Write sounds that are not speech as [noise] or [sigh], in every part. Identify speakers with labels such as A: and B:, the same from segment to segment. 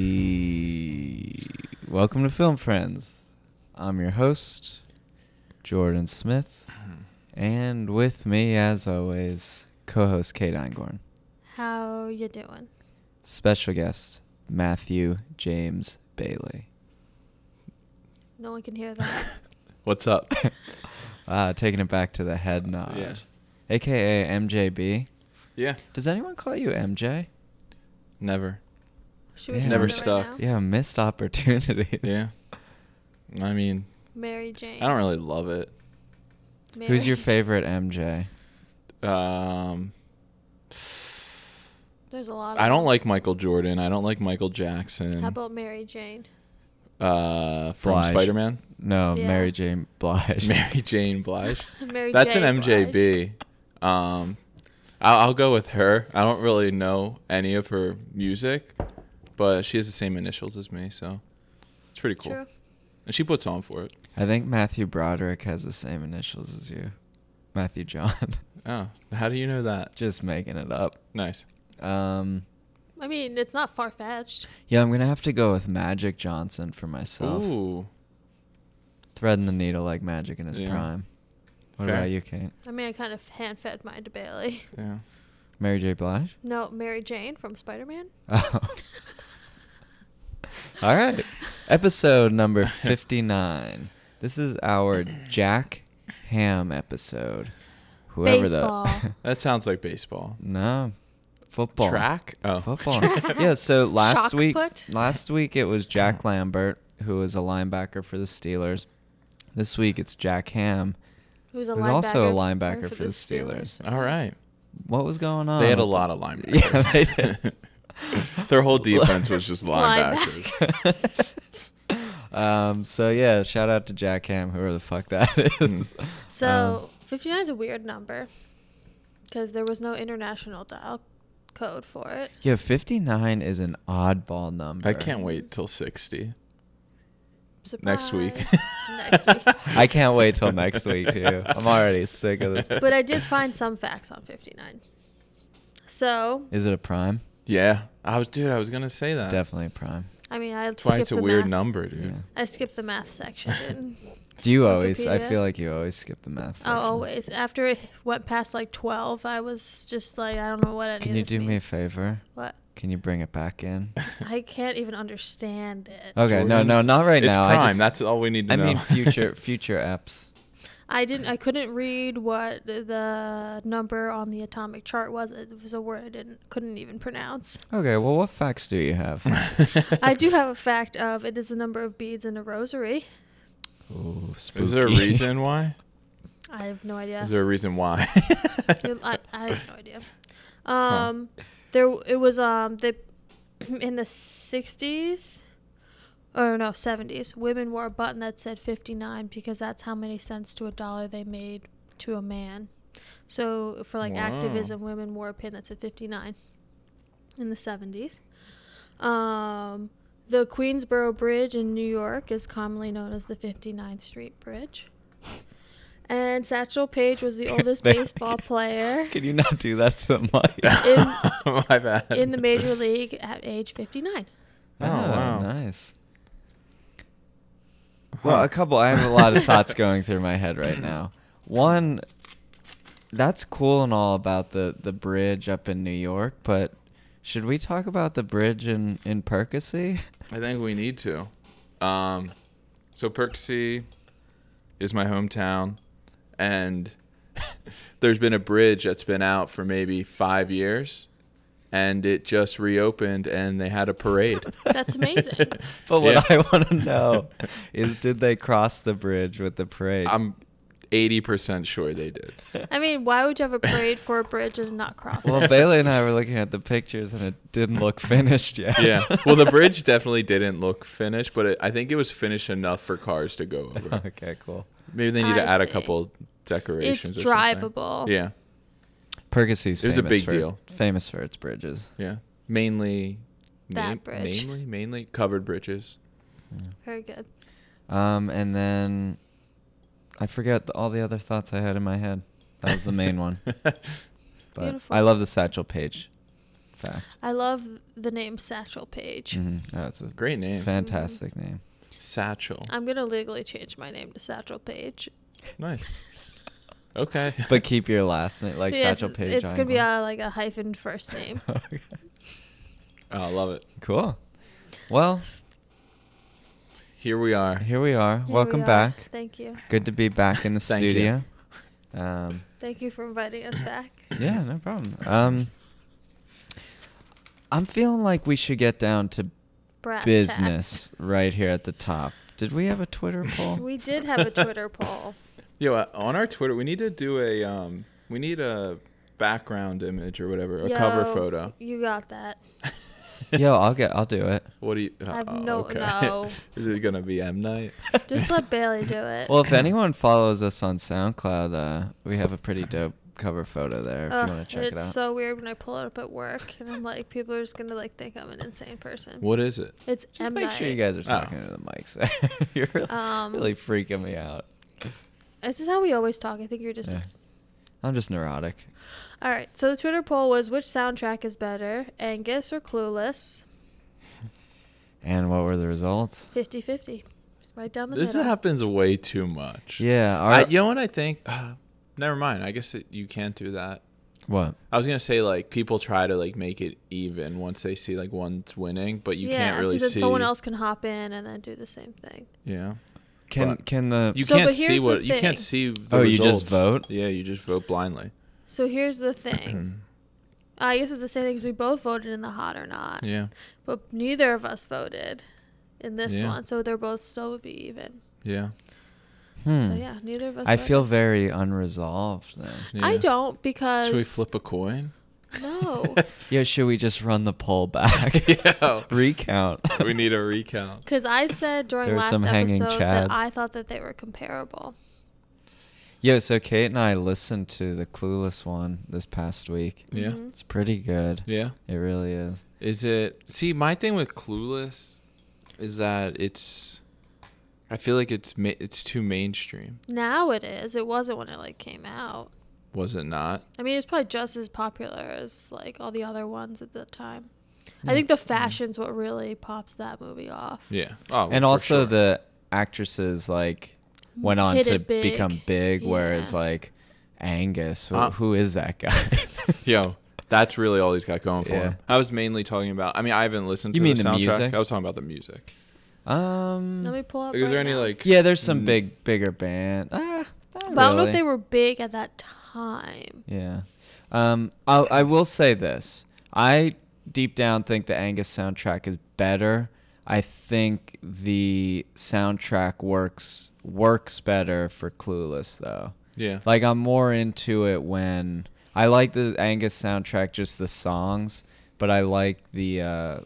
A: Hey, welcome to Film Friends. I'm your host, Jordan Smith, and with me, as always, co-host Kate Eingorn,
B: How you doing?
A: special guest Matthew James Bailey. [laughs]
B: No one can hear that.
C: [laughs] What's up?
A: Ah, taking it back to the head nod,
C: Uh, Yeah.
A: aka MJB.
C: yeah.
A: Does anyone call you MJ? [laughs]
C: Never.
B: Should we
A: Damn.
B: start
A: Never
B: it right
C: stuck.
B: now?
A: Yeah, missed opportunity.
C: Yeah. I mean,
B: Mary Jane.
C: I don't really love it.
A: Who's your
B: Mary-
A: favorite MJ?
C: Um,
B: There's a lot. Of
C: I don't
B: them.
C: like Michael Jordan. I don't like Michael Jackson.
B: How about Mary Jane?
C: uh, from
A: Blige.
C: Spider Man?
A: No,
B: Yeah.
A: Mary Jane Blige. [laughs]
C: [laughs] Mary Jane Blige.
B: [laughs] Mary
C: That's
B: J.
C: an MJB. Um, I'll, I'll go with her. I don't really know any of her music, but she has the same initials as me, so it's pretty cool.
B: True.
C: And she puts on for it.
A: I think Matthew Broderick has the same initials as you, Matthew John. [laughs]
C: Oh, how do you know that?
A: Just making it up.
C: Nice.
A: Um,
B: I mean, it's not far fetched.
A: yeah, I'm gonna have to go with Magic Johnson for myself.
C: Ooh.
A: Threading the needle like Magic in his
C: Yeah.
A: prime. What
C: Fair.
A: about you, Kate?
B: I mean, I kind of hand fed mine to Bailey.
C: Yeah.
A: Mary J. Blige.
B: No, Mary Jane from
A: [laughs]
B: Spider Man.
A: Oh. [laughs] All
B: [laughs]
A: right. Episode
C: [laughs]
A: number 59. This is our Jack Ham episode. Whoever [laughs]
B: Baseball.
A: the
C: That sounds like baseball.
A: No. Football.
C: Track? Oh. [laughs]
A: Football.
B: Track.
A: yeah, so last
B: Shock
A: week
B: put?
A: last week it was
C: Mm.
A: Jack Lambert who was a linebacker for the Steelers. This week it's Jack Ham.
B: Who's a
A: Who's
B: linebacker?
A: also a
B: f-
A: linebacker for the Steelers.
C: All right.
A: What was going on?
C: They had a lot of linebackers.
A: [laughs] Yeah, they did.
C: [laughs] Their whole defense was just
B: [laughs] Linebackers.
A: [laughs]
C: linebackers.
A: um so yeah, shout out to Jack Ham, whoever the fuck that [laughs] is.
C: Mm.
B: So
A: Um,
B: 59 is a weird number because there was no international dial code for it.
A: yeah, 59 is an oddball number.
C: I can't wait till 60. Next week.
B: Surprise. [laughs] Next week.
A: [laughs]
C: [laughs]
A: I can't wait till next week, [laughs] too. I'm already sick of this.
B: [laughs] but I did find some facts on 59. So,
A: Is it a prime?
C: Yeah. I was, dude, I was going to say that.
A: Definitely a prime.
B: I mean, I
C: That's why
B: skipped
C: it's a
B: the
C: weird
B: math.
C: number, dude.
A: Yeah.
B: I skipped the math
A: [laughs]
B: section. didn't-
A: Do you always? I
B: Wikipedia.
A: feel like you always skip the math.
B: Oh,
A: Section.
B: always. After it went past like 12, I was just like, I don't know what any
A: Can
B: of
A: you
B: this
A: do me a
B: means.
A: favor?
B: What?
A: Can you bring it back
C: [laughs]
A: in?
B: I can't even understand it.
A: Okay, no, no,
C: Jordans?
A: not right
C: it's
A: now. I
C: Prime.
A: just-
C: That's all we need to
A: I
C: know.
A: mean,
C: [laughs]
A: future future apps.
B: I didn't. I couldn't read what the number on the atomic chart was. It was a word I didn't couldn't even pronounce.
A: Okay, well, what facts do you
C: [laughs]
A: have?
B: I do have a fact of it is the number of beads in a rosary.
A: Ooh, spooky.
C: Is there
A: [laughs]
C: a reason why?
B: I have no idea.
C: Is there a reason
B: [laughs]
C: why?
B: You- I, I have no idea.
C: [laughs]
B: Um, there w- it was um the [clears throat] in the '60s or no '70s, women wore a button that said 59 because that's how many cents to a dollar they made to a man. So for like
C: Wow.
B: activism, women wore a pin that said 59 in the '70s. Um, the Queensboro Bridge in New York is commonly known as the 59th Street Bridge. And Satchel
A: [laughs]
B: Paige was the oldest
A: They-
B: baseball player
A: [laughs] Can you not do that to the mic? [laughs]
C: My bad.
B: in the major league at age 59.
C: Oh, wow.
A: nice. Well, a couple. I have a lot
B: [laughs]
A: of
C: [laughs]
A: thoughts going through my head right now. One, that's cool and all about the the bridge up in New York, but should we talk about the bridge in in Percy?
C: I think we need to. Um, so Percy is my hometown, and [laughs] there's been a bridge that's been out for maybe five years, and it just reopened, and they had
A: [laughs]
C: a parade. [laughs]
B: That's amazing.
A: But what
C: Yeah.
A: I want to
C: [laughs]
A: know is, did they cross the bridge with the parade?
C: I'm 80% sure they did.
B: [laughs] I mean, why would you
A: [laughs]
B: have a parade for a bridge and not cross
A: well,
B: it?
A: Bailey and I were looking at the pictures, and it didn't look
C: [laughs]
A: finished yet.
C: Yeah. [laughs] Well, the bridge definitely didn't look finished, but it, I think it was finished enough for cars to go over.
A: [laughs] okay, cool.
C: Maybe they need
B: I
C: to add a
B: see.
C: couple
B: It's
C: decorations. or something.
B: drivable.
C: Yeah.
A: Percy's
C: It
A: famous
C: was a big
A: for,
C: deal.
A: Famous for its bridges.
C: Yeah. Mainly.
B: That bridge.
C: Mainly, mainly covered bridges.
B: Very good.
A: Um, and then I forget the, all the other thoughts I had in my head. That was the main one. But
B: Beautiful.
A: I love the satchel page. fact.
B: I love the name Satchel Paige.
A: Mhm. Oh, it's a
C: Great name.
A: fantastic name.
C: [laughs] Satchel.
B: I'm gonna legally change my name to Satchel Paige. [laughs]
C: Nice. Okay.
A: But keep your last name like
B: Yes,
A: Satchel Page.
B: It's gonna be
A: Iyengar.
B: uh, like a hyphen first name.
A: [laughs] Okay.
C: [laughs] Oh, I love it.
A: Cool. Well,
C: Here we are.
A: here we are.
B: Here we
A: Welcome
B: are.
A: back.
B: Thank you.
A: Good to be back in the
C: Thank you.
A: studio. Um,
B: Thank you for inviting us back.
A: yeah, no problem. Um, I'm feeling like we should get down to
B: Brass
A: business right here at the top. Did we have a
B: [laughs]
A: Twitter poll?
B: Tacks. We did have a Twitter poll.
C: Yo, uh, on our Twitter, we need to do a um, we need a background image or whatever, a cover
B: Yo,
C: photo.
B: You got that.
A: Yo, I'll get. I'll do it.
C: What do you?
B: I have
C: oh,
B: no- no.
C: [laughs] Is it gonna be M Night?
B: [laughs] Just let Bailey do it.
A: Well, if
C: [laughs]
A: anyone follows us on SoundCloud, uh, we have a pretty dope cover photo there. If
B: Ugh,
A: you want to check
B: it's
A: it out.
B: so weird when I pull it up at work, and I'm like, people are just gonna like think I'm an insane person.
C: What is it?
B: It's
A: Just
B: M
A: make
B: Night.
A: sure you guys are
C: Oh.
A: talking to the mics. [laughs] You're really,
B: Um,
A: really freaking me out.
B: This is how we always talk. I think you're just.
A: Yeah. I'm just neurotic.
B: All right. So the Twitter poll was which soundtrack is better, Angus or Clueless?
A: And what were the results?
B: 50-50. Right down the
C: This
B: middle.
C: happens way too much.
A: Yeah. Our,
C: I, you know what I think? [sighs] Uh, never mind. I guess it, you can't do that.
A: what?
C: I was gonna say like people try to like make it even once they see like one's winning, but you
B: yeah,
C: can't really
B: 'cause then
C: see.
B: someone else can hop in and then do the same thing.
C: Yeah.
A: Can
C: But-
A: can the
C: You
B: So,
C: can't
B: but
C: see
B: here's the
C: what you can't
B: thing.
C: see. The
A: Uh, Oh, you just
C: results.
A: vote?
C: Yeah, you just vote blindly. Hmm.
B: So here's
A: [clears throat]
B: the thing. I guess it's the same thing 'cause we both voted in the hot or not,
C: Yeah.
B: but neither of us voted in this
C: Yeah.
B: one, so they're both still would be even.
C: Yeah.
A: Hmm.
B: So yeah, neither of us.
A: I
B: voted.
A: feel very unresolved then.
C: yeah.
B: I don't because
C: Should we flip a coin?
B: uh,
C: [laughs]
B: No,
A: Yeah, should we just run the poll back?
C: Yeah.
A: [laughs] Recount.
C: we need a
B: [laughs]
C: recount.
B: because I said during
A: There were
B: last
A: some hanging
B: episode
A: chads.
B: that I thought that they were comparable.
A: Yo, so Kate and I listened to the Clueless one this past week.
C: Yeah.
B: Mhm.
A: It's pretty good.
C: Yeah.
A: It really is.
C: Is it See, my thing with Clueless is that it's I feel like it's ma- it's too mainstream.
B: Now it is. It wasn't when it like came out.
C: Was it not?
B: I mean, it was probably just as popular as like all the other ones at the time. I think the fashion's what really pops that movie off.
C: Yeah. Oh.
A: and
C: for
A: also
C: sure.
A: the actresses like went on
B: Hit
A: to
B: it big.
A: become big whereas
B: Yeah.
A: like Angus, who,
C: Uh,
A: who is that guy?
C: [laughs] [laughs] Yo, that's really all he's got going for
A: Yeah.
C: him. I was mainly talking about I mean, I haven't listened
A: You
C: to
A: mean
C: the
A: the
C: soundtrack.
A: music?
C: I was talking about the music.
A: um
B: Let me pull up.
C: Is there
B: right
C: any
B: now.
C: like
A: Yeah, there's some
C: Mm.
A: big bigger band. Ah, not
B: But I don't know if
A: really.
B: they were big at that time.
A: Yeah. Um, I'll, I will say this. I deep down think the Angus soundtrack is better. I think the soundtrack works works better for Clueless though.
C: Yeah.
A: Like I'm more into it when I like the Angus soundtrack, just the songs, but I like the uh,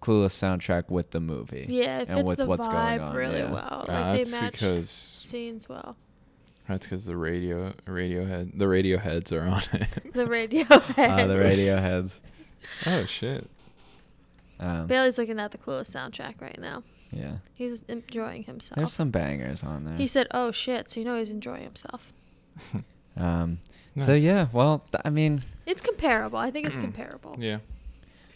A: Clueless soundtrack with the movie.
B: Yeah, it
A: and
B: fits
A: with
B: the
A: what's going
B: vibe
A: on,
B: really
A: yeah.
B: well. Like
C: Uh,
B: they
C: that's
B: match
C: because
B: scenes well.
C: that's because the radio Radiohead the Radioheads are on it.
B: [laughs] The radio.
A: Uh,
B: [laughs]
A: the Radioheads.
C: oh shit.
A: Um,
B: Bailey's looking at the Clueless soundtrack right now.
A: yeah.
B: He's enjoying himself.
A: There's some bangers on there.
B: He said, "Oh shit!" So you know he's enjoying himself.
A: Um, So
C: Nice.
A: yeah, well, th- I mean,
B: It's comparable. I think it's comparable.
C: Mm. Hmm. Yeah.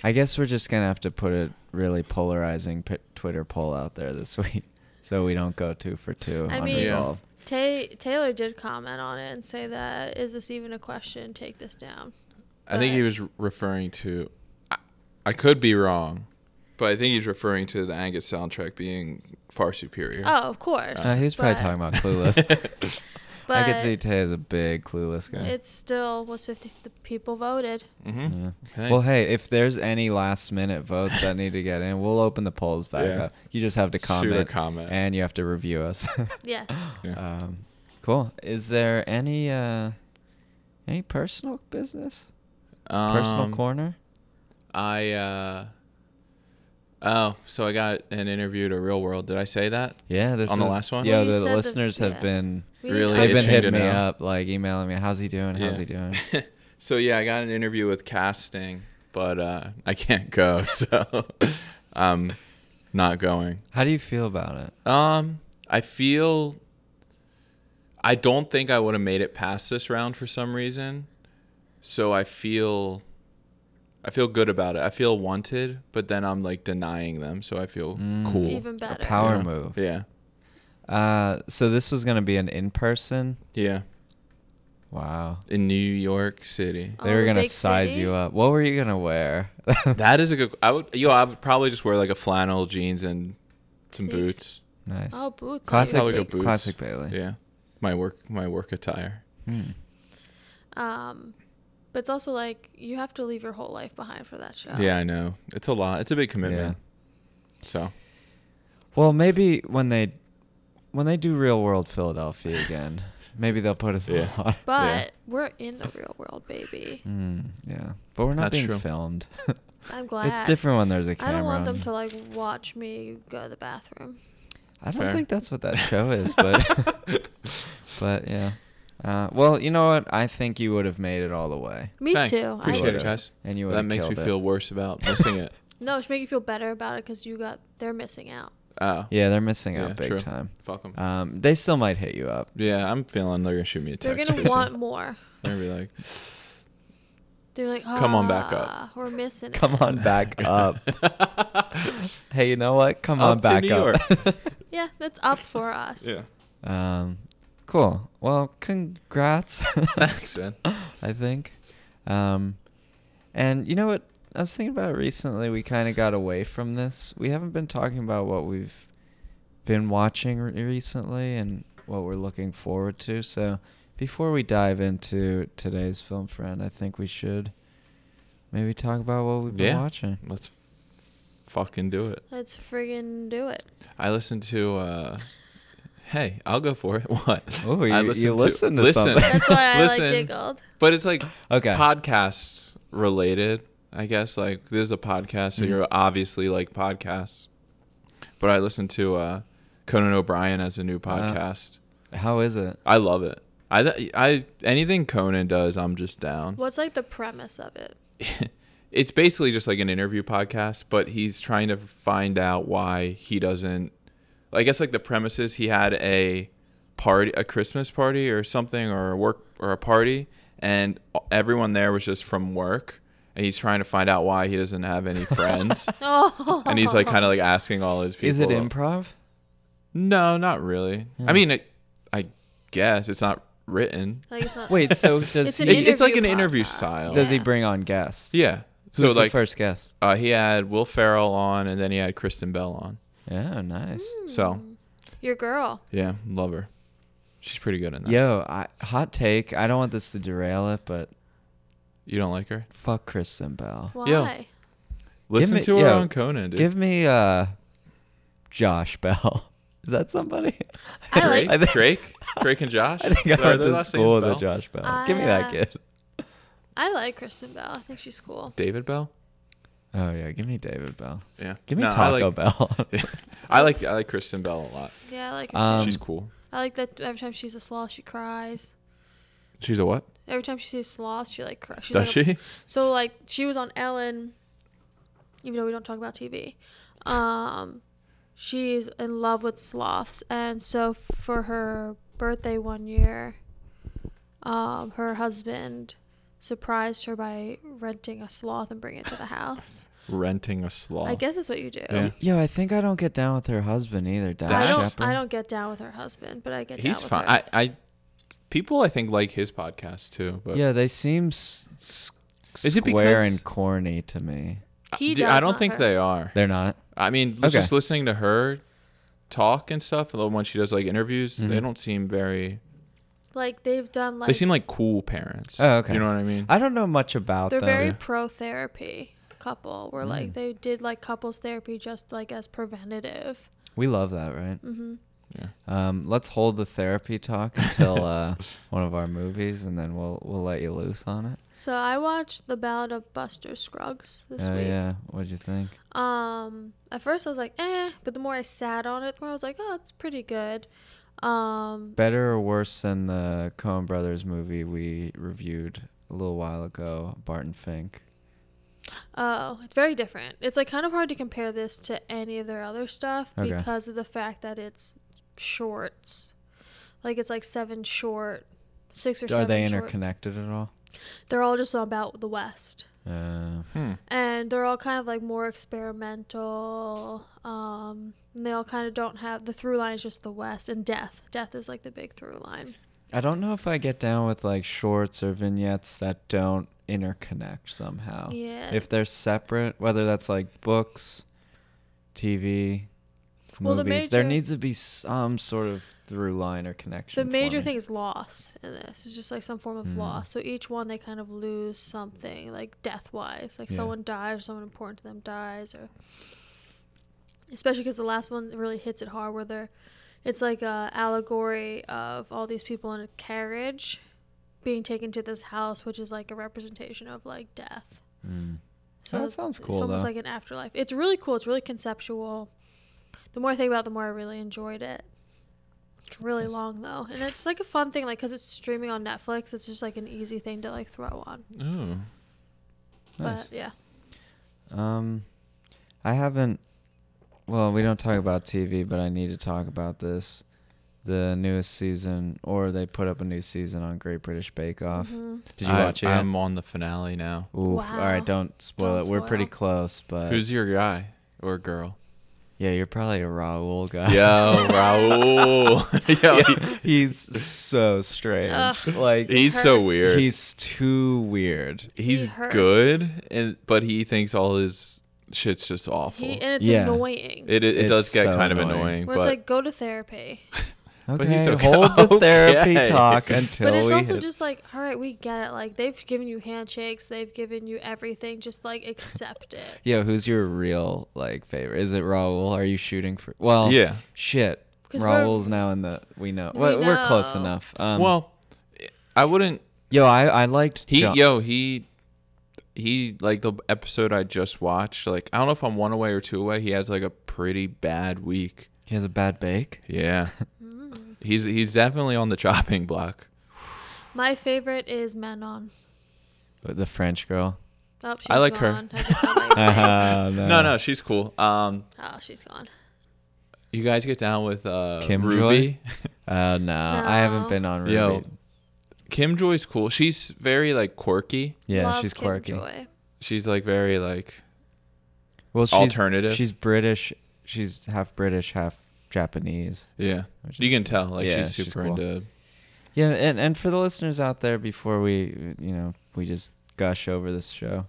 A: I guess we're just gonna have to put a really polarizing p- Twitter poll out there this [laughs] week, so we don't go two for two
B: I
A: on
B: mean-
A: resolve.
B: Ta- Taylor did comment on it and say that is this even a question? Take this down.
C: I think he
B: But-
C: was referring to. I, I could be wrong, but I think he's referring to the Angus soundtrack being far superior.
B: Oh, of course.
A: Uh, he was probably
B: but-
A: talking about
C: [laughs]
A: Clueless. I could see
B: but
A: Tay as a big Clueless guy.
B: It still was fifty. The people voted.
C: Mm-hmm.
A: Yeah. Well, hey, if there's any last minute votes that need to get in, we'll open the polls back
C: Yeah.
A: up. You just have to
C: Shoot a
A: comment,
C: comment.
A: and you have to review us. [laughs]
B: Yes.
C: Yeah.
A: Um, cool. Is there any uh, any personal business? personal
C: Um,
A: corner?
C: I. Uh, oh, so I got an interview to Real World. Did I say that?
A: Yeah, this
C: on the
A: is-
C: last one?
A: Yeah,
B: Well, you
A: the
B: said the-
A: listeners have
B: yeah.
A: been
B: We need
C: Really
B: to-
A: they've been
C: itching
A: hitting
C: to
A: me
C: know.
A: up, like emailing me, "How's he doing? How's
C: Yeah.
A: he doing?"
C: so yeah, I got an interview with casting, but uh, I can't go, [laughs] so I'm not going.
A: How do you feel about it?
C: Um, I feel. I don't think I would have made it past this round for some reason, so I feel. I feel good about it. I feel wanted, but then I'm like denying them, so I feel
A: Mm.
C: cool.
B: Even
A: A
B: better.
A: power
C: Yeah.
A: move.
C: Yeah.
A: Uh, so this was gonna be an in-person.
C: Yeah.
A: Wow.
C: In New York City.
A: They [laughs]
B: Oh,
A: were
B: the
A: gonna
B: big
A: size
B: city?
A: you up. What were you gonna wear? [laughs]
C: That is a good I would yo, I would probably just wear like a flannel jeans and some
B: Sneaks.
C: boots.
A: nice.
B: Oh, boots.
A: Classic,
C: Probably go
B: boots.
C: boots.
A: classic Bailey.
C: Yeah. My work my work attire.
A: Hmm.
B: Um, but it's also like you have to leave your whole life behind for that show.
C: Yeah, I know. It's a lot. It's a big commitment. So
A: Well, maybe when they when they do Real World Philadelphia again, maybe they'll put us
C: Yeah.
A: on.
B: But we're in the real world, baby.
A: Mm, yeah, but we're not
C: That's
A: being [laughs]
C: true.
A: filmed.
B: I'm glad.
A: it's different when there's a camera.
B: I don't want them
A: on.
B: to like watch me go to the bathroom.
A: I don't
C: Fair.
A: think that's what that show is, but [laughs] but yeah. Uh, well, you know what? I think you would have made it all the way.
B: Me
C: Thanks.
B: too. I
C: Appreciate
B: would.
C: it, guys.
A: And you
C: that
A: would've
C: makes me
A: killed it.
C: feel worse about Oh, missing it.
B: [laughs] No, it should make you feel better about it because you got they're missing out.
C: Oh.
A: Yeah, they're missing out
C: Yeah,
A: big
C: true.
A: time.
C: Fuck 'em.
A: Um, they still might hit you up.
C: Yeah, I'm feeling they're gonna shoot me a
B: They're
C: text. [laughs]
B: gonna
C: or
B: want
C: something.
B: more.
C: They're gonna be like,
B: They're like,
C: Come on back up.
B: "Ah, [laughs] We're missing it.
A: Come on back up. hey, you know what? Come
C: Up
A: on
C: to
A: back
C: New
A: up. [laughs]
B: Yeah, that's up for uh, us.
C: yeah.
A: Um, cool. Well, congrats. [laughs]
C: Thanks, man.
A: I think. Um, and you know what? I was thinking about it recently. We kind of got away from this. We haven't been talking about what we've been watching re- recently and what we're looking forward to. So before we dive into today's film friend, I think we should maybe talk about what we've been
C: Yeah.
A: watching.
C: Let's fucking do it.
B: [laughs] Let's friggin' do it.
C: I listened to. uh Hey, I'll go for it. [laughs] What?
A: Oh, you-
C: I
A: you listened
C: listened
A: to something.
B: That's why I like
C: Listen,
B: giggled.
C: But it's like
A: Okay.
C: podcast related, I guess. Like this is a podcast, so
A: Mhm.
C: you're obviously like podcasts. But I listened to uh Conan O'Brien as a new podcast.
A: How is it?
C: I love it. I th- I anything Conan does, I'm just down.
B: What's like the premise of it? [laughs]
C: [laughs] it's basically just like an interview podcast, but he's trying to find out why he doesn't. I guess like the premise is he had a party, a Christmas party or something, or a work or a party, and everyone there was just from work, and he's trying to find out why he doesn't
A: [laughs]
C: have any friends,
B: Oh,
C: and he's like kind of like asking all his people.
A: Is it improv?
C: No, not really. I mean, it, I guess it's not written.
B: Like, it's not- [laughs]
A: Wait, so does
B: It's an
A: he
C: It- it's like an
B: interview
C: interview
B: podcast.
C: style.
A: does he
B: Yeah.
A: bring on guests?
C: Yeah.
A: Who's
C: so like
A: the first guest?
C: Uh, he had Will Ferrell on, and then he had Kristen Bell on.
A: Yeah, nice.
C: So
B: Your girl.
C: yeah, love her. She's pretty good in that.
A: Yo, I, hot take. I don't want this to derail it, but
C: You don't like her?
A: fuck Kristen Bell.
B: Why?
C: Yeah. Listen
A: me-
C: to her
A: yo,
C: on Conan, dude.
A: Give me uh, Josh Bell. [laughs] Is that somebody? [laughs]
B: I
C: Drake,
B: like.
A: I think-
C: Drake, Drake and Josh.
A: [laughs] I think
C: Are
A: I went
C: their
A: to
C: last names
A: school with a
C: Bell?
A: Josh Bell.
B: I,
A: give me that
B: uh,
A: kid.
B: I like Kristen Bell. I think she's cool.
C: David Bell.
A: Oh yeah, give me David Bell.
C: Yeah.
A: Give me
C: No, I
A: Taco
C: like, [laughs]
A: Bell.
C: I like I like Kristen Bell a lot.
B: Yeah, I like. Her
A: [laughs] Um,
B: too.
C: she's cool.
B: I like that every time she's a sloth, she cries.
C: She's a what?
B: Every time she sees sloth, she like cries. She's
C: Does
B: like,
C: she?
B: So like she was on Ellen, even though we don't talk about TV. Um, she's in love with sloths, and so for her birthday one year, um, her husband surprised her by renting a sloth and bringing it to the house.
C: Renting a sloth.
B: I guess that's what you do.
C: Yeah.
A: Yo, I think I don't get down with her husband either. Dash
B: I don't.
A: Shepard.
B: I don't get down with her husband, but I get down
C: He's
B: with
C: fine.
B: her.
C: I, I people I think like his podcast too, but
A: Yeah, they seem s- s-
C: Is it
A: square
C: because-
A: and corny to me.
B: He
C: Dude,
B: does,
C: I don't
B: not
C: think
B: her.
C: they are.
A: They're not.
C: I mean,
A: Okay.
C: just listening to her talk and stuff, although when she does like interviews,
A: Mm-hmm.
C: they don't seem very.
B: like they've done like
C: they seem like cool parents.
A: Oh, okay.
C: You know what I mean?
A: I don't know much about
B: they're
A: them.
B: very pro therapy couple where
C: Mm.
B: like they did like couples therapy just like as preventative
A: We love that, right?
B: mm-hmm.
A: Um, let's hold the therapy talk until uh, one of our movies, and then we'll we'll let you loose on it.
B: so i watched the ballad of buster scruggs this
A: oh
B: week
A: yeah, what'd you think?
B: um at first i was like eh but the more i sat on it the more i was like oh it's pretty good um
A: Better or worse than the Coen Brothers movie we reviewed a little while ago, Barton Fink?
B: oh it's very different it's like kind of hard to compare this to any of their other stuff
A: Okay.
B: because of the fact that it's shorts like it's like seven short six or
A: Are
B: seven
A: they
B: short
A: interconnected at all?
B: They're all just about the West.
A: Uh,
C: Hmm.
B: and they're all kind of like more experimental. Um, and they all kind of don't have the through line is just the West and death. Death is like the big through line.
A: I don't know if I get down with like shorts or vignettes that don't interconnect somehow.
B: Yeah.
A: Oh. If they're separate, whether that's like books, TV,
B: Well, the
A: movies, there
B: major-
A: needs to be some sort of through line or connection.
B: The
A: for
B: major
A: me.
B: thing is loss in this. It's just like some form of
A: Mm.
B: loss. So each one they kind of lose something, like death wise. Like
A: Yeah.
B: someone dies, someone important to them dies, or especially because the last one really hits it hard, where they're it's like a allegory of all these people in a carriage being taken to this house, which is like a representation of like death.
A: Mm.
B: So
A: That
B: it's-
A: sounds
B: It's
A: cool,
B: almost
A: though.
B: like an afterlife. It's really cool. It's really conceptual. The more I think about, it, the more I really enjoyed it. It's really
A: Nice.
B: long though, and it's like a fun thing, like because it's streaming on Netflix. It's just like an easy thing to like throw on.
C: Ooh.
A: Hmm. Nice. [laughs]
B: But yeah,
A: Um, I haven't. Well, we don't talk about TV, but I need to talk about this. The newest season, or they put up a new season on Great British Bake Off.
B: Mhm.
A: Did you
C: I-
A: watch it? yet?
C: I'm on the finale now. Uh,
A: Ooh, all
B: Wow.
A: right. Don't spoil
B: Don't
A: it. We're pretty
B: spoil.
A: close, but
C: Who's your guy or girl?
A: yeah, you're probably a Raul guy.
C: [laughs] Yo, Raul. [laughs] Yo, he-
A: [laughs] he's so strange.
B: Ugh.
A: Like
C: he's so
B: hurts.
C: weird.
A: he's too weird.
B: He
C: he's
B: hurts.
C: good, and but he thinks all his shit's just awful.
B: he, and it's
A: Yeah.
B: annoying.
C: it it, it does
A: It's
C: get
A: so
C: kind of
A: annoying.
C: annoying,
B: where
C: but
B: it's like go
C: [laughs]
B: to therapy,
A: Okay,
C: But he's [laughs] okay.
A: hold the therapy
C: Okay.
A: talk
C: But
A: until
B: but it's
A: we
B: also
A: hit-
B: just like, all right, we get it. Like they've given you handshakes, they've given you everything. Just like
A: [laughs]
B: accept it.
A: Yo, who's your real like favorite? Is it Raul? Are you shooting for? Well,
C: Yeah.
A: Shit,
B: 'Cause we're-
A: Raul's now in the we know.
B: We
A: Well, We're close
B: know.
A: enough. Um,
C: well, I wouldn't.
A: yo, I I liked
C: He
A: John-
C: yo he he like the episode I just watched. Like I don't know if I'm one away or two away. He has like a pretty bad week.
A: He has a bad bake. [laughs]
C: Yeah,
B: Mm.
C: he's he's definitely on the chopping block.
B: My favorite is Manon.
A: The French girl.
B: Oh, she's
C: I like her.
B: gone. I can tell by your
A: [laughs]
B: face.
A: Uh,
C: [laughs] No, no, she's cool. Um,
B: Oh, she's gone.
C: you guys get down with uh
A: Kim
C: Ruby.
A: Uh, no, I haven't
B: No.
A: been on Ruby.
C: Yo. [laughs] Kim Joy's cool. She's very like quirky.
A: yeah,
B: Love
A: she's
B: Kim
A: quirky.
B: Joy.
C: She's like very like
A: Well, she's
C: alternative.
A: She's British. She's half British, half Japanese.
C: yeah.
A: which
C: You
A: is-
C: can tell like
A: Yeah,
C: she's
A: she's
C: super
A: cool.
C: into
A: yeah, and and for the listeners out there, before we you know we just gush over this show,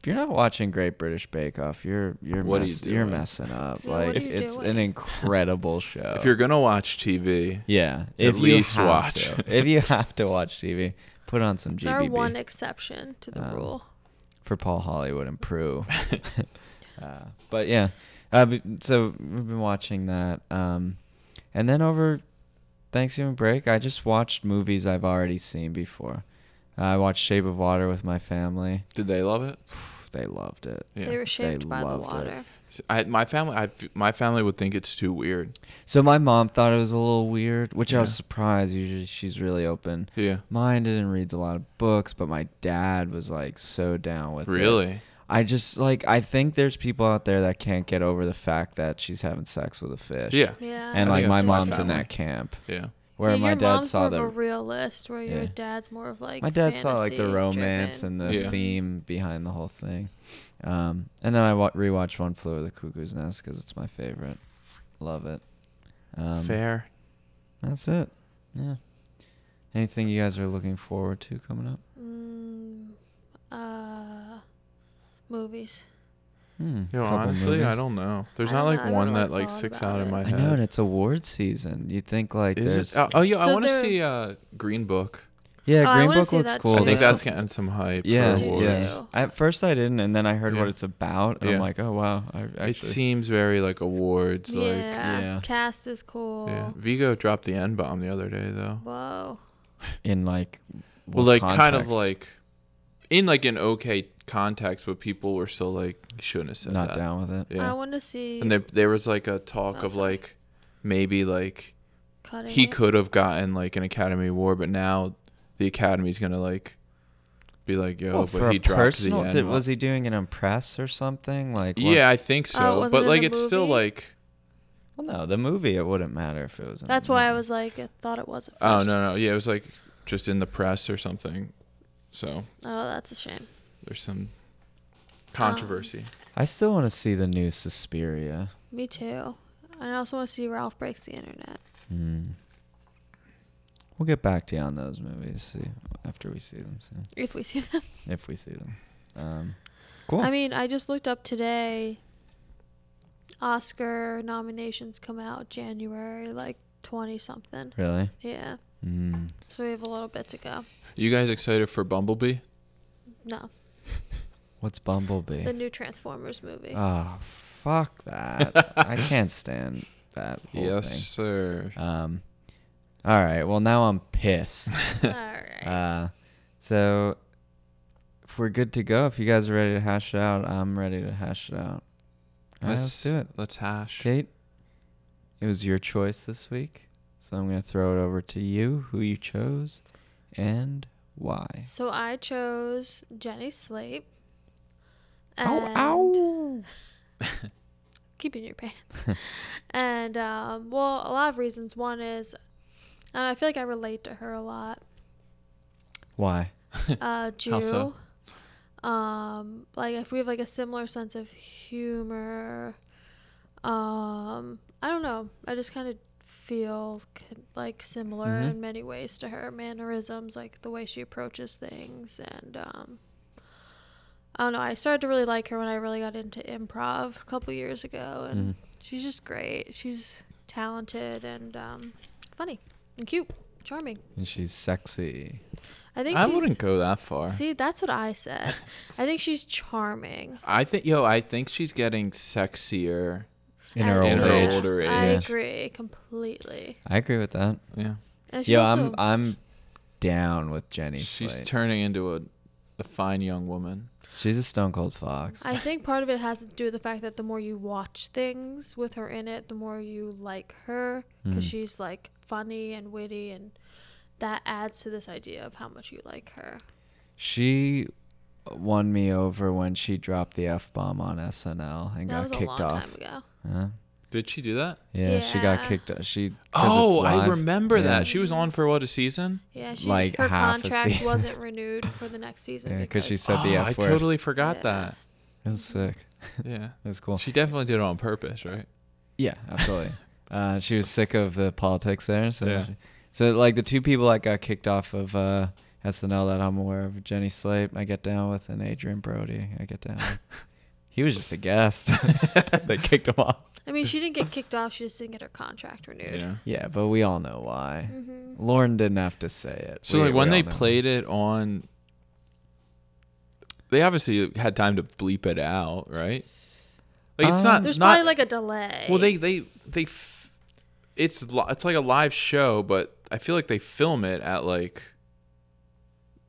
A: if you're not watching Great British Bake Off, you're you're
C: What are you
A: mess- you're
C: doing?
A: messing up.
B: Yeah, what are
A: like
B: you
A: it's
B: doing?
A: an
C: [laughs]
A: incredible show.
C: If you're going to watch TV,
A: yeah, if
C: least
A: you have
C: watch.
A: to, if you have to watch TV, put on some
B: It's our
A: GBB
B: one exception to the
A: Um,
B: rule.
A: for Paul Hollywood and
C: [laughs]
A: Prue. uh, but yeah, uh, b- so we've been watching that, um, and then over Thanksgiving break, I just watched movies I've already seen before. Uh, I watched Shape of Water with my family. [sighs]
C: did they love it?
A: They loved it.
C: Yeah.
B: they were shaped by the
A: loved it.
B: water.
C: I, my family I f my family would think it's too weird.
A: So my mom thought it was a little weird, which I was
C: Yeah.
A: surprised. Usually she's really open
C: Yeah.
A: minded and reads a lot of books, but my dad was like so down with it.
C: Really?
A: I just like I think there's people out there that can't get over the fact that she's having sex with a fish.
C: Yeah.
B: Yeah.
A: And
C: I
A: like
C: think
A: my
C: that's too much
A: mom's in
C: family.
A: that camp
C: Yeah.
A: where
B: Yeah,
A: my
B: Uh, your
A: dad
B: mom's
A: saw
B: more
A: the
B: of a realist, where your
A: Yeah.
B: dad's more of like
A: my dad saw like the romance and the
C: Yeah.
A: theme behind the whole thing. Um, and then I wa- rewatched One Flew Over the Cuckoo's Nest because it's my favorite. Love it. Um,
C: Fair.
A: That's it. Yeah. Anything you guys are looking forward to coming up?
B: and mm, uh, movies.
A: Hmm,
C: You know,
A: couple
C: honestly,
A: movies.
C: I don't know. There's
B: I
C: not
B: don't
C: like
B: know. I haven't
C: one
B: really
C: that like
B: thought
C: sticks
B: about
C: out in
B: it.
C: my
A: I
C: head.
A: know, and it's award season. You think like
C: Is
A: there's
C: it? Oh, oh, yeah, I
B: So
C: want to
B: there-
C: see uh, Green Book.
B: Oh,
A: yeah,
B: I
A: Green
B: wanna
A: Book
B: see
A: looks
B: that
A: cool.
B: too.
C: I think
A: There's
C: that's
A: some-
C: getting some hype.
A: yeah,
C: for awards.
A: yeah.
B: too.
A: At first, I didn't, and then I heard what
C: Yeah.
A: it's about, and
C: Yeah.
A: I'm like, oh wow, I actually.
C: It seems very like awards. Like
B: yeah.
A: yeah.
B: Cast is cool.
C: yeah. Vigo dropped the N bomb the other day though.
B: Whoa.
A: in like what
C: Well, like kind of
A: context?
C: like in like an okay context, but people were still like you shouldn't have said
A: not
C: that.
A: down with it
B: I
C: Yeah.
B: want to see.
C: And there there was like a talk
B: Oh,
C: of
B: sorry.
C: like maybe like
B: cutting
C: he
B: it.
C: could have gotten like an Academy Award, but now the Academy's gonna like be like, yo,
A: well, for
C: but he
A: a
C: dropped the
A: personal
C: N.
A: did, was he doing an impress or something like what-
C: yeah, I think so.
B: Oh, wasn't
C: but
B: it
C: like
B: the
C: it's still
B: movie?
C: like
A: well no the movie it wouldn't matter if it was in
B: That's
A: the
B: why I
A: movie.
B: was like, I thought it was. At
C: oh
B: first.
C: no no yeah it was like just in the press or something. So
B: Oh, that's a shame.
C: There's some controversy.
A: I still want to see the new Suspiria.
B: Me too. I also want to see Ralph breaks the internet.
A: Hmm. We'll get back to you on those movies see, after we see them, soon,
B: If we see them.
A: if we see them. Um, cool.
B: I mean, I just looked up today. Oscar nominations come out January like twenty something.
A: really?
B: Yeah.
A: Mm.
B: So we have a little bit to go.
C: you guys excited for Bumblebee?
B: No.
A: What's Bumblebee?
B: The new Transformers movie. [laughs]
A: Oh, fuck that. [laughs] I can't stand that whole
C: yes,
A: thing.
C: sir.
A: Um, all right. Well, now I'm pissed.
B: All right.
A: uh, so if we're good to go, if you guys are ready to hash it out, I'm ready to hash it out. All right, let's do it.
C: Let's hash.
A: Kate, it was your choice this week, so I'm gonna throw it over to you. Who you chose, and why?
B: so I chose Jenny Slate. and-
A: Ow!
B: keeping your pants.
A: [laughs]
B: and um, well, a lot of reasons. One is, and I feel like I relate to her a lot.
A: Why?
B: Uh, Jew.
C: so?
B: Um, like if we have like a similar sense of humor. Um, I don't know. I just kind of feel c- like similar
C: Mm-hmm.
A: Mhm.
B: in many ways to her mannerisms, like the way she approaches things, and um, I don't know. I started to really like her when I really got into improv a couple years ago, and
C: Mm-hmm.
A: Mhm.
B: she's just great. She's talented and um, funny and cute, charming.
A: And she's sexy.
B: I think
C: I
B: she's-
C: wouldn't go that far.
B: See, that's what I said. I think she's charming.
C: I think, yo, I think she's getting sexier.
A: In
B: I
A: her
B: agree.
A: old
C: In her
A: age.
C: old- older
B: I
A: age.
B: agree completely.
A: I agree with that.
C: Yeah,
B: And she's
A: Yo,
B: also,
A: I'm I'm down with Jenny.
C: she's
A: Slate.
C: turning into a, a fine young woman.
A: she's a stone cold fox.
B: I think part of it has to do with the fact that the more you watch things with her in it, the more you like her because
A: Mhm.
B: she's like funny and witty, and that adds to this idea of how much you like her.
A: She won me over when she dropped the f bomb on SNL and
B: that was
A: got
B: a
A: kicked
B: long
A: off.
B: time ago.
A: Huh?
C: Did she do that?
A: Yeah, she got
B: Yeah.
A: kicked off. She 'cause
C: Oh,
A: it's
C: I
A: live.
C: remember
A: Yeah.
C: that. She was on for what a season?
B: Yeah, she
A: Like
B: her
A: half a
B: contract
A: season. [laughs]
B: wasn't renewed for the next season
A: Yeah, 'cause
B: because
A: she said the
C: Oh,
A: F
C: I
A: word.
C: totally forgot
B: Yeah.
C: that.
A: It was sick.
C: Yeah.
A: It was cool.
C: She definitely did it on purpose, right?
A: yeah,
C: [laughs]
A: absolutely. uh, she was sick of the politics there. So,
C: Yeah.
A: she- so like the two people that got kicked off of uh, SNL that I'm aware of, Jenny Slate, I get down with, and Adrian Brody, I get down
C: [laughs]
A: with. He was just a guest. [laughs] they kicked him off.
B: I mean she didn't get kicked off. She just didn't get her contract renewed.
C: Yeah.
A: Yeah, but we all know why.
B: Mhm.
A: Lauren didn't have to say it.
C: So
A: We-
C: like when
A: we all
C: they
A: know.
C: played it on they obviously had time to bleep it out, right? Like it's
A: Um,
C: not
B: There's
C: not
B: probably like a delay.
C: Well, they they they f- it's li- it's like a live show, but I feel like they film it at like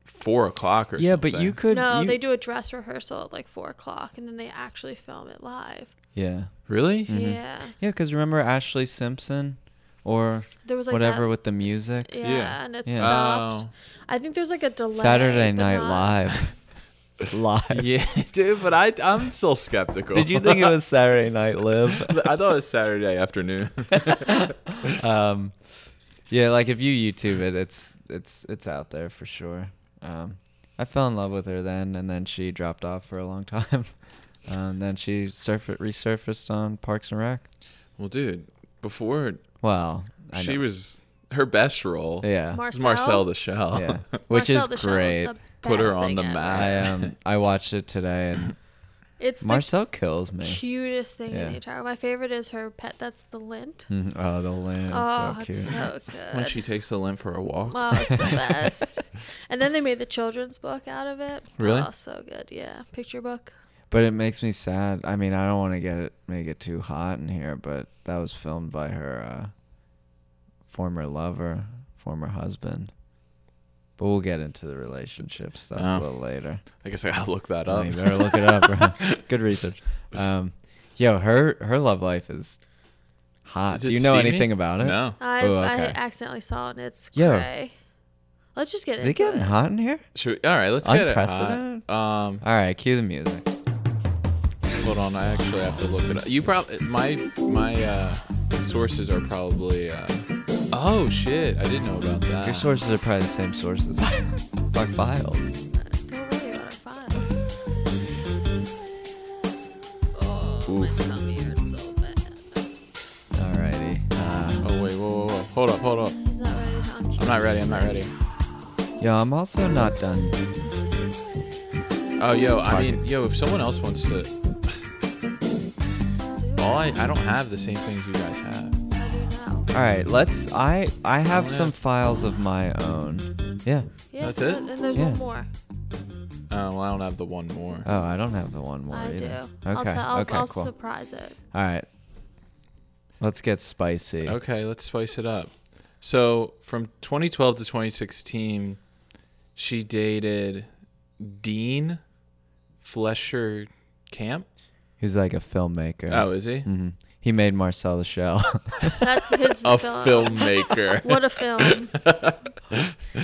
C: four o'clock or
A: yeah,
C: something.
A: but you could.
B: no,
A: you-
B: they do a dress rehearsal at like four o'clock, and then they actually film it live.
A: Yeah,
C: really
A: Mm-hmm.
B: Yeah,
A: yeah, because remember Ashley Simpson, or
B: there was like
A: whatever
B: That,
A: with the music.
B: yeah,
C: Yeah.
B: and it
A: Yeah.
B: stopped.
C: Oh.
B: I think there's like a delay.
A: Saturday
B: but
A: Night
C: [laughs]
B: not-
A: Live. live.
C: yeah, dude. But I I'm still skeptical.
A: Did you think it
C: [laughs]
A: was Saturday Night Live?
C: I thought it was Saturday afternoon.
A: [laughs] um, yeah, like if you YouTube it, it's it's it's out there for sure. Um, I fell in love with her then, and then she dropped off for a long [laughs] time. Um, then she surf- resurfaced on Parks and Rec.
C: well, dude, before
A: Well, I
C: she
A: know.
C: was her best role.
A: yeah,
C: was Marcel the Shell. [laughs]
A: yeah, which
B: Marcel
A: is
B: the Shell is
A: great.
B: the
C: Put her
B: best
C: on
B: thing
C: the
B: ever.
C: map.
A: I um I watched it today, and
B: It's
A: Marcel kills
B: the
A: me.
B: cutest thing in
A: Yeah.
B: the entire. My favorite is her pet. That's the lint.
A: Mhm. [laughs] Oh, the land,
B: oh,
A: so cute.
B: it's so
C: [laughs]
B: good.
C: When she takes the lint for a walk.
B: Oh, it's the
C: [laughs]
B: best. and then they made the children's book out of it.
C: Really?
B: Oh, so good. Yeah, picture book.
A: But it makes me sad. I mean, I don't want to get it make it too hot in here, but that was filmed by her uh, former lover, former husband. But we'll get into the relationship stuff
C: Oh.
A: a little later.
C: I guess I gotta look that
A: I
C: up.
A: mean, you better look it up,
C: [laughs]
A: bro. Good research. Um, yo, her her love life is hot.
C: Is
A: Do
C: it
A: you know
C: steamy?
A: anything about it?
C: No.
B: I've,
A: Oh,
B: I
A: okay.
B: accidentally saw it and it's
A: Yo.
B: gray. Let's just get
A: Is
B: into
A: it getting hot in here?
C: Should we, all right, let's get it. hot.
A: Unprecedented?
C: Um,
A: All right, cue the music.
C: hold on, I actually have to look it up. You probably my my uh, sources are probably. Uh, oh shit! I didn't know about that. [laughs]
A: Your sources are probably the same sources. Our files.
B: Don't worry about our files. Oh,
A: Uh,
C: Oh, Hold up, hold up.
B: He's not ready to uncue.
C: I'm not ready. I'm not ready.
A: Yo, I'm also not done.
C: Oh, yo, I mean, yo, if someone else wants to, all I, I don't have the same things you guys have.
B: How do you now?
A: All right, let's. I I have
C: yeah.
A: some files of my own. Yeah.
B: Yeah,
C: That's
B: so
C: it?
B: th- And there's
A: Yeah.
B: one more.
C: Oh, well, I don't have the one more.
A: Oh, I don't have the one more
B: I do.
A: either.
B: I'll,
A: Okay.
B: tell. I'll,
A: okay.
B: I'll
A: cool.
B: surprise it.
A: All right. Let's get spicy.
C: Okay, let's spice it up. So from 2012 to 2016, she dated Dean Flesher Camp.
A: He's like a filmmaker.
C: Oh, is he?
A: hmm He made Marcel the Shell. [laughs]
B: That's his
C: A
B: film. [laughs]
C: filmmaker.
B: What a film.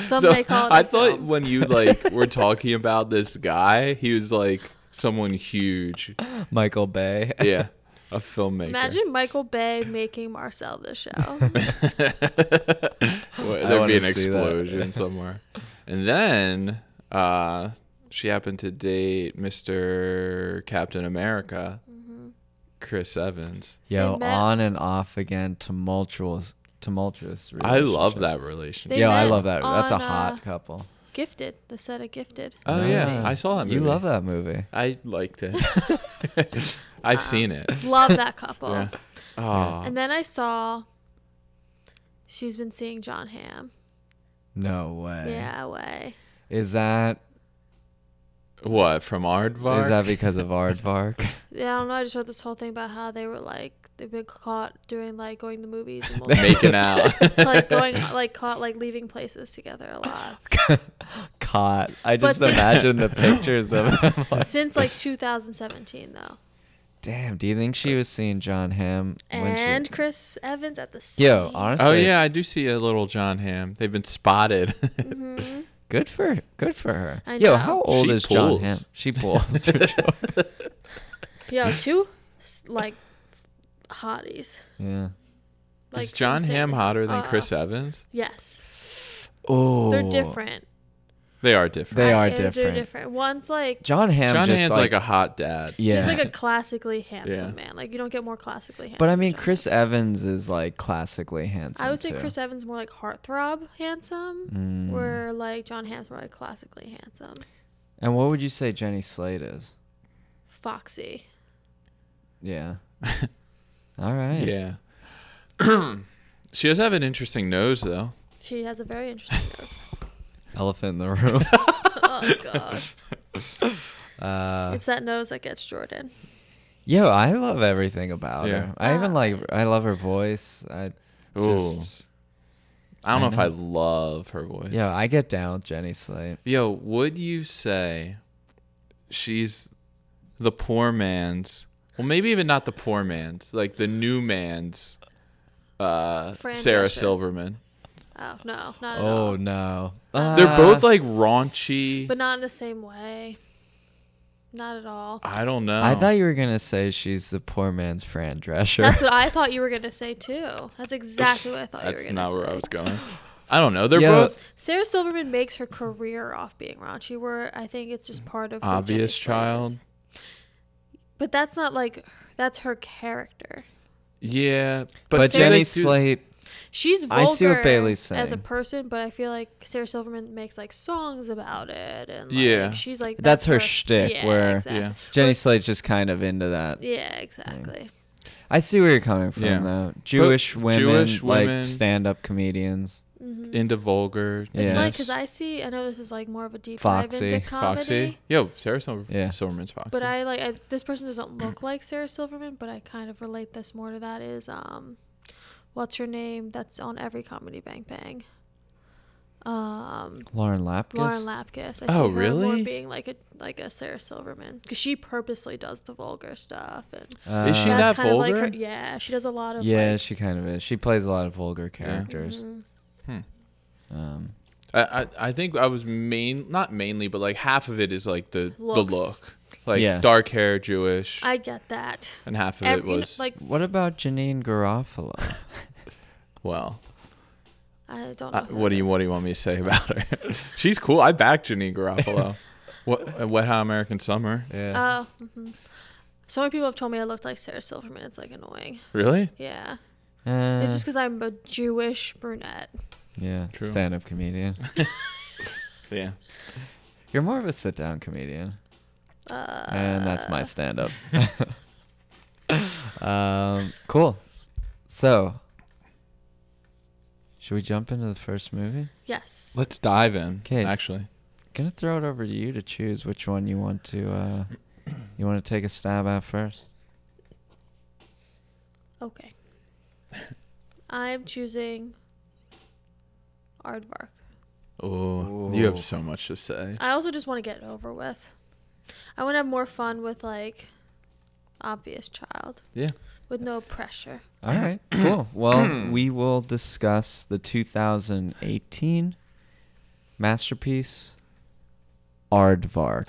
B: Some may call
C: [laughs]
B: it
C: I
B: a
C: thought
B: film.
C: when you like were talking about this guy, he was like someone huge.
A: Michael Bay.
C: Yeah, a filmmaker.
B: Imagine Michael Bay making Marcel the show.
C: [laughs] Well,
A: I
C: There'd be
A: wanna
C: an
A: see that. [laughs]
C: explosion somewhere. And then uh, she happened to date Mr. Captain America,
B: Mm-hmm.
C: Chris Evans.
A: [laughs] Yo,
B: met-
A: on and off again, tumultuous, tumultuous.
C: I love
A: relationship.
C: that relationship.
B: They
A: Yo, I
B: met
A: love that. That's a
B: on,
A: hot
B: uh,
A: couple.
B: gifted. The set of Gifted.
C: Oh yeah, I saw that movie.
A: You love that movie.
C: I liked it.
A: [laughs]
C: I've seen it. [laughs]
B: Love that couple.
C: Yeah. Oh,
B: And then I saw she's been seeing John Hamm.
A: No way.
B: Yeah, way.
A: Is that
C: what from Aardvark?
A: is that because of Aardvark?
B: Yeah, I don't know. I just wrote this whole thing about how they were like they've been caught doing like going to the movies and
A: [laughs]
C: [laughs] [laughs] making out?
B: like going like caught like leaving places together a
C: [laughs]
B: lot
A: Caught. I just
B: [laughs] since-
A: imagine the pictures of him. [laughs] Like,
B: since like 2017 though.
A: Damn. Do you think she was seeing John Hamm when
B: And
A: she?
B: Chris Evans at the same.
A: Yo, honestly.
C: oh yeah, I do see a little John Hamm. They've been spotted. [laughs]
B: Mhm.
A: Good for good for her.
B: I
A: Yo,
B: know.
A: how old
C: She
A: is John
C: pulls.
A: Hamm?
C: [laughs]
A: She pulls.
B: Yo, two s- like hotties.
A: yeah.
B: Like
C: Is John
B: insane.
C: Hamm hotter than
B: Uh,
C: Chris Evans?
B: Yes,
A: Oh.
B: they're different.
C: They are different.
A: They are
B: they're
A: different.
B: different. One's like
A: John Hamm.
C: John
A: just
C: Hamm's like, a hot dad.
A: yeah.
B: he's like a classically handsome
C: Yeah.
B: man. Like you don't get more classically handsome.
A: But I mean,
B: than John
A: Chris Evans is like classically handsome.
B: I would say
A: too.
B: Chris Evans more like heartthrob handsome,
A: Mm.
B: where like John Hamm's more like classically handsome,
A: And what would you say Jenny Slate is?
B: foxy.
C: [laughs]
A: Yeah. All right.
C: Yeah. [clears throat] she does have an interesting nose, though.
B: She has a very interesting nose. [laughs]
A: Elephant in the room.
B: oh god,
A: [laughs] uh,
B: it's that nose that gets Jordan.
A: yo, I love everything about
C: Yeah.
A: her. I even
B: Ah.
A: like. I love her voice. I
C: Ooh.
A: just.
C: I don't
A: I
C: know,
A: know.
C: if I love her voice.
A: Yeah, I get down with Jenny Slate.
C: Yo, would you say she's the poor man's? Well, maybe even not the poor man's, like the new man's. Uh,
B: Fran
C: Sarah
B: Drescher.
C: Silverman.
B: Oh no, not at
A: Oh
B: all.
A: no.
C: They're both
A: Uh,
C: like raunchy.
B: But not in the same way. Not at all.
C: I don't know.
A: I thought you were gonna say she's the poor man's Fran Drescher.
B: That's what I thought you were gonna say too. That's exactly what I thought you
C: That's
B: were gonna
C: not
B: say.
C: where I was going. I don't know. They're
A: Yeah.
C: both
B: Sarah Silverman makes her career off being raunchy. Where I think it's just part of who Jenny
C: obvious
B: Slate
C: child.
B: is. But that's not like that's her character.
C: Yeah,
A: But,
C: but, do they
A: Jenny
C: do-
A: Slate.
B: She's vulgar
A: I see what Bailey's
B: as a
A: saying.
B: person, but I feel like Sarah Silverman makes like songs about it, and like,
C: Yeah.
B: she's like
A: That's her shtick,
B: Yeah,
A: where-
B: exactly.
C: Yeah.
A: Jenny Slate's just kind of into that.
B: Yeah, exactly.
A: I see where you're coming from,
C: Yeah.
A: though. Jewish women,
C: Jewish
A: like
C: women-
A: stand-up comedians.
C: into vulgar.
B: Mm-hmm. It's
A: Yeah.
B: funny because I see. I know this is like more of a deep
A: Foxy.
B: dive into
A: Foxy.
B: comedy.
C: Foxy. Yo, Sarah Silver-
A: Yeah.
C: Silverman's Foxy.
B: But I like I, this person doesn't look like Sarah Silverman, but I kind of relate this more to that is um, what's her name? That's on every comedy Bang Bang. Um,
A: Lauren Lapkus.
B: Lauren Lapkus. I
C: Oh,
B: see her More
C: really?
B: being like a like a Sarah Silverman because she purposely does the vulgar stuff and
A: Uh,
C: Is she that-
B: that's kind of like
C: vulgar?
B: her. Yeah, she does a lot of
A: Yeah,
B: Like,
A: she kind of is. She plays a lot of vulgar characters.
B: mhm.
C: Hmm.
A: Um,
C: I, I I think I was main not mainly, but like half of it is like the
B: Looks.
C: the look, like
A: Yeah.
C: dark hair, Jewish,
B: I get that.
C: and half of
B: Every,
C: it
B: you know,
C: was
B: like
A: what about Janine Garofalo?
C: well.
B: I don't know.
C: I,
B: who
C: what
B: that
C: do you
B: is.
C: What do you want me to say about her? [laughs] She's cool. I back Janine [laughs] Garofalo. what uh, Wet Hot American Summer?
A: [laughs] yeah.
B: Oh, mhm. so many people have told me I looked like Sarah Silverman. It's like annoying.
C: Really?
B: Yeah.
A: Uh,
B: it's just because I'm a Jewish brunette.
A: yeah,
C: True.
A: stand-up comedian.
C: yeah.
A: [laughs] You're more of a sit-down comedian,
B: Uh,
A: and that's my stand-up.
B: [laughs]
A: um, cool. So, should we jump into the first movie?
B: Yes.
C: Let's dive in.
A: 'Kay.
C: Actually,
A: Gonna throw it over to you to choose which one you want to. Uh, you want to take a stab at first?
B: Okay. I'm choosing Aardvark.
C: oh, you
A: Ooh.
C: have so much to say.
B: I also just want to get it over with. I want to have more fun with like obvious child
C: Yeah.
B: with no pressure.
A: All
C: [clears throat]
A: right, cool. Well, we will discuss the 2018 masterpiece Aardvark.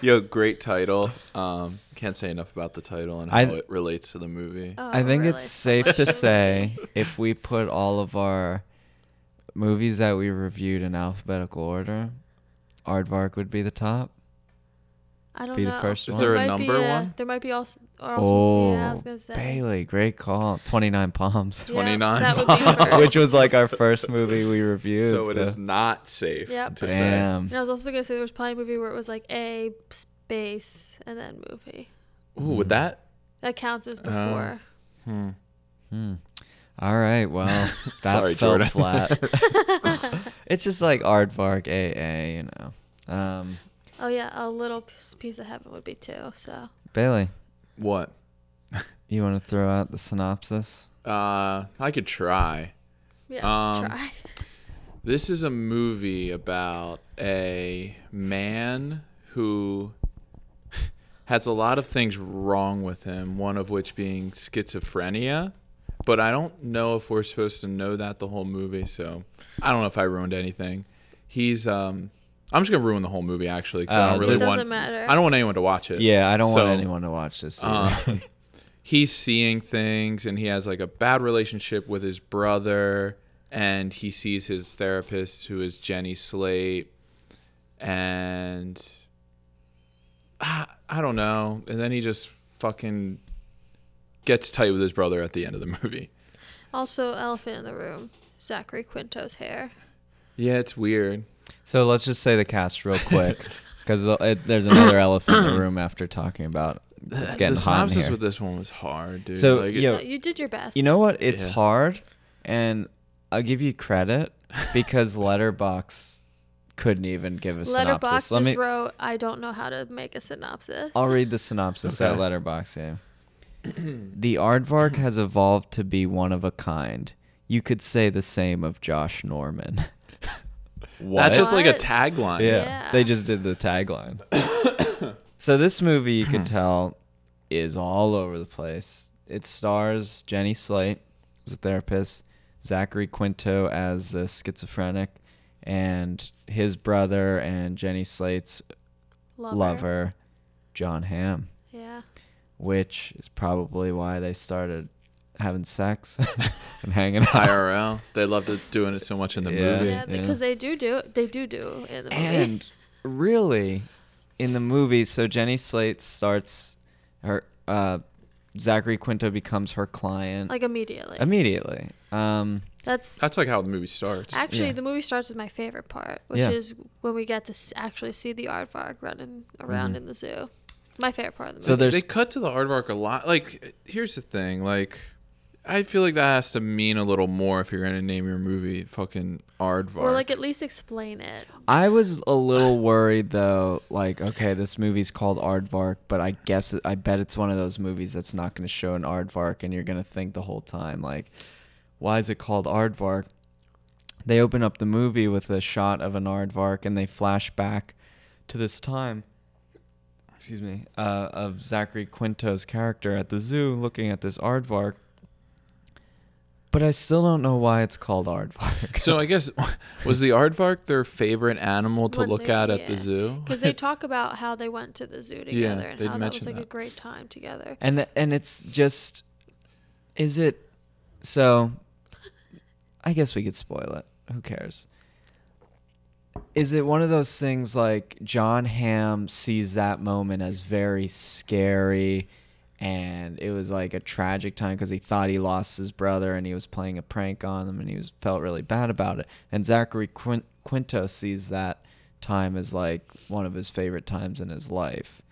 C: Yo, great title. Um, can't say enough about the title and how
A: I-
C: it relates to the movie.
B: Oh,
A: I think
B: really?
A: it's safe to
B: [laughs]
A: say if we put all of our movies that we reviewed in alphabetical order, Aardvark would be the top.
B: I don't
A: be the
B: know.
A: first Is
C: one. there a
B: might be uh,
C: number one?
B: There might be also. Or also
A: Oh,
B: yeah, I was gonna say.
A: Bailey, great call. 29 Palms,
B: Yeah,
C: 29
B: that would be
C: bottles.
A: [laughs]
B: first.
A: which was like our first movie we reviewed.
C: so it is not safe
B: Yep.
C: to say.
A: Damn.
B: And I was also gonna say there was probably a movie where it was like a space and then movie.
C: Ooh, with that,
B: That counts as
C: Oh.
B: before.
C: hmm.
A: Hmm. All right.
C: [laughs]
A: Well, that
C: Sorry,
A: fell
C: Jordan. [laughs]
A: flat. it's just like Aardvark AA, you know. Um,
B: [laughs] oh yeah, a little p- piece of heaven would be two. So
A: Bailey,
C: what?
A: you want to throw out the synopsis?
C: Uh, I could try.
B: yeah,
C: Um,
B: try.
C: This is a movie about a man who [laughs] has a lot of things wrong with him, one of which being schizophrenia. But I don't know if we're supposed to know that the whole movie, so I don't know if I ruined anything. He's um I'm just gonna ruin the whole movie actually 'cause I
A: Uh,
C: don't
A: It
B: It
C: really
A: this-
B: doesn't
C: want
B: matter.
C: I don't want anyone to watch it.
A: Yeah, I don't
C: So,
A: want anyone to watch this.
C: [laughs]
A: either.
C: um, he's seeing things and he has like a bad relationship with his brother and he sees his therapist who is jenny slate and I, I don't know and then he just fucking gets tight with his brother at the end of the movie
B: Also, elephant in the room. Zachary Quinto's hair.
C: yeah it's weird
A: so let's just say the cast
C: [laughs]
A: real quick, because there's another elephant in the room after talking about it's getting
C: the
A: hot in
C: synopsis
A: here.
C: with this one was hard dude
A: So,
C: like, it-
A: yo-
B: No, you did your best.
A: You know what? It's
C: Yeah.
A: hard, and I'll give you credit because
C: [laughs]
A: Letterbox couldn't even give a synopsis.
B: Letterbox
A: Let
B: just
A: me.
B: wrote, "I don't know how to make a synopsis."
A: I'll read the synopsis at
C: Okay.
A: Letterbox. Yeah. the aardvark has evolved to be one of a kind. You could say the same of Josh Norman. what?
C: that's just like a
B: What?
C: tagline [laughs]
A: yeah,
B: Yeah.
A: They just did the tagline. so this movie, you can tell, is all over the place. It stars Jenny Slate as a therapist, Zachary Quinto as the schizophrenic, and his brother and Jenny Slate's
B: Lover.
A: lover, John Hamm,
B: Yeah.
A: which is probably why they started having sex and hanging out.
C: IRL. They loved it, doing it so much in the
A: Yeah.
C: movie.
B: Yeah, because they do do they do do in the movie.
A: And really, in the movie, so Jenny Slate starts her. Uh, Zachary Quinto becomes her client
B: [laughs] like immediately.
A: immediately. Um,
B: That's
C: That's like how the movie starts.
B: actually
A: yeah.
B: the movie starts with my favorite part, which
A: Yeah.
B: is when we get to s- actually see the aardvark running around in the zoo. My favorite part of the movie.
A: Mm-hmm. So there's-
C: they cut to the aardvark a lot. Like, here's the thing. Like, I feel like that has to mean a little more if you're gonna name your movie fucking aardvark.
B: or like at least explain it.
A: I was a little worried though, like, okay, this movie's called Aardvark, but I guess I bet it's one of those movies that's not going to show an Aardvark, and you're going to think the whole time, like, why is it called Aardvark? They open up the movie with a shot of an Aardvark, and they flash back to this time, excuse me, uh, of Zachary Quinto's character at the zoo looking at this Aardvark. But I still don't know why it's called Aardvark.
C: so I guess [laughs] was the aardvark their favorite animal to
B: When
C: look
B: they-
C: at at the
B: yeah.
C: zoo?
B: Because they talk about how they went
C: [laughs]
B: to the zoo together and
C: they'd
B: how that was
C: mention
B: like a
C: that.
B: great time together.
A: and and it's just is it so i guess we could spoil it who cares is it one of those things like john ham sees that moment as very scary and it was like a tragic time because he thought he lost his brother and he was playing a prank on him and he was felt really bad about it and zachary Quin- quinto sees that time as like one of his favorite times in his life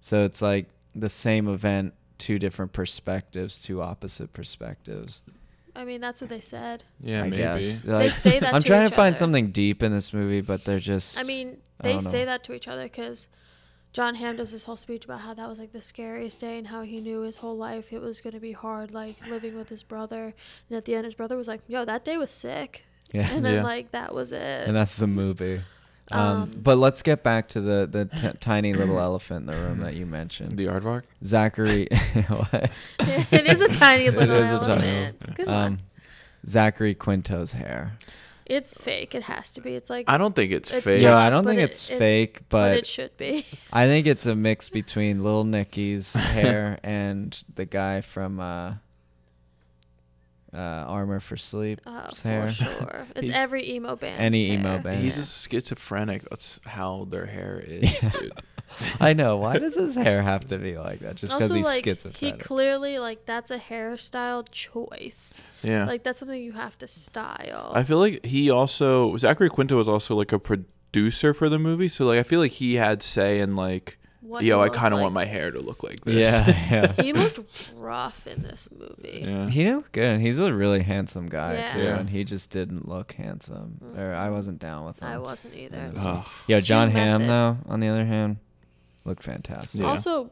A: so it's like the same event two different perspectives two opposite perspectives
B: I mean, that's what they said.
C: [laughs] Yeah,
A: i
C: maybe.
A: guess
B: They say
A: [laughs]
B: that
A: i'm
B: to
A: trying
B: each
A: to find
B: other.
A: something deep in this movie but they're just
B: I mean,
A: I
B: they
A: don't know.
B: say that to each other because John Hamm does this whole speech about how that was like the scariest day and how he knew his whole life it was going to be hard, like living with his brother. And at the end, his brother was like, yo, that day was sick.
A: yeah
B: And then,
C: Yeah.
B: like, that was it.
A: and that's the movie. Um,
B: Um,
A: but let's get back to the the t- tiny little elephant in the room that you mentioned,
C: The aardvark.
A: Zachary. [laughs] what?
B: [laughs] it is a tiny
A: It
B: little
A: is a tiny
B: elephant.
A: little-
B: Good
A: um,
B: one.
A: Zachary Quinto's hair.
B: It's fake. It has to be. It's like,
C: I don't think it's,
B: It's
C: fake.
A: Yo,
B: not,
A: I don't
B: but
A: think
B: it-
A: it's,
B: it's-
A: fake,
B: but
A: but
B: it should be. [laughs]
A: I think it's a mix between Lil
C: [laughs]
A: Nicky's hair and the guy from uh, uh, Armor for Sleep.
B: Uh,
C: [laughs]
B: for
A: hair.
B: sure. It's
C: He's-
B: every emo band.
A: Any emo band.
C: He's just schizophrenic. That's how their hair is,
A: [laughs]
C: dude.
A: I know. Why does his hair have to be like that? Just because
B: also,
A: he's
B: like, he
A: schizophrenic.
B: clearly, like, that's a hairstyle choice.
C: Yeah.
B: Like, that's something you have to style.
C: I feel like he also Zachary Quinto was also like a producer for the movie, so like I feel like he had say in like,
B: What
C: yo,
B: he
C: I
B: looked
C: kind of
B: like.
C: want my hair to look like this.
A: yeah, yeah.
B: he looked rough in this movie.
C: [laughs] yeah.
A: He didn't look good. He's a really handsome guy
B: Yeah. Mm.
A: too,
C: Yeah.
A: and he just didn't look handsome. Or I wasn't down with him.
B: I wasn't either.
A: Yeah.
C: Ugh.
A: Yo,
B: Too
A: John Hamm
B: method.
A: though, on the other hand, looked fantastic.
C: Yeah.
B: Also,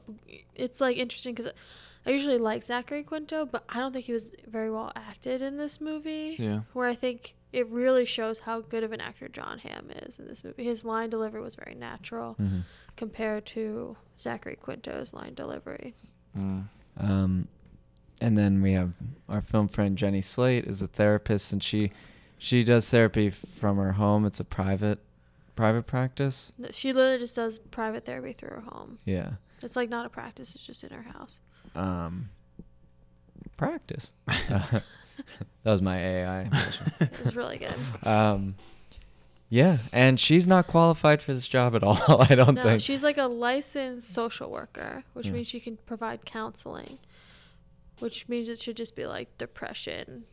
B: it's like interesting because I usually like Zachary Quinto, but I don't think he was very well acted in this movie.
C: Yeah.
B: Where I think it really shows how good of an actor John Hamm is in this movie. His line delivery was very natural
A: Mhm.
B: compared to Zachary Quinto's line delivery.
C: Mm.
A: Um, and then we have our film friend Jenny Slate is a therapist, and she she does therapy from her home. It's a private private practice.
B: No, She literally just does private therapy through her home.
A: Yeah.
B: It's like not a practice; it's just in her house.
A: Um,
C: [laughs]
A: practice. [laughs] that was my AI. impression. [laughs]
B: It's really good.
A: Um, yeah, and she's not qualified for this job at [laughs] all. I don't
B: No,
A: think.
B: she's like a licensed social worker, which
A: Yeah.
B: means she can provide counseling, which means it should just be like depression,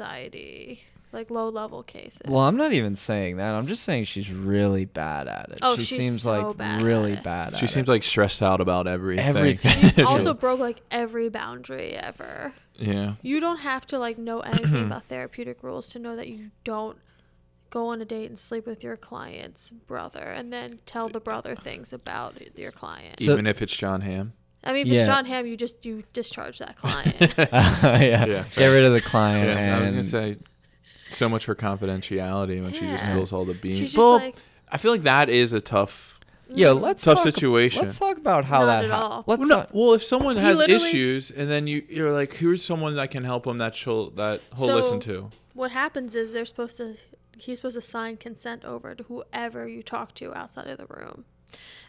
B: anxiety, like low level cases.
A: well, I'm [laughs] not even saying that. I'm just saying she's really bad at it.
B: Oh,
A: she
B: she's
A: seems
B: so
A: like
B: bad
A: really
B: at it.
A: bad at
C: She
A: it.
C: seems like stressed out about everything.
A: Everything. [laughs]
B: She also broke like every boundary ever.
C: [laughs] yeah.
B: You don't have to like
A: [clears throat]
B: know anything about therapeutic rules to know that you don't go on a date and sleep with your client's brother and then tell the brother things about your client.
A: So-
C: Even if it's John Hamm.
B: I mean, if
A: Yeah.
B: it's John Hamm, you just you discharge
A: [laughs]
B: that client.
A: yeah.
C: Yeah,
A: Get
C: fair.
A: rid of the client.
C: Yeah, I was gonna
A: and-
C: say so much for confidentiality when she just
B: Yeah.
C: spills all the beans.
B: She's just
C: Well,
B: like-
C: I feel like that is a tough.
A: Yo, let's
C: Tough
A: talk,
C: situation.
A: Let's talk about how
B: Not
A: that.
B: at
A: hap-
B: all.
A: Let's
C: Well, no,
A: not-
C: well, if someone has
B: literally-
C: issues, and then you you're like, who's someone that can help him that she'll that he'll
B: So-
C: listen to?
B: what happens is they're supposed to he's supposed to sign consent over to whoever you talk to outside of the room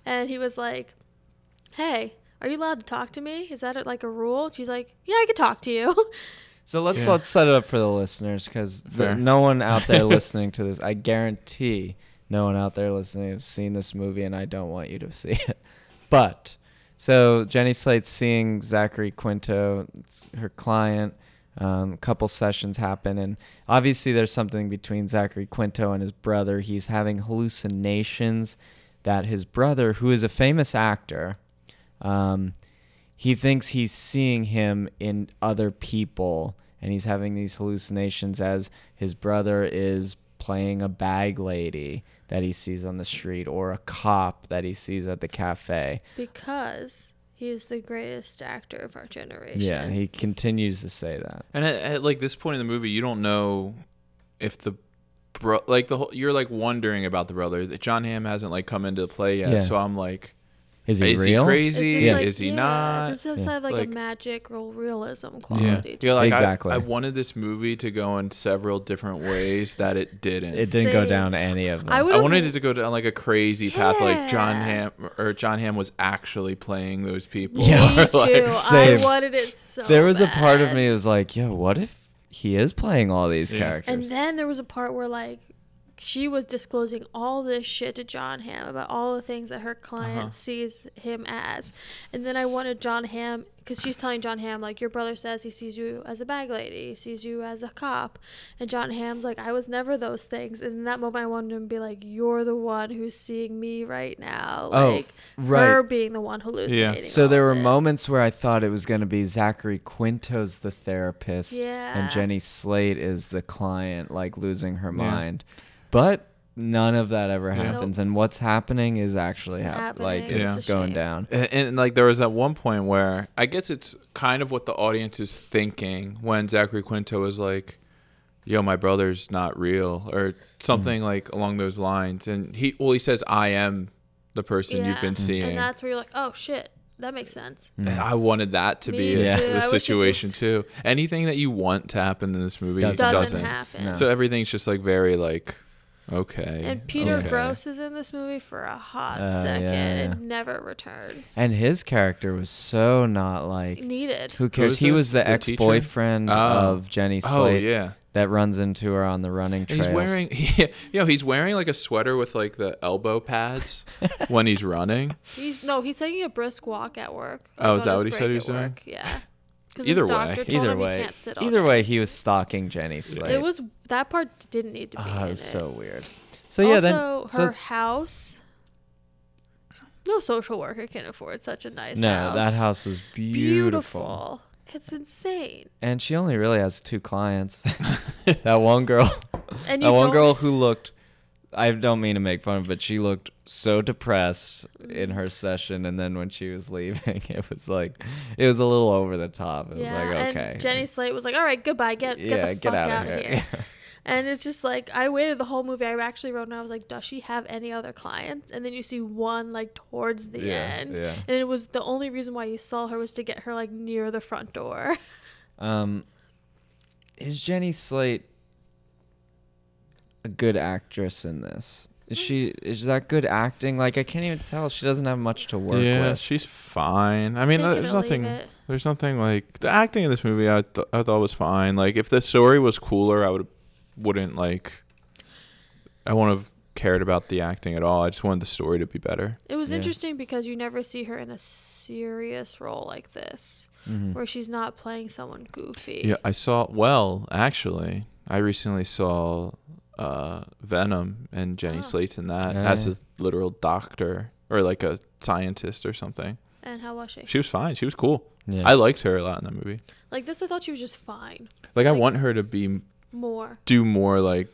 B: and he was like hey are you allowed to talk to me is that like a rule she's like yeah i could talk to you [laughs]
A: So let's
C: Yeah.
A: let's set it up for the listeners because
C: Fair.
A: no one out
C: [laughs]
A: there listening to this, I guarantee, no one out there listening has seen this movie, and I don't want you to see [laughs] it. But so Jenny Slate's seeing Zachary Quinto, it's her client. Um, couple sessions happen, and obviously there's something between Zachary Quinto and his brother. He's having hallucinations that his brother, who is a famous actor, um, he thinks he's seeing him in other people and he's having these hallucinations as his brother is playing a bag lady that he sees on the street or a cop that he sees at the cafe.
B: because he's the greatest actor of our generation
A: Yeah, he continues to say that.
C: And at, at like this point in the movie, you don't know if the bro, like the whole, you're like wondering about the brother. That John Hamm hasn't like come into play yet,
A: Yeah.
C: so I'm like,
A: Is he
C: is
A: real?
C: he
B: It's
C: crazy?
B: just like,
C: Is he
B: yeah,
C: not?
B: this does
A: Yeah.
B: have like,
C: Like-
B: a magical realism
C: yeah,
B: quality to
C: You're like, I-
A: Exactly.
C: I, wanted this movie to go in several different ways that it didn't.
A: It didn't go
B: Same.
A: down to any of them.
B: I would-
C: I
B: would've-
C: wanted it to go down like a crazy path, like John
B: Yeah.
C: Ham or John Ham was actually playing those people.
A: Yeah. [laughs]
B: me
C: Or, [laughs]
B: too
C: like,
B: i
A: same.
B: wanted it so
A: there was a part of
B: bad.
A: me that was like, yo, what if he is playing all these
C: Yeah.
A: characters?
B: And then there was a part where like she was disclosing all this shit to John Hamm about all the things that her client
C: Uh-huh.
B: sees him as. And then I wanted John Hamm because she's telling John Hamm like your brother says he sees you as a bag lady, he sees you as a cop, and John Hamm's like I was never those things. And in that moment, I wanted him to be like, you're the one who's seeing me right now,
A: Oh,
B: like her
A: right.
B: being the one hallucinating.
A: So there
B: all
A: were
B: of it.
A: moments where I thought it was going to be Zachary Quinto's the therapist
B: Yeah.
A: and Jenny Slate is the client, like losing her
C: Yeah.
A: mind. But none of that ever
C: Yeah.
A: happens. And what's happening is actually hap- like
B: Happening.
C: Yeah.
A: it's
B: It's a
A: going
B: shame.
A: down.
C: And, and like there was at one point where I guess it's kind of what the audience is thinking when Zachary Quinto was like, "Yo, my brother's not real" or something
B: Mm.
C: like along those lines. And he well, he says, "I am the person you've
B: Yeah.
C: been seeing."
B: and that's where you're like, oh shit, that makes sense.
C: And I wanted that to
B: Me
C: be
B: too.
A: Yeah.
B: I
C: the
B: wish it
C: situation
B: just-
C: too. Anything that you want to happen in this movie
A: Doesn't.
B: Doesn't,
C: doesn't.
B: happen.
A: No.
C: So everything's just like very like okay.
B: And Peter
C: okay.
B: Gross is in this movie for a hot
A: Oh,
B: second
A: yeah, yeah.
B: and never returns.
A: And his character was so not like
B: Needed.
A: who cares?
C: is
A: he
C: this?
A: was the
C: The teacher?
A: ex boyfriend
C: Oh.
A: of Jenny
C: Oh
A: Slate
C: yeah.
A: that runs into her on the running
C: And
A: trail.
C: he's wearing, [laughs] yeah, you know, he's wearing like a sweater with like the elbow [laughs] pads when he's running.
B: He's no, he's taking a brisk walk at work.
C: Oh, is
B: Like, on
C: that
B: his
C: what he said
B: break
C: he
B: at
C: was doing?
B: work, Yeah. 'Cause his
C: Either way.
B: doctor told
A: either
B: him he
A: way,
B: can't sit all
A: either
B: day.
A: way, he was stalking Jenny Slate.
B: it was that part didn't need to be.
A: Ah,
B: in
A: it was
B: it.
A: so weird. So yeah, then
B: also
A: so
B: her house. No social worker can afford such a nice
A: no,
B: house.
A: that house was beautiful.
B: beautiful. It's insane.
A: and she only really has two
B: [laughs]
A: clients. [laughs] that one girl,
B: And you
A: that one
B: don't-
A: girl who looked. I don't mean to make fun of, but she looked so depressed in her session, and then when she was leaving, [laughs] it was like, it was a little over the top. It
B: Yeah,
A: was like, okay,
B: and Jenny Slate was like, "All right, goodbye. Get get
A: yeah,
B: the fuck
A: get out
B: out
A: of here.
B: And it's just like I waited the whole movie. I actually wrote, and I was like, "Does she have any other clients?" And then you see one like towards
A: [laughs]
B: the
A: Yeah,
B: end,
A: yeah.
B: and it was the only reason why you saw her was to get her like near the front door.
A: Um, is Jenny Slate a good actress in this? Is she is that good acting? Like I can't even tell. She doesn't have much to work
C: yeah,
A: with.
C: she's fine.
B: [laughs]
C: I mean,
B: Take it
C: there's
B: or leave
C: nothing.
B: it.
C: There's nothing like the acting in this movie. I th- I thought was fine. Like if the story was cooler, I would wouldn't like. I wouldn't have cared about the acting at all. I just wanted the story to be better.
B: It was
A: Yeah.
B: interesting because you never see her in a serious role like this,
A: Mm-hmm. Mm.
B: where she's not playing someone goofy.
C: Yeah, I saw. Well, actually, I recently saw uh, Venom and Jenny
B: Oh.
C: Slate's in that
A: Oh,
C: as
A: yeah.
C: a literal doctor or like a scientist or something.
B: And how was she?
C: She was fine. She was cool.
A: Yeah.
C: I liked her a lot in that movie.
B: Like this, I thought she was just fine.
C: Like, I
B: Like-
C: want her to be
B: More.
C: do more like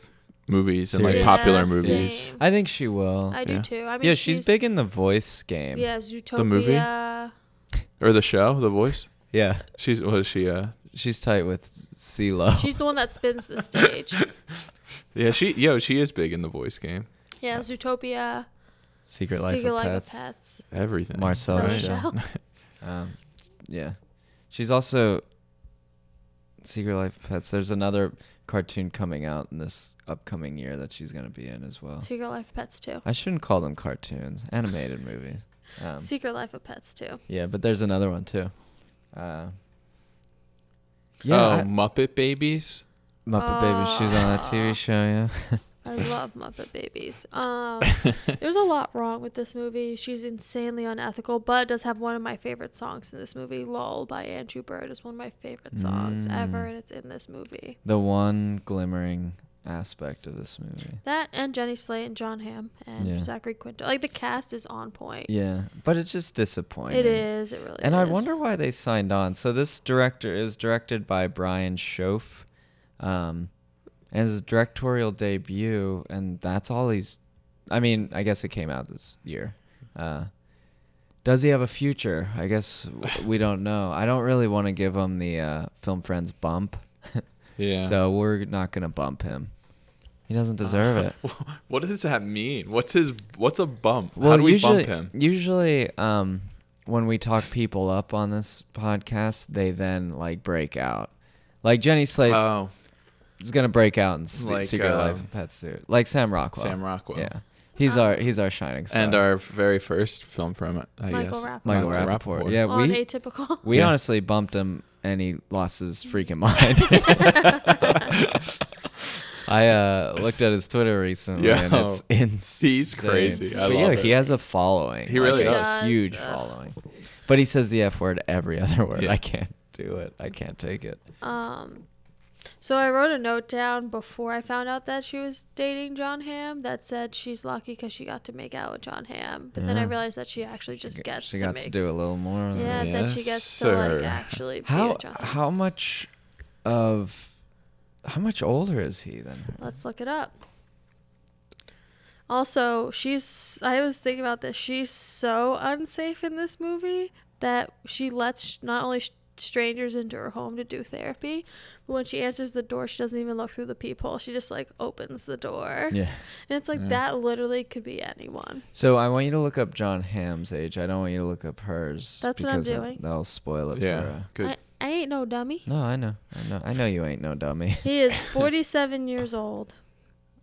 C: movies and like
A: Serious.
C: popular
B: Yeah,
C: movies.
B: same.
A: I think she will.
B: I do
C: Yeah.
B: too. I mean,
A: Oh, yeah, she's, big in the voice game.
B: Yeah, Zootopia.
C: movie? Or the show, The Voice.
A: Yeah.
C: She's was she uh
A: She's tight with CeeLo.
B: She's the one that spins
A: [laughs]
B: the stage.
C: yeah, she yo, she is big in the voice game.
B: Yeah, Zootopia.
A: Secret Life
B: Secret
A: of
B: Life
A: Pets.
B: Pets.
C: Everything.
A: Marcella
B: Sarah
A: Right.
B: Michelle.
A: Um, yeah. She's also Secret Life of Pets. There's another cartoon coming out in this upcoming year that she's gonna be in as well.
B: Secret Life of Pets too.
A: I shouldn't call them cartoons, animated movies. Um,
B: Secret Life of Pets too.
A: yeah, but there's another one too. Uh,
C: oh,
A: [laughs] yeah, I-
C: Muppet Babies.
A: Muppet Babies. She's on that TV
B: Ah.
A: show. Yeah, [laughs]
B: I love Muppet Babies. Um, there's a lot wrong with this movie. She's insanely unethical, but does have one of my favorite songs in this movie. "Lol" by Andrew Bird is one of my favorite songs ever,
A: Mm.
B: and it's in this movie.
A: the one glimmering aspect of this movie.
B: That and Jenny Slate and John Hamm and
A: Yeah.
B: Zachary Quinto. Like the cast is on point.
A: Yeah, but it's just disappointing.
B: It is. It really
A: And
B: is.
A: I wonder why they signed on. So this director is directed by Brian Schoaf, um, and his directorial debut, and that's all he's. I mean, I guess it came out this year. Uh, does he have a future? I guess w- we don't know. I don't really want to give him the uh, film friends bump, [laughs]
C: Yeah.
A: so we're not gonna bump him. He doesn't deserve it.
C: [laughs] What does that mean? What's his what's a bump?
A: Well,
C: How do we
A: usually,
C: bump him?
A: Usually, um, when we talk people up on this podcast, they then like break out. Like Jenny Slate
C: Oh,
A: is gonna break out in Se-
C: Like,
A: Secret
C: uh,
A: Life of Pets suit, like Sam Rockwell.
C: Sam Rockwell.
A: Yeah, he's our he's our shining star.
C: And our very first film from it, I
B: Michael
C: guess.
B: Rappaport.
A: Michael
C: Michael
A: Rappaport.
C: Rappaport.
A: Yeah,
B: on
A: we
B: atypical. [laughs]
A: we
C: Yeah.
A: honestly bumped him, and he lost his freaking
C: [laughs]
A: mind. I uh, looked at his Twitter recently, and
C: Yo. [laughs]
A: it's insane.
C: crazy. I
A: but
C: love
A: yeah,
C: it.
A: he has a following.
C: He
A: like,
C: really
A: a
C: does.
A: huge
B: Does, ugh.
A: following. But he says the F word every [laughs] other word.
C: Yeah.
A: I can't do it. I can't take it.
B: Um, so I wrote a note down before I found out that she was dating John Hamm that said she's lucky because she got to make out with John Hamm. But then I
A: Yeah.
B: realized that she actually just gets
A: she
B: to
A: got
B: make.
A: to do a little more. than
B: yeah,
A: that.
B: that she
C: Yes,
B: gets to like
C: sir.
B: actually be
A: How
B: with John. Hamm.
A: how much of how much older is he than her?
B: Let's look it up. Also, she's. I was thinking about this. She's so unsafe in this movie that she lets not only sh- strangers into her home to do therapy, but when she answers the door, she doesn't even look through the peephole. She just like opens the door.
A: Yeah.
B: And it's like
C: Yeah.
B: that literally could be anyone.
A: So I want you to look up John Hamm's age. I don't want you to look up hers.
B: That's what I'm
A: because that-
B: doing.
A: That'll spoil it for
C: Yeah.
A: her.
C: Good.
B: I, I ain't no dummy.
A: No, I know. I know. I know you ain't no dummy. [laughs]
C: [laughs]
B: He is 47 years old.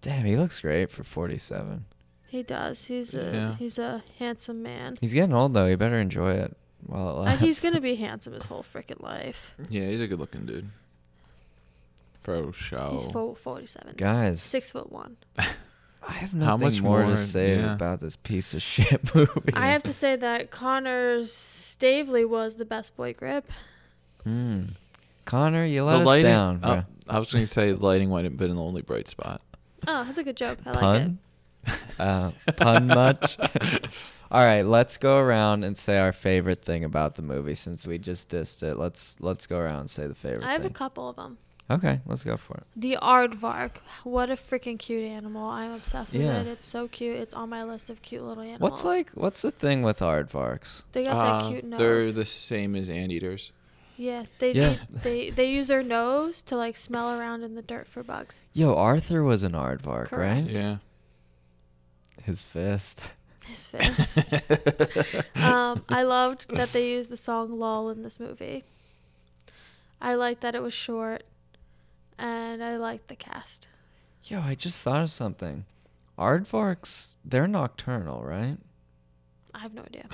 A: Damn, he looks great for 47.
B: He does. He's a
C: Yeah.
B: he's a handsome man.
A: He's getting old though. He better enjoy it while it
B: Uh,
A: lasts.
C: [laughs]
B: he's gonna be handsome his whole freaking life.
C: yeah, he's a good looking dude. For show.
B: He's fo- 47.
A: Guys,
B: Six
A: [laughs]
B: foot one.
A: I have nothing
C: How much
A: more,
C: more?
A: to say
C: Yeah.
A: about this piece of [laughs] shit movie.
B: I have to say that Connor Staveley was the best boy grip.
A: Mm. Connor, you let us down.
C: uh,
A: bruh.
C: I was going to say the lighting might have been the only bright spot.
B: Oh, that's a good joke. I like it.
A: pun? [laughs] Uh, pun
C: [laughs]
A: much? All right, let's go around and say our favorite thing about the movie since we just dissed it. Let's let's go around and say the favorite
B: I have a
A: thing.
B: couple of them.
A: okay, let's go for it.
B: The aardvark. What a freaking cute animal. I'm obsessed with
A: Yeah.
B: it. It's so cute. It's on my list of cute little animals.
A: What's like what's the thing with aardvarks?
B: They got that
C: Uh,
B: cute nose.
C: They're the same as anteaters.
B: Yeah, they
A: Yeah.
B: need- they they use their nose to like smell around in the dirt for bugs.
A: Yo, Arthur was an aardvark,
B: Correct.
A: right?
C: Yeah.
A: His fist. [laughs]
B: His fist. um, I loved that they used the song "Lol" in this movie. I liked that it was short, and I liked the cast.
A: Yo, I just thought of something. Aardvarks, they're nocturnal, right?
B: I have no idea.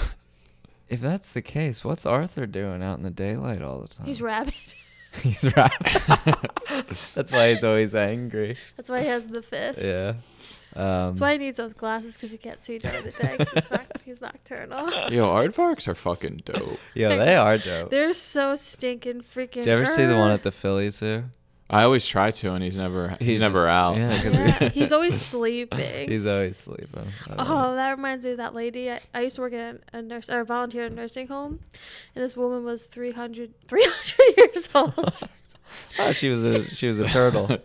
A: If that's the case, what's Arthur doing out in the daylight all the time?
B: He's rabid.
A: [laughs]
B: [laughs]
A: he's right. [laughs] that's why he's always angry.
B: That's why he has the fist.
A: Yeah. Um,
B: That's why he needs those glasses because he can't see during the day. 'cause He's, noc- he's [laughs] nocturnal.
C: Yo, aardvarks are fucking dope.
A: [laughs] yo, they are dope.
B: They're so stinking freaking.
A: Did you ever see the one
B: Urgh.
A: at the Philly Zoo?
C: I always try to, and he's never he's,
A: He's
C: never
A: just-
C: out. [laughs]
A: yeah, 'cause [laughs]
B: [laughs] Yeah, he's always sleeping.
A: He's uh, always sleeping. I don't know.
B: Oh, that reminds me of that lady. I, I used to work at a nurse or volunteer at a nursing home, and this woman was 300, 300 [laughs] years old.
A: [laughs] Oh, she was a she was a turtle.
B: [laughs]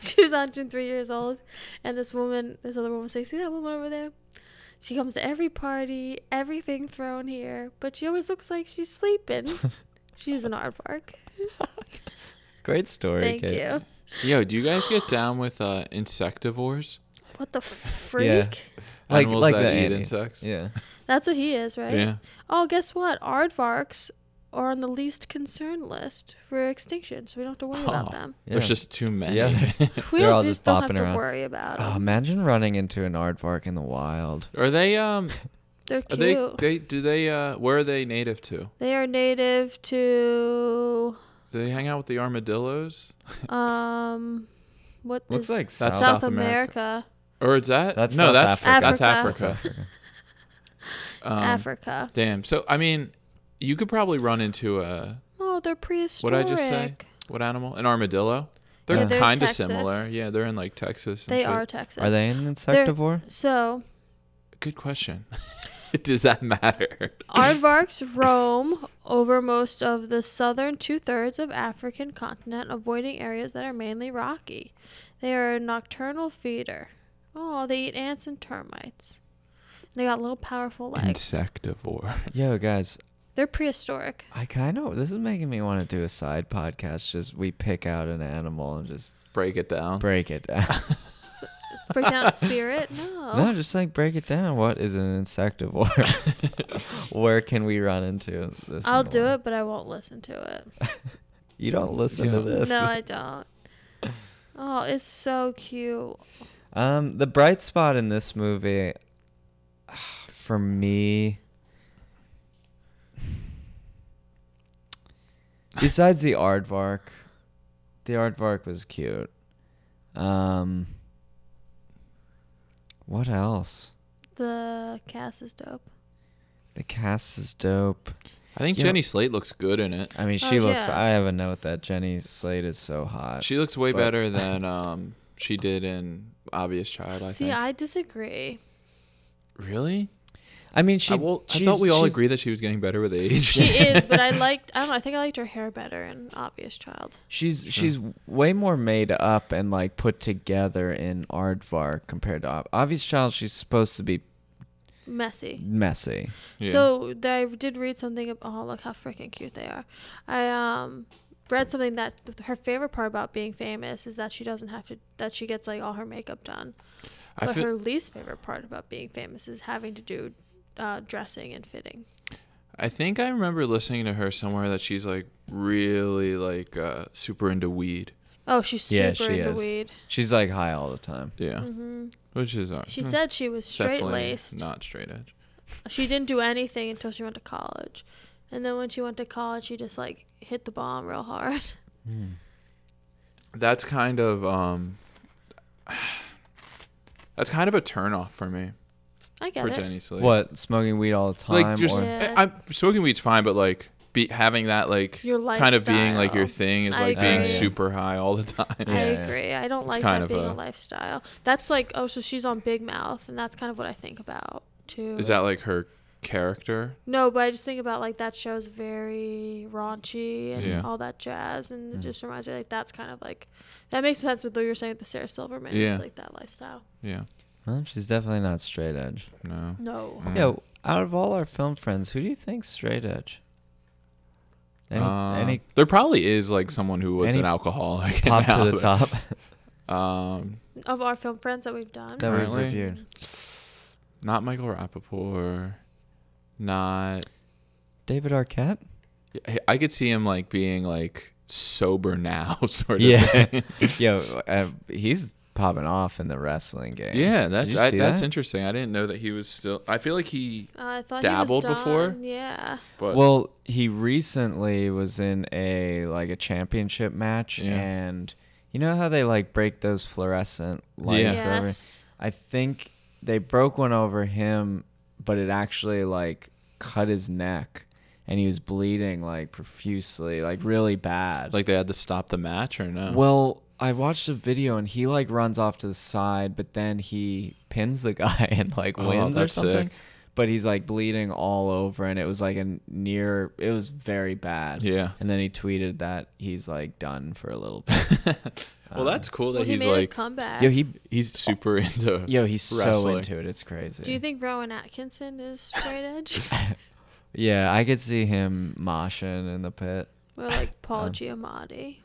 B: she was 103 years old, and this woman, this other woman, was like, "See that woman over there? She comes to every party, everything thrown here, but she always looks like she's
A: [laughs]
B: sleeping. [laughs] she's an aardvark."
A: Great story.
B: Thank
A: Kate.
B: you.
C: [laughs] Yo, do you guys get down with uh, insectivores?
A: [laughs]
B: What the freak?
A: Like
C: Animals
A: like
C: that
A: the
C: eat
A: ante-
C: insects?
A: Yeah.
B: That's what he is, right?
C: Yeah.
B: Oh, guess what? Aardvarks are on the least concern list for extinction, so we don't have to worry about
C: Oh. [laughs]
B: them.
A: Yeah.
C: There's just too many. [laughs]
A: Yeah.
B: We
A: They're
B: don't-
A: all just
B: just, don't have
A: bopping
B: to
A: around.
B: worry about
A: Oh,
B: 'em.
A: imagine running into an aardvark in the wild.
C: are they um
B: They're
C: are
B: cute.
C: they they
B: They,
C: do they uh where are they native to?
B: are native to
C: Do they hang out with the armadillos? [laughs]
B: um what
A: Looks
B: is-
A: like
C: That's
A: South.
B: South,
C: South
B: America.
C: Or is that
A: That's
C: no
A: South
C: that's
A: Africa.
C: that's
B: Africa.
C: Africa. Um,
B: Africa.
C: Damn. So I mean, you could probably run into a
B: Oh, they're
C: what
B: prehistoric.
C: did I just say? What animal? An armadillo. They're
A: Yeah,
B: they're
C: kind of
B: Texas.
C: similar. Yeah, they're in like Texas. and
B: They
C: shit.
B: are Texas.
A: Are they an insectivore?
B: So
C: Good question. [laughs] Does that matter?
B: Aardvarks roam over most of the southern two thirds of African continent, avoiding areas that are mainly rocky. They are a nocturnal feeder. Oh, they eat ants and termites. They got little powerful legs.
C: Insectivore. [laughs]
A: Yo, guys,
B: They're prehistoric.
A: I kind of this is making me want to do a side podcast. Just we pick out an animal and just
C: Break it down.
A: break it down.
B: Break
C: [laughs]
B: down its spirit? No.
A: No, just like break it down. What is an insectivore? [laughs] Where can we run into this? in
B: I'll
A: the
B: do
A: wild?
B: it, but I won't listen to it.
A: You don't listen
C: Yeah.
A: to this.
B: No, I don't. Oh, it's so cute.
A: Um, the bright spot in this movie, [sighs] for me, besides the aardvark, the aardvark was cute. Um, what else?
B: The cast is dope.
A: The cast is dope.
C: I think
A: You know-
C: Jenny Slate looks good in it.
A: I mean,
B: Oh,
A: she looks.
B: yeah.
A: I have a note that Jenny Slate is so hot.
C: She looks way
A: but-
C: better than um she did in Obvious Child. I
B: See,
C: think. [laughs]
B: I disagree.
C: really?
A: I mean, she.
C: I, well, I
A: she's-
C: thought we all
A: she's-
C: agreed that she was getting better with age.
B: She is, but I liked. I don't know. I think I liked her hair better in Obvious Child.
A: She's she's way more made up and like put together in Aardvark compared to Ob- Obvious Child. She's supposed to be
B: Messy.
A: messy.
C: [laughs] Yeah.
B: So th- I did read something. Of, oh, look how freaking cute they are. I um read something that th- her favorite part about being famous is that she doesn't have to. That she gets like all her makeup done.
C: I
B: but
C: feel,
B: her least favorite part about being famous is having to do uh, dressing and fitting.
C: I think I remember listening to her somewhere that she's like really like uh, super into weed.
B: Oh, she's super
A: Yeah, she
B: into
A: is.
B: weed.
A: She's like high all the time.
C: Yeah, which is uh,
B: Mm-hmm. She
C: hmm,
B: said she was
C: definitely
B: straight laced.
C: not straight edge.
B: She didn't do anything until she went to college, and then when she went to college, she just like hit the bomb real hard. [laughs]
C: That's kind of um, [sighs] that's kind of a turnoff for me
B: I get
C: for
B: it.
C: Jenny Slate.
A: What smoking weed all the time?
C: like just
A: or,
B: Yeah.
C: I- I'm smoking weed's fine, but like be having that like
B: Your
C: kind of being like your
B: lifestyle.
C: thing is
B: I
C: like being
A: agree.
C: super high all the time.
B: I
A: Yeah, yeah.
B: agree. I don't like
C: kind
B: that
C: of
B: being a,
C: a-
B: lifestyle. That's like, oh, so she's on Big Mouth, and that's kind of what I think about too.
C: Is that like her character?
B: no? But I just think about like that show's very raunchy and
C: Yeah. Hmm.
B: all that jazz, and it just reminds me like that's kind of like that makes sense with what you were saying with the Sarah Silverman.
C: Yeah.
B: It's like that lifestyle.
C: Yeah.
A: Well, she's definitely not straight edge.
C: No.
B: No,
C: Mm.
A: Yo, out of all our film friends, who do you think's straight edge? Any,
C: Uh, [laughs]
A: any
C: there probably is like someone who was
A: any
C: an alcoholic. [laughs] and
A: pop
C: now
A: to the
C: they're-
A: top [laughs]
C: Um,
B: of our film friends that we've done.
A: that we've
C: Currently?
A: reviewed.
C: not Michael Rappaport. Not.
A: David Arquette.
C: I- I could see him like being like sober now, [laughs] sort of.
A: Yeah. [laughs]
C: thing. [laughs]
A: Yo, uh, he's popping off in the wrestling game.
C: yeah.
A: Did
C: That's
A: you
C: I,
A: see
C: that's
A: that?
C: interesting. I didn't know that he was still. I feel like he.
B: Uh, I thought
C: Dabbled
B: he was
C: before?
B: done. Yeah.
C: But
A: Well, he recently was in a like a championship match,
C: Yeah.
A: and you know how they like break those fluorescent
C: Yeah.
A: lights over.
B: Yes.
A: I think they broke one over him, but it actually like cut his neck, and he was bleeding like profusely, like really bad.
C: like they had to stop the match or no?
A: well, I watched a video, and he like runs off to the side, but then he pins the [laughs] guy and like
C: Oh,
A: wins or
C: that's
A: something.
C: sick.
A: But he's like bleeding all over, and it was like a near. It was very bad.
C: Yeah.
A: And then he tweeted that he's like done for a
C: [laughs]
A: little bit. uh,
C: well, that's cool that
B: Well, he
C: he's
B: made a
C: like
B: comeback.
A: yo, he
C: he's super
A: [laughs]
C: [laughs] into.
A: yo, he's so
C: Wrestling.
A: into it. It's crazy.
B: Do you think Rowan Atkinson is straight edge? [laughs]
A: Yeah, I could see him moshing in the pit.
B: or like Paul Giamatti?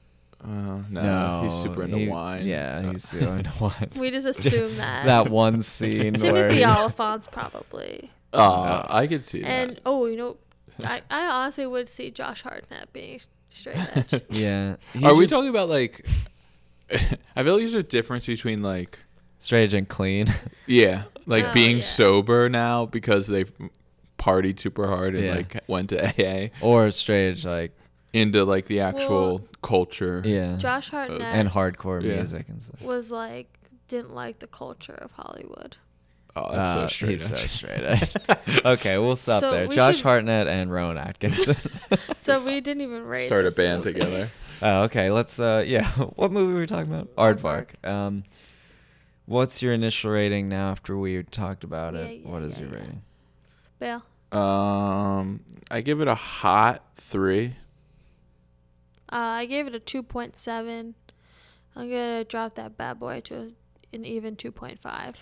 C: Uh, no, he's super into
A: he-
C: wine.
A: Yeah,
C: Uh,
A: he's
C: [laughs]
A: super into wine.
B: We just assume that. [laughs]
A: that one scene where [laughs]
B: Timothy
A: he-
B: Oliphant's probably.
C: Uh, I could see that.
B: And oh, you know, I, I honestly would see Josh Hartnett being straight
C: [laughs]
B: edge. [laughs]
A: [laughs] yeah, he's
C: Are we
A: just
C: talking about like? [laughs] I feel like there's a difference between like,
A: straight and clean? [laughs]
C: yeah, like
B: Oh,
C: being
B: yeah.
C: sober now because they've partied super hard and
A: Yeah.
C: like went to [laughs] AA
A: or straight edge, like
C: into like the actual culture.
A: yeah,
B: Josh Hartnett
A: and hardcore
C: Yeah.
A: music and stuff.
B: was like didn't like the culture of Hollywood.
C: Oh, that's
A: Uh,
C: so straight.
A: he's so [laughs]
C: edge. [laughs]
A: straight edge. [laughs] okay, we'll stop
B: So
A: there.
B: we
A: Josh
B: should-
A: Hartnett and Rowan
B: [laughs]
A: Atkinson.
B: So we didn't even rate.
C: Start a
B: this
C: band
B: movie.
C: together.
A: [laughs] oh, okay, let's. uh Yeah, [laughs] what movie were we talking about?
B: Aardvark.
A: Aardvark. Um, what's your initial rating now after we talked about
B: Yeah,
A: it?
B: yeah,
A: what is
B: yeah,
A: your
B: yeah.
A: rating?
B: Bill,
C: Um, I give it a hot three.
B: uh, I gave it a two point seven. I'm gonna drop that bad boy to a, an even two point five.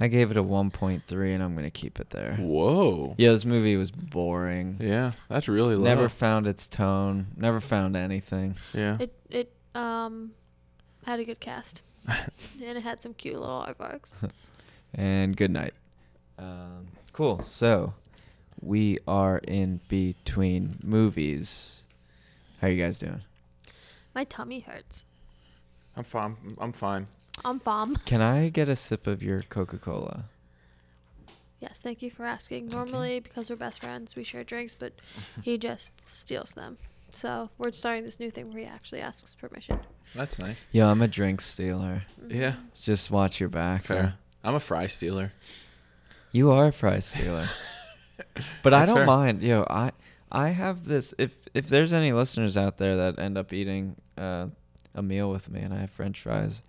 A: I gave it a 1.3 and I'm going to keep it there.
C: Whoa.
A: Yeah, this movie was boring.
C: Yeah, that's really low.
A: Never found its tone, never found anything.
C: Yeah.
B: It it um had a good
A: [laughs]
B: cast, and it had some cute little artworks.
A: And good night. Um, cool. So, we are in between movies. How you guys doing?
B: My tummy hurts.
C: I'm fine. I'm fine.
B: I'm bomb.
A: Can I get a sip of your Coca-Cola?
B: Yes, thank you for asking. Normally, because we're best friends, we share drinks, but
A: [laughs]
B: he just steals them. So we're starting this new thing where he actually asks permission.
C: That's nice.
A: Yo, I'm a drink stealer.
B: Mm-hmm.
C: Yeah.
A: Just watch your back.
C: Fair. I'm a fry stealer. [laughs]
A: You are a prize stealer. but I
C: That's
A: don't
C: fair.
A: mind. Yo, I I have this. If if there's any listeners out there that end up eating uh, a meal with me and I have French fries,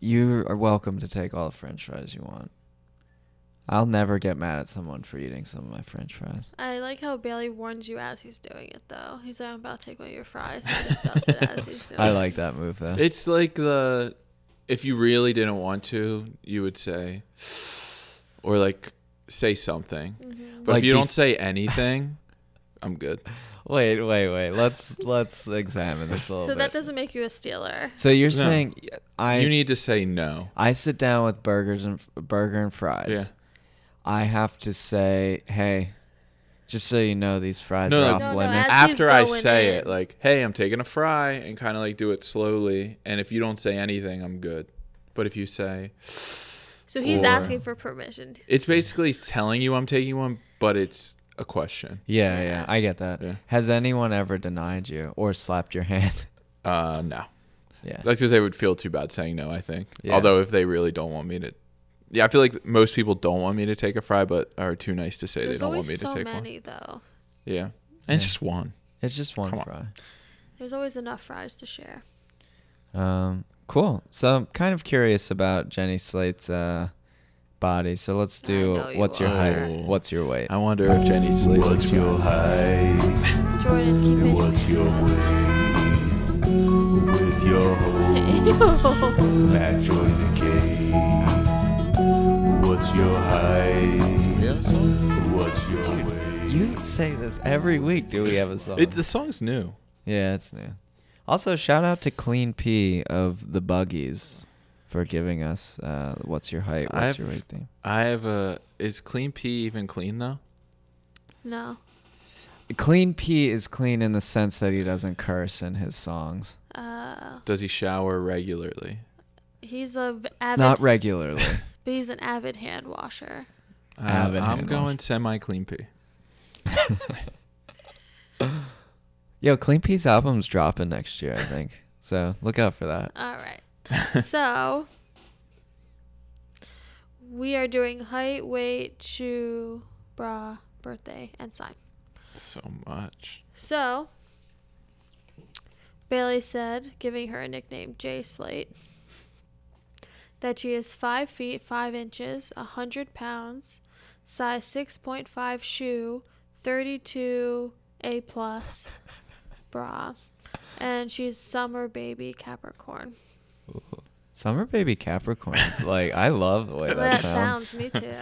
A: you are welcome to take all the French fries you want. I'll never get mad at someone for eating some of my French fries.
B: I like how Bailey warns you as he's doing it, though. He's like, I'm about to take one of your fries. He just does it as he's
A: [laughs]
B: doing
A: I
B: it.
A: like that move though.
C: It's like the if you really didn't want to, you would say or like say something.
B: Mhm.
C: But
A: Like
C: if you
A: bef-
C: don't say anything, [laughs] I'm good.
A: Wait, wait, wait. Let's let's examine this a
C: Oh,
A: little
B: So
A: bit.
B: that doesn't make you a stealer.
A: so you're
C: No.
A: saying I
C: you
A: s-
C: need to say no.
A: I sit down with burgers and burger and fries. I have to say, hey, just so you know, these fries
C: No,
A: are
C: no,
A: off
C: no,
B: no,
A: limits.
B: as- he's
C: After I
B: going
C: say
B: in.
C: it, like, hey, I'm taking a fry and kind of like do it slowly. And if you don't say anything, I'm good. But if you say,
B: So he's
C: Or-
B: asking for permission.
C: it's basically telling you I'm taking one, but it's a question.
A: [laughs] yeah, yeah, I get that.
C: Yeah.
A: Has anyone ever denied you or slapped your hand? [laughs]
C: Uh, no.
A: yeah.
C: That's because they would feel too bad saying no, I think.
A: Yeah.
C: Although if they really don't want me to. Yeah, I feel like most people don't want me to take a fry, but are too nice to say
B: There's
C: they don't want
B: always
C: me
B: so
C: to take one.
B: many, though.
C: Yeah. And it's
A: Yeah.
C: just one.
A: It's just one
C: Come on.
A: fry.
B: There's always enough fries to share.
A: Um, cool. So I'm kind of curious about Jenny Slate's uh, body. So let's
B: I
A: do
B: know you
A: what's your
C: are.
A: height? What's your weight?
C: I wonder if Jenny sleeps.
D: What's your height?
B: Jordan, keep it.
D: What's your weight? With your whole
B: Ew.
D: natural decay. What's your height?
C: Yeah, so-
D: What's your weight?
A: You say this every week. Do we have a song?
C: It, the song's new.
A: yeah, it's new. Also, shout out to Clean P of the Buggies for giving us uh, "What's Your Height, What's
C: I've-
A: Your Weight" theme.
C: I have a. Is Clean Pee even clean though?
B: [laughs] No.
A: Clean P is clean in the sense that he doesn't curse in his songs.
B: Uh,
C: Does he shower regularly?
B: he's a v- avid.
A: Not
B: [laughs]
A: regularly.
B: But he's an avid hand washer.
C: Uh,
A: have it
C: I'm
A: handled.
C: going semi Clean Pee.
A: Yo, Clean P's album's dropping next year, I think. So look out for that.
C: [laughs]
B: All right. so we are doing height, weight, shoe, bra, birthday, and sign.
C: So much.
B: So Bailey said, giving her a nickname, Jay Slate, that she is five feet five inches, a hundred pounds, size six point five shoe, thirty two A plus bra, and she's summer baby Capricorn.
A: Summer Baby
B: [laughs]
A: Capricorns. like, I love the way that,
B: that
A: sounds.
B: sounds. me too.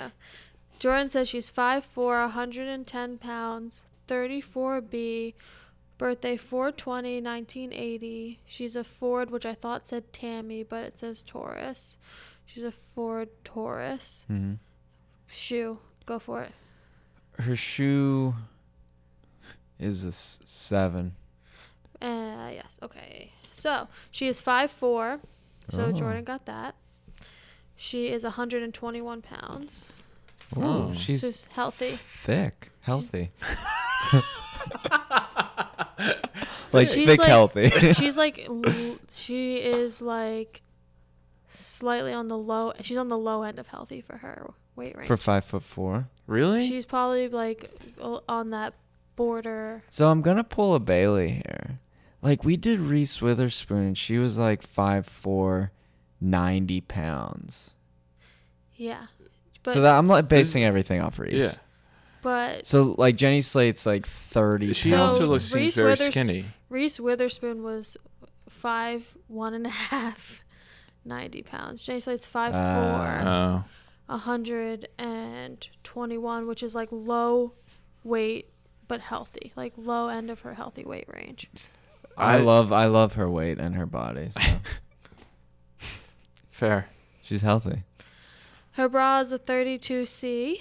B: Jordan says she's 5'4, 110 pounds, 34B, birthday 420, 1980. She's a Ford, which I thought said Tammy, but it says Taurus. She's a Ford Taurus.
A: hmm
B: Shoe, go for it.
A: Her shoe is a s- seven.
B: Uh, yes, okay. So she is 5'4, so
A: Oh.
B: Jordan got that. She is 121 pounds.
A: Ooh,
C: Oh.
A: she's
B: She's healthy.
A: thick,
B: [laughs]
A: healthy. like
B: She's
A: thick,
B: like- [laughs]
A: healthy. [laughs]
B: she's like l- she is like slightly on the low she's on the low end of healthy for her weight range
A: for five foot four.
C: Really?
B: she's probably like o- on that border
A: So I'm gonna pull a Bailey here. Like we did Reese Witherspoon, and she was like five four, 90 pounds.
B: yeah but
A: so that I'm like basing everything off Reese.
C: yeah.
B: but
A: So like Jenny Slate's like thirty.
C: She
B: So
A: pounds.
C: also looks seems
B: Reese
C: very
B: Withers-
C: skinny.
B: reese witherspoon was five one and a half 90 pounds jay slate's five
A: Ah.
B: four
C: Oh.
B: 121, which is like low weight but healthy, like low end of her healthy weight range.
A: I,
C: I-
A: love I love her weight and her body.
C: [laughs]
A: So
C: Fair.
A: she's healthy.
B: Her bra is a 32C.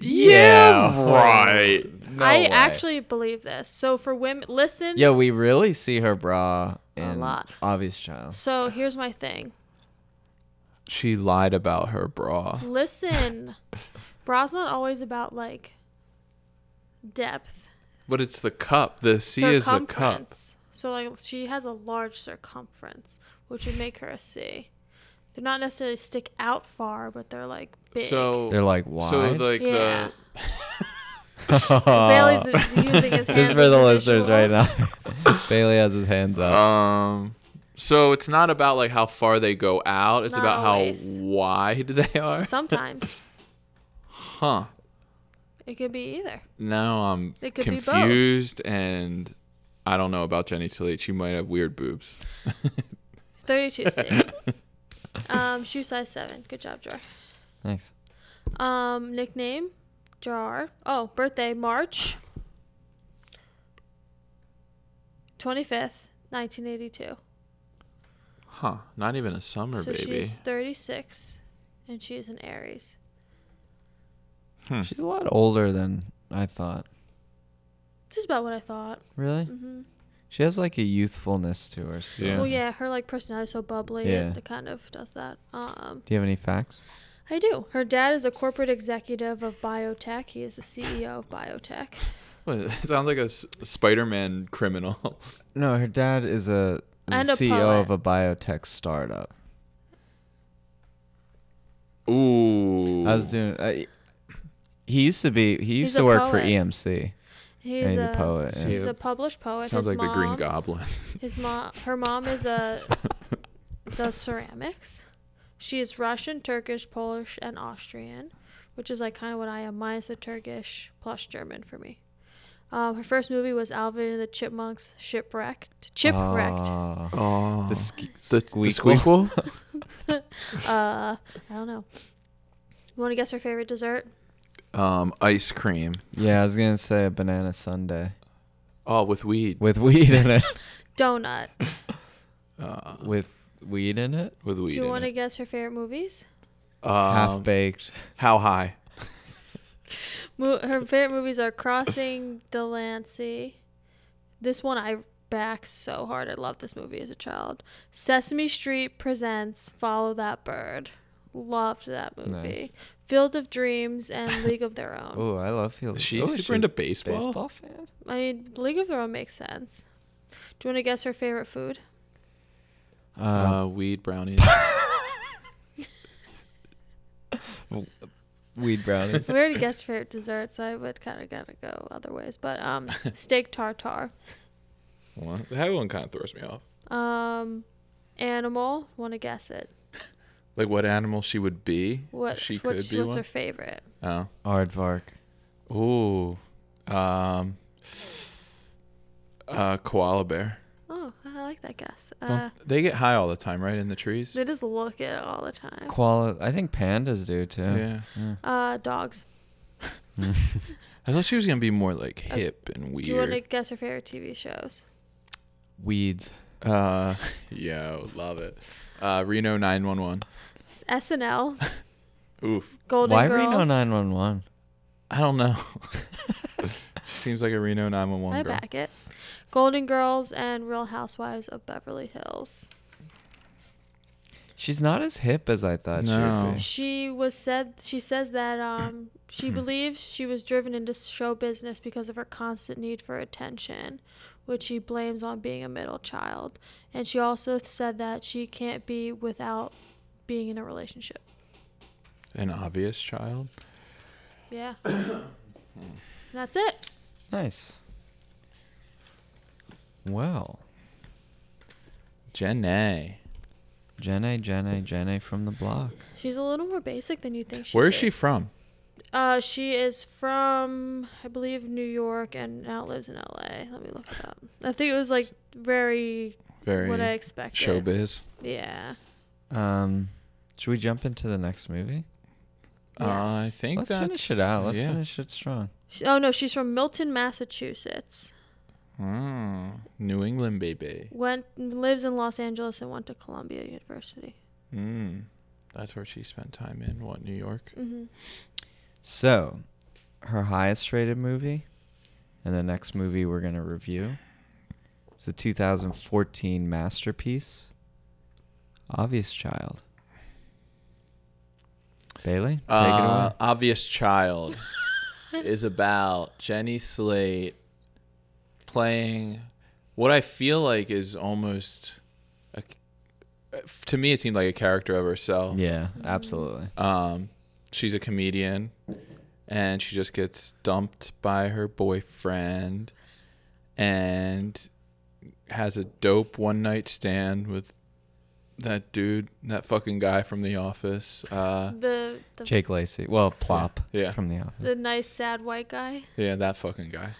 A: Yeah, right.
B: I actually believe this. So for women, listen.
A: Yeah, we really see her bra in
B: A lot.
A: Obvious Child.
B: So here's my thing.
C: She lied about her bra.
A: [laughs]
B: Listen, bra's not always about like depth.
C: But it's the cup. The C is the cup.
B: circumference. So like she has a large circumference, which would make her a C. They're not necessarily stick out far, but they're like big.
C: So
A: They're like wide.
C: So like
B: Yeah.
C: the
A: [laughs]
B: Bailey's using his hands
A: Just for
B: as
A: the
B: a
A: listeners
B: visual.
A: right now. [laughs] Bailey has his hands up.
C: Um, so it's not about like how far they go out. It's
B: Not
C: about
B: always.
C: how wide [laughs] they are.
B: Sometimes
C: Huh.
B: it could be either.
C: Now I'm
B: It could be both.
C: confused, and I don't know about Jenny Slate. She might have weird boobs.
B: 32
A: [laughs]
B: C. um, shoe size 7. Good job, Jar.
A: Thanks.
B: Um, nickname? Jar. Oh, birthday, March 25th, 1982.
C: Huh. Not even a summer
B: so
C: baby.
B: she's 36 and she is an Aries.
A: She's a lot older than I thought.
B: This is about what I thought.
A: Really?
B: Mhm.
A: She has like a youthfulness to her. So.
C: Yeah.
B: Well, Oh, yeah, her like personality is so bubbly.
A: Yeah.
B: It kind of does that. Um,
A: Do you have any facts?
B: I do. Her dad is a corporate executive of biotech. He is the CEO of biotech.
C: [laughs] What, it sounds like a S- Spider-Man criminal. [laughs]
A: No, her dad is a, is
B: And a
A: a CEO of
B: poet.
A: a biotech startup.
C: Ooh.
A: I was doing. I, he used to be. He used
B: He's a
A: to work for E
B: poet.
A: EMC.
B: He's,
A: he's
B: a,
A: a poet.
C: Is
A: yeah.
C: he
B: He's a published poet.
C: sounds
B: his
C: like
B: mom,
C: the Green Goblin.
B: His mom, her mom is a does ceramics. She is Russian, Turkish, Polish, and Austrian, which is like kind of what I am, minus the Turkish plus German for me. Um, her first movie was Alvin and the Chipmunks Shipwrecked. Chipwrecked.
A: Oh,
C: Oh.
A: the, sk-
C: the,
A: squeakle.
C: the squeakle?
B: Uh, I don't know. Want to guess her favorite dessert?
C: um, ice cream.
A: Yeah, I was gonna say a banana sundae
C: Oh, with weed.
A: with weed in
C: [laughs]
A: it.
B: Donut.
C: Uh,
A: with weed in it.
C: with weed.
B: Do you
C: in
B: want to
C: it.
B: guess her favorite movies?
A: Half
C: Um,
A: baked.
C: how high?
B: Mo- her favorite movies are Crossing Delancey. This one I back so hard. I loved this movie as a child. Sesame Street presents Follow That Bird. Loved that movie.
A: Nice.
B: Field of Dreams
C: [laughs]
B: and League of Their Own.
A: Oh, I love feeling.
C: Is she
A: oh,
C: super into baseball?
A: baseball fan.
B: I mean, League of Their Own makes sense. Do you want to guess her favorite food?
A: Uh,
C: [laughs] Uh,
A: [laughs]
C: weed brownies.
A: weed brownies.
B: We already guessed favorite dessert, so I would kind of gotta go other ways.
C: [laughs]
B: But um, steak tartare,
C: What? That one kind of throws me off.
B: um, animal. Want to guess it?
C: Like what animal she would be?
B: What?
C: she could
B: what's,
C: be
B: what's
C: one.
B: her favorite?
A: Aardvark.
C: Oh. Ooh. Um. Uh, koala bear.
B: Oh, I like that guess.
C: Don't-
B: Uh,
C: they get high all the time, right? In the trees.
B: they just look at it all the time.
A: Koala. I think pandas do too.
C: yeah.
B: Uh, dogs.
C: I thought she was gonna be more like hip and
B: Uh, Do you want to
C: weird.
B: guess her favorite TV shows?
A: Weeds.
C: Uh, [laughs] yeah, I would love it. Uh, Reno 911.
B: S-
C: [laughs]
B: SNL,
C: Oof.
B: Golden
A: Why
B: Girls.
A: Reno 911?
C: I don't know. [laughs] she seems like a Reno 911
B: I
C: girl.
B: back it. Golden Girls and Real Housewives of Beverly Hills.
A: She's not as hip as I thought she
C: No.
A: would be.
B: She was said. She says that um, she
C: Hmm.
B: believes she was driven into show business because of her constant need for attention, which she blames on being a middle child. And she also said that she can't be without being in a relationship.
C: An obvious child.
B: Yeah. [coughs] That's it.
A: Nice. Well,
C: Jenna.
A: Jenna, Jenna, Jenna from the block.
B: She's a little more basic than you think she.
C: Where is
B: would
C: she
B: be.
C: from?
B: Uh, she is from, I believe, New York, and now lives in L.A. Let me look it up. I think it was like very
C: Very
B: what I expected.
C: showbiz.
B: Yeah.
A: Um, should we jump into the next movie?
C: Uh, I
B: Yes.
C: think
A: Let's
C: that's,
A: finish it out. Let's
C: yeah.
A: finish it strong.
B: She- oh no, she's from Milton, Massachusetts.
C: Mm, New England baby.
B: Went lives in Los Angeles and went to Columbia University.
C: Mm. That's where she spent time in. What New York?
B: hmm
A: So, her highest rated movie, and the next movie we're going to review is a 2014 masterpiece, Obvious Child. Bailey, take
C: Uh,
A: it away.
C: Obvious
B: [laughs]
C: Child is about Jenny Slate playing what I feel like is almost a, to me it oh. seemed like a character of herself.
A: Yeah, absolutely.
C: Um, she's a comedian and she just gets dumped by her boyfriend and has a dope one night stand with that dude, that fucking guy from The Office. Uh,
B: The the,
A: Jake Lacey. Well, Plop
C: Yeah.
A: from the office.
B: the nice sad
C: [laughs]
B: white guy.
C: yeah, that fucking guy.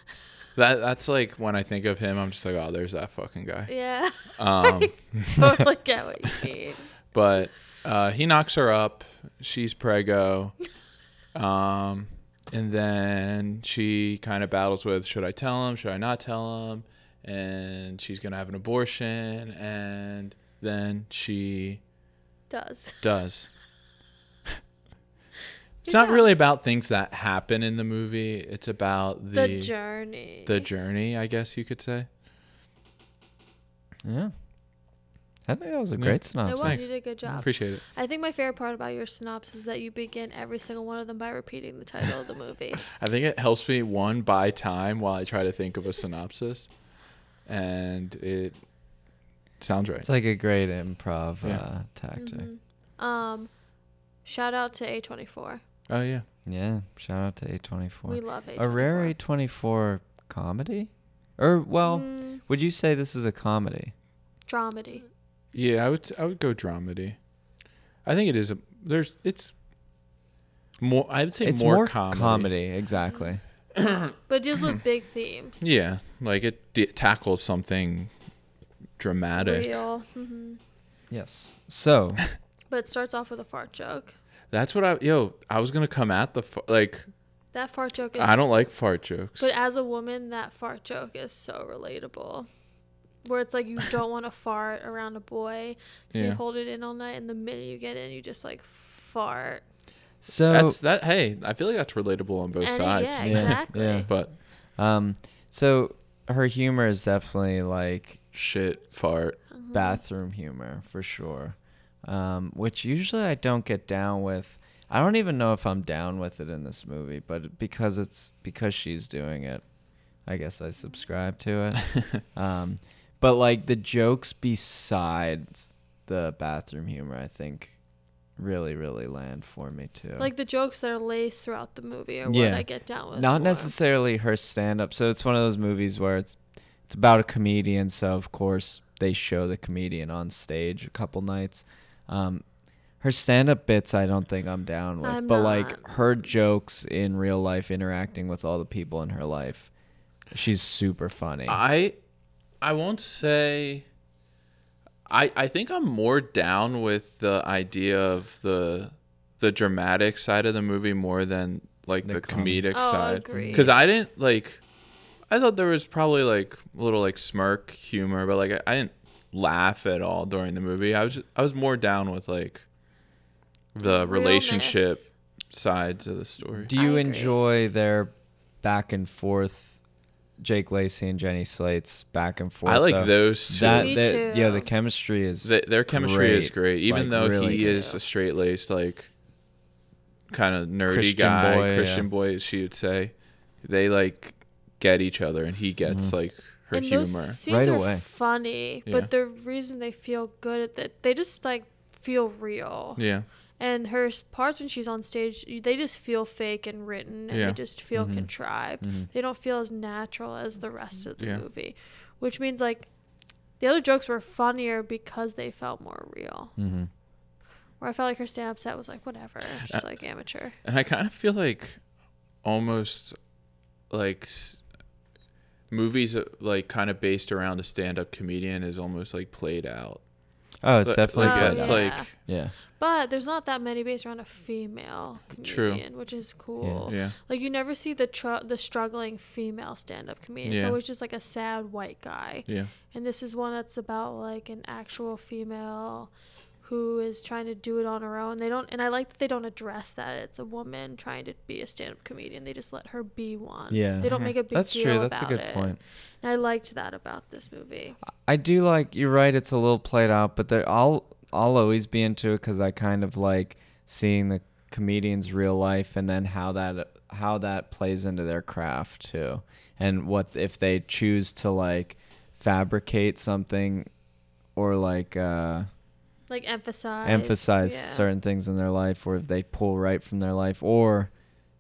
C: That that's like when I think of him, I'm just like, oh, there's that fucking guy.
B: Yeah. [laughs]
C: Um,
B: totally get what you mean.
C: but uh, he knocks her up. She's
B: [laughs]
C: prego, um, and then she kind of battles with: should I tell him? Should I not tell him? And she's gonna have an abortion, and then she [laughs]
B: Does.
C: does. it's not
B: Yeah.
C: really about things that happen in the movie. It's about
B: The,
C: the
B: journey.
C: the journey, I guess you could say.
A: Yeah. I think that was a
C: Yeah.
A: great
B: it
A: synopsis.
B: was.
C: Oh, Thanks.
B: You did a good job.
C: Appreciate it.
B: I think my favorite part about your synopsis is that you begin every single one of them by repeating the
C: [laughs]
B: title of the movie.
C: I think it helps me one by time while I try to think of a synopsis, and it sounds right.
A: It's like a great improv
C: Yeah.
A: uh, tactic.
B: Mhm. Um, shout out to A24.
C: Oh yeah,
A: Yeah. Shout out to
B: We
A: A24.
B: love A24.
A: Mm-hmm. A Mm-hmm. rare A24 comedy? Or, well,
B: Mm,
A: would you say this is a comedy?
B: dramedy.
C: yeah. I would I would go dramedy. I think it is a there's it's more. I'd say
A: it's
C: more,
A: more,
C: comedy.
A: comedy. Exactly.
B: But
C: [clears throat]
B: deals with big themes.
C: Yeah, like it d- tackles something dramatic.
B: Real. hmm
A: Yes. So,
B: But it starts off with a fart joke.
C: That's what I yo. I was gonna come at the fa- like.
B: That fart joke is.
C: I don't like fart jokes.
B: But as a woman, that fart joke is so relatable. Where
C: [laughs]
B: it's like you don't want to fart around a boy, so you
C: Yeah.
B: hold it in all night, and the minute you get in, you just like fart.
A: so
C: that's that. Hey, I feel like that's relatable on both
B: And
C: sides.
B: yeah,
A: Yeah, yeah.
B: exactly.
C: But
A: Um, so her humor is definitely like
C: shit, fart.
A: bathroom humor for sure, um, which usually I don't get down with. I don't even know if I'm down with it in this movie, but because it's because she's doing it, I guess I subscribe to it. um, but like the jokes besides the bathroom humor, I think really really land for me too.
B: Like the jokes that are laced throughout the movie are what
A: Yeah.
B: I get down with.
A: not
B: more.
A: necessarily her stand up. So it's one of those movies where it's it's about a comedian, so of course they show the comedian on stage a couple nights. Um her stand up bits I don't think I'm down with,
B: I'm
A: but
B: not.
A: like her jokes in real life interacting with all the people in her life. She's super funny.
C: I I won't say I I think I'm more down with the idea of the the dramatic side of the movie more than like the,
A: The com-
C: comedic
B: Oh,
C: side
B: agreed.
C: cuz I didn't like I thought there was probably like a little like smirk humor but like I, I didn't laugh at all during the movie. I was just, I was more down with like the relationship
B: Realness.
C: sides of the story.
A: Do
B: I
A: you
B: agree.
A: enjoy their back and forth Jake Lacey and Jenny Slate's back and forth?
C: I like
A: though?
C: those two.
A: That,
B: Me
A: that-
B: too.
A: yeah, the chemistry is
C: Th their chemistry is great, even
A: Like,
C: though
A: really
C: he
A: good.
C: is a straight laced, like kind of nerdy
A: Christian
C: guy,
A: boy,
C: Christian
A: yeah.
C: boy, as she would say. They like get each other, and he gets
A: Mm-hmm.
C: like her
B: and
C: humor.
B: Those scenes
A: Right
B: are
A: away.
B: funny,
C: Yeah.
B: but the reason they feel good at that, they just like feel real.
C: yeah,
B: And her s- parts when she's on stage, you- they just feel fake and written, and
C: Yeah. Mm-hmm.
B: they just feel
A: Mm-hmm.
B: contrived. They don't feel as natural as the rest of the
C: Yeah.
B: movie, which means like the other jokes were funnier because they felt more real.
C: Mm-hmm.
A: Mhm.
B: Where I felt like her stand up set was like whatever, it's
C: Uh,
B: just like amateur.
C: and I kind of feel like almost like s- movies uh, like kind of based around a stand up comedian is almost like played out.
A: Oh, it's
C: Like-
A: definitely
B: Oh,
C: like,
A: good.
C: it's
B: yeah.
C: like
A: Yeah.
B: But there's not that many based around a female
C: True.
B: comedian, which is cool.
C: yeah,
B: Like you never see the tr- the struggling female stand up comedian. It's
C: Yeah.
B: always just like a sad white guy.
C: yeah,
B: And this is one that's about like an actual female who is trying to do it on her own. They don't and I like that they don't address that. It's a woman trying to be a stand up comedian. They just let her be one.
A: Yeah.
B: They don't make a big
A: Mm-hmm. That's
B: deal
A: true. That's a
B: about
A: good
B: it.
A: point.
B: And I liked that about this movie.
A: I do like you're right. It's a little played out, but there, I'll I'll always be into it because I kind of like seeing the comedian's real life and then how that how that plays into their craft too, and what if they choose to like fabricate something or like uh,
B: Like emphasize
A: emphasize
B: yeah.
A: certain things in their life, or if they pull right from their life, or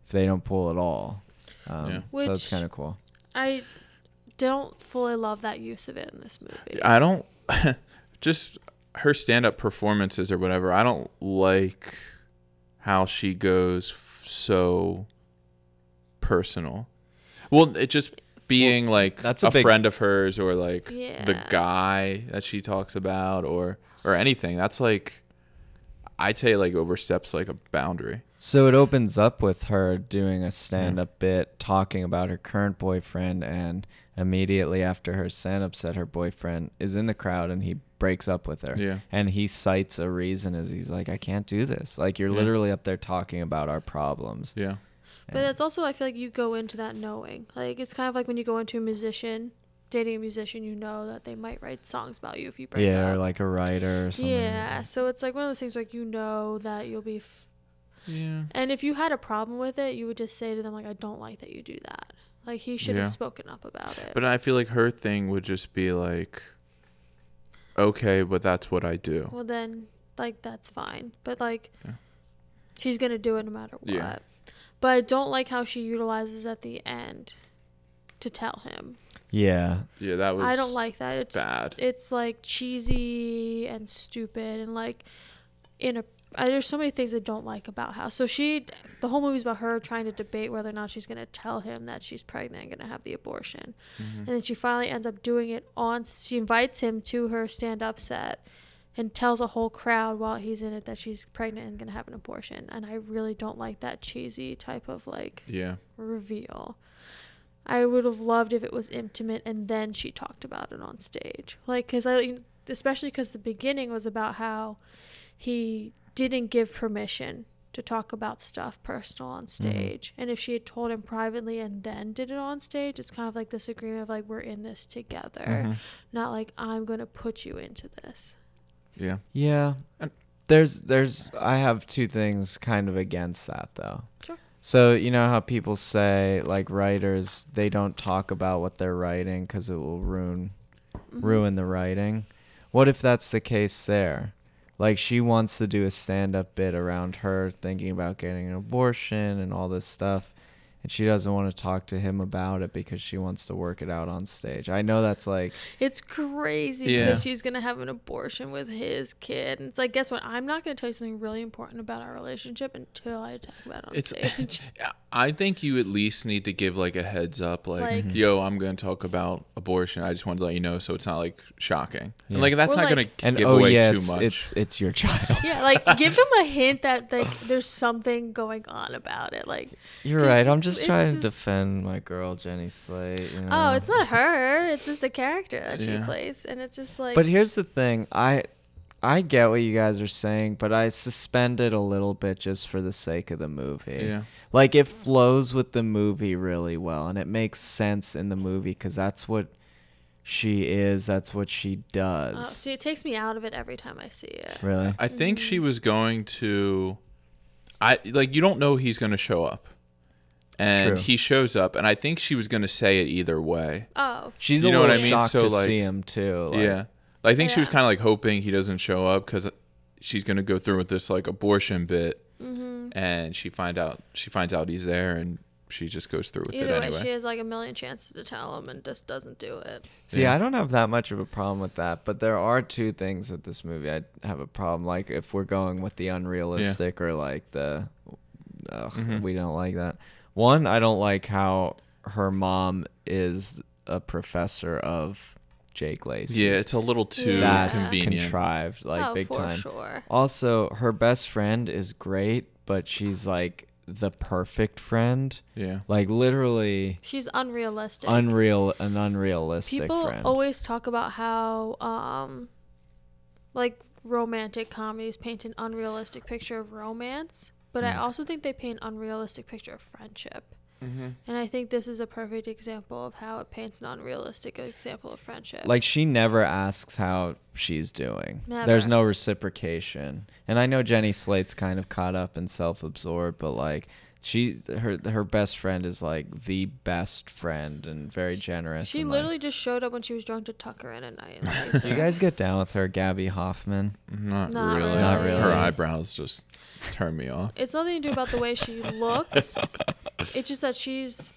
A: if they don't pull at all. Um,
C: Yeah.
A: So that's
B: Which-
A: kind of cool.
B: I don't fully love that use of it in this movie.
C: I don't [laughs] just her stand up performances or whatever. I don't like how she goes f- so personal. Well, it just being like
A: that's
C: a,
A: a big-
C: friend of hers or like the
B: Yeah.
C: guy that she talks about or or anything. That's like I'd say like oversteps like a boundary.
A: So it opens up with her doing a stand up bit talking about her current boyfriend and immediately after her stand up set her boyfriend is in the crowd and he breaks up with her.
C: Yeah.
A: And he cites a reason as he's like, I can't do this. Like you're
C: Yeah.
A: literally up there talking about our problems.
C: Yeah.
B: But that's also I feel like you go into that knowing. Like it's kind of like when you go into a musician, dating a musician, you know that they might write songs about you if you break
A: yeah,
B: up.
A: or like a writer or something.
B: yeah. So it's like one of those things like you know that you'll be f-
C: Yeah.
B: and if you had a problem with it, you would just say to them like I don't like that you do that. Like he should
C: Yeah.
B: have spoken up about it.
C: But I feel like her thing would just be like okay, but that's what I do.
B: well then like that's fine. But like
C: Yeah.
B: she's going to do it no matter what.
C: Yeah.
B: But I don't like how she utilizes at the end to tell him.
A: Yeah.
C: Yeah, that was
B: I don't like that. It's
C: bad.
B: It's like cheesy and stupid and like in a. I, there's so many things I don't like about how. So she, the whole movie's about her trying to debate whether or not she's gonna tell him that she's pregnant and gonna have the abortion, and then she finally ends up doing it on. She invites him to her stand-up set, and tells a whole crowd while he's in it that she's pregnant and gonna have an abortion. And I really don't like that cheesy type of like
C: Yeah.
B: reveal. I would have loved if it was intimate and then she talked about it on stage. Like, because I, especially because the beginning was about how he didn't give permission to talk about stuff personal on stage. And if she had told him privately and then did it on stage, it's kind of like this agreement of like, we're in this together, not like, I'm going to put you into this.
C: Yeah.
A: Yeah.
C: And-
A: There's there's I have two things kind of against that though.
B: Sure.
A: So, you know how people say like writers they don't talk about what they're writing cuz it will ruin ruin the writing. What if that's the case there? Like she wants to do a stand-up bit around her thinking about getting an abortion and all this stuff and she doesn't want to talk to him about it because she wants to work it out on stage. I know that's like
B: It's crazy
C: Yeah.
B: because she's gonna have an abortion with his kid, and it's like, guess what? I'm not gonna tell you something really important about our relationship until I talk about it on
C: It's
B: stage.
C: [laughs]
A: [laughs]
C: I think you at least need to give like a heads up like,
B: Like-
C: yo, I'm going to talk about abortion. I just wanted to let you know so it's not like shocking. And like that's
B: Or,
C: not
B: like-
C: going to
A: and
C: give
A: oh
C: away
A: yeah,
C: too
A: it's,
C: much.
A: it's it's your [laughs] child.
B: yeah, like give him a hint that like there's something going on about it. Like,
A: You're
B: Dude,
A: right. I'm just
B: it's
A: trying to
B: just-
A: defend my girl Jenny Slate. You know?
B: oh, it's not her; it's just a character that
C: Yeah.
B: she plays, and it's just like,
A: But here's the thing. I I get what you guys are saying, but I suspend it a little bit just for the sake of the movie.
C: Yeah.
A: Like it flows with the movie really well, and it makes sense in the movie because that's what she is. That's what she does.
B: oh, see, it takes me out of it every time I see it.
A: really?
C: I think she
B: Mm-hmm.
C: was going to I like you don't know he's going to show up. And
A: True.
C: he shows up and I think she was going to say it either way.
B: Oh, f-
A: She's
C: You
A: a
C: know what
A: little
C: I mean?
A: shocked
C: So,
A: to
C: like-
A: see him too. Like,
C: yeah. I think she was
B: Yeah.
C: kind of like hoping he doesn't show up cuz she's going to go through with this like abortion bit.
B: Mm-hmm.
C: And she find out she finds out he's there and she just goes through with
B: either
C: it
B: way,
C: anyway.
B: she has like a million chances to tell him and just doesn't do it.
A: See,
C: Yeah.
A: I don't have that much of a problem with that, but there are two things with this movie I have a problem. Like if we're going with the unrealistic or like the, ugh,
C: Mm-hmm.
A: we don't like that. One, I don't like how her mom is a professor of Jake Lacey.
C: Yeah, it's a little too
A: that's
C: convenient.
A: contrived, like
B: oh,
A: big
B: for
A: time.
B: sure.
A: Also, her best friend is great, but she's like the perfect friend.
C: yeah.
A: Like literally
B: She's unrealistic.
A: unreal, an unrealistic
B: people
A: friend.
B: always talk about how um like romantic comedies paint an unrealistic picture of romance but
A: Hmm.
B: i also think they paint an unrealistic picture of friendship and i think this is a perfect example of how it paints an unrealistic example of friendship
A: Like she never asks how she's doing.
B: Never.
A: There's no reciprocation. And I know Jenny Slate's kind of caught up and self-absorbed, but like she her her best friend is like the best friend and very generous.
B: she
A: and, like-
B: literally just showed up when she was drunk to tuck her in
A: [laughs]
B: at night and leave
A: Do you
B: her.
A: guys get down with her, Gabby Hoffman?
C: Not,
B: Not
C: really.
B: really. Not
A: really.
C: Her eyebrows just turn me off.
B: it's nothing to do about the way she looks It's just that she's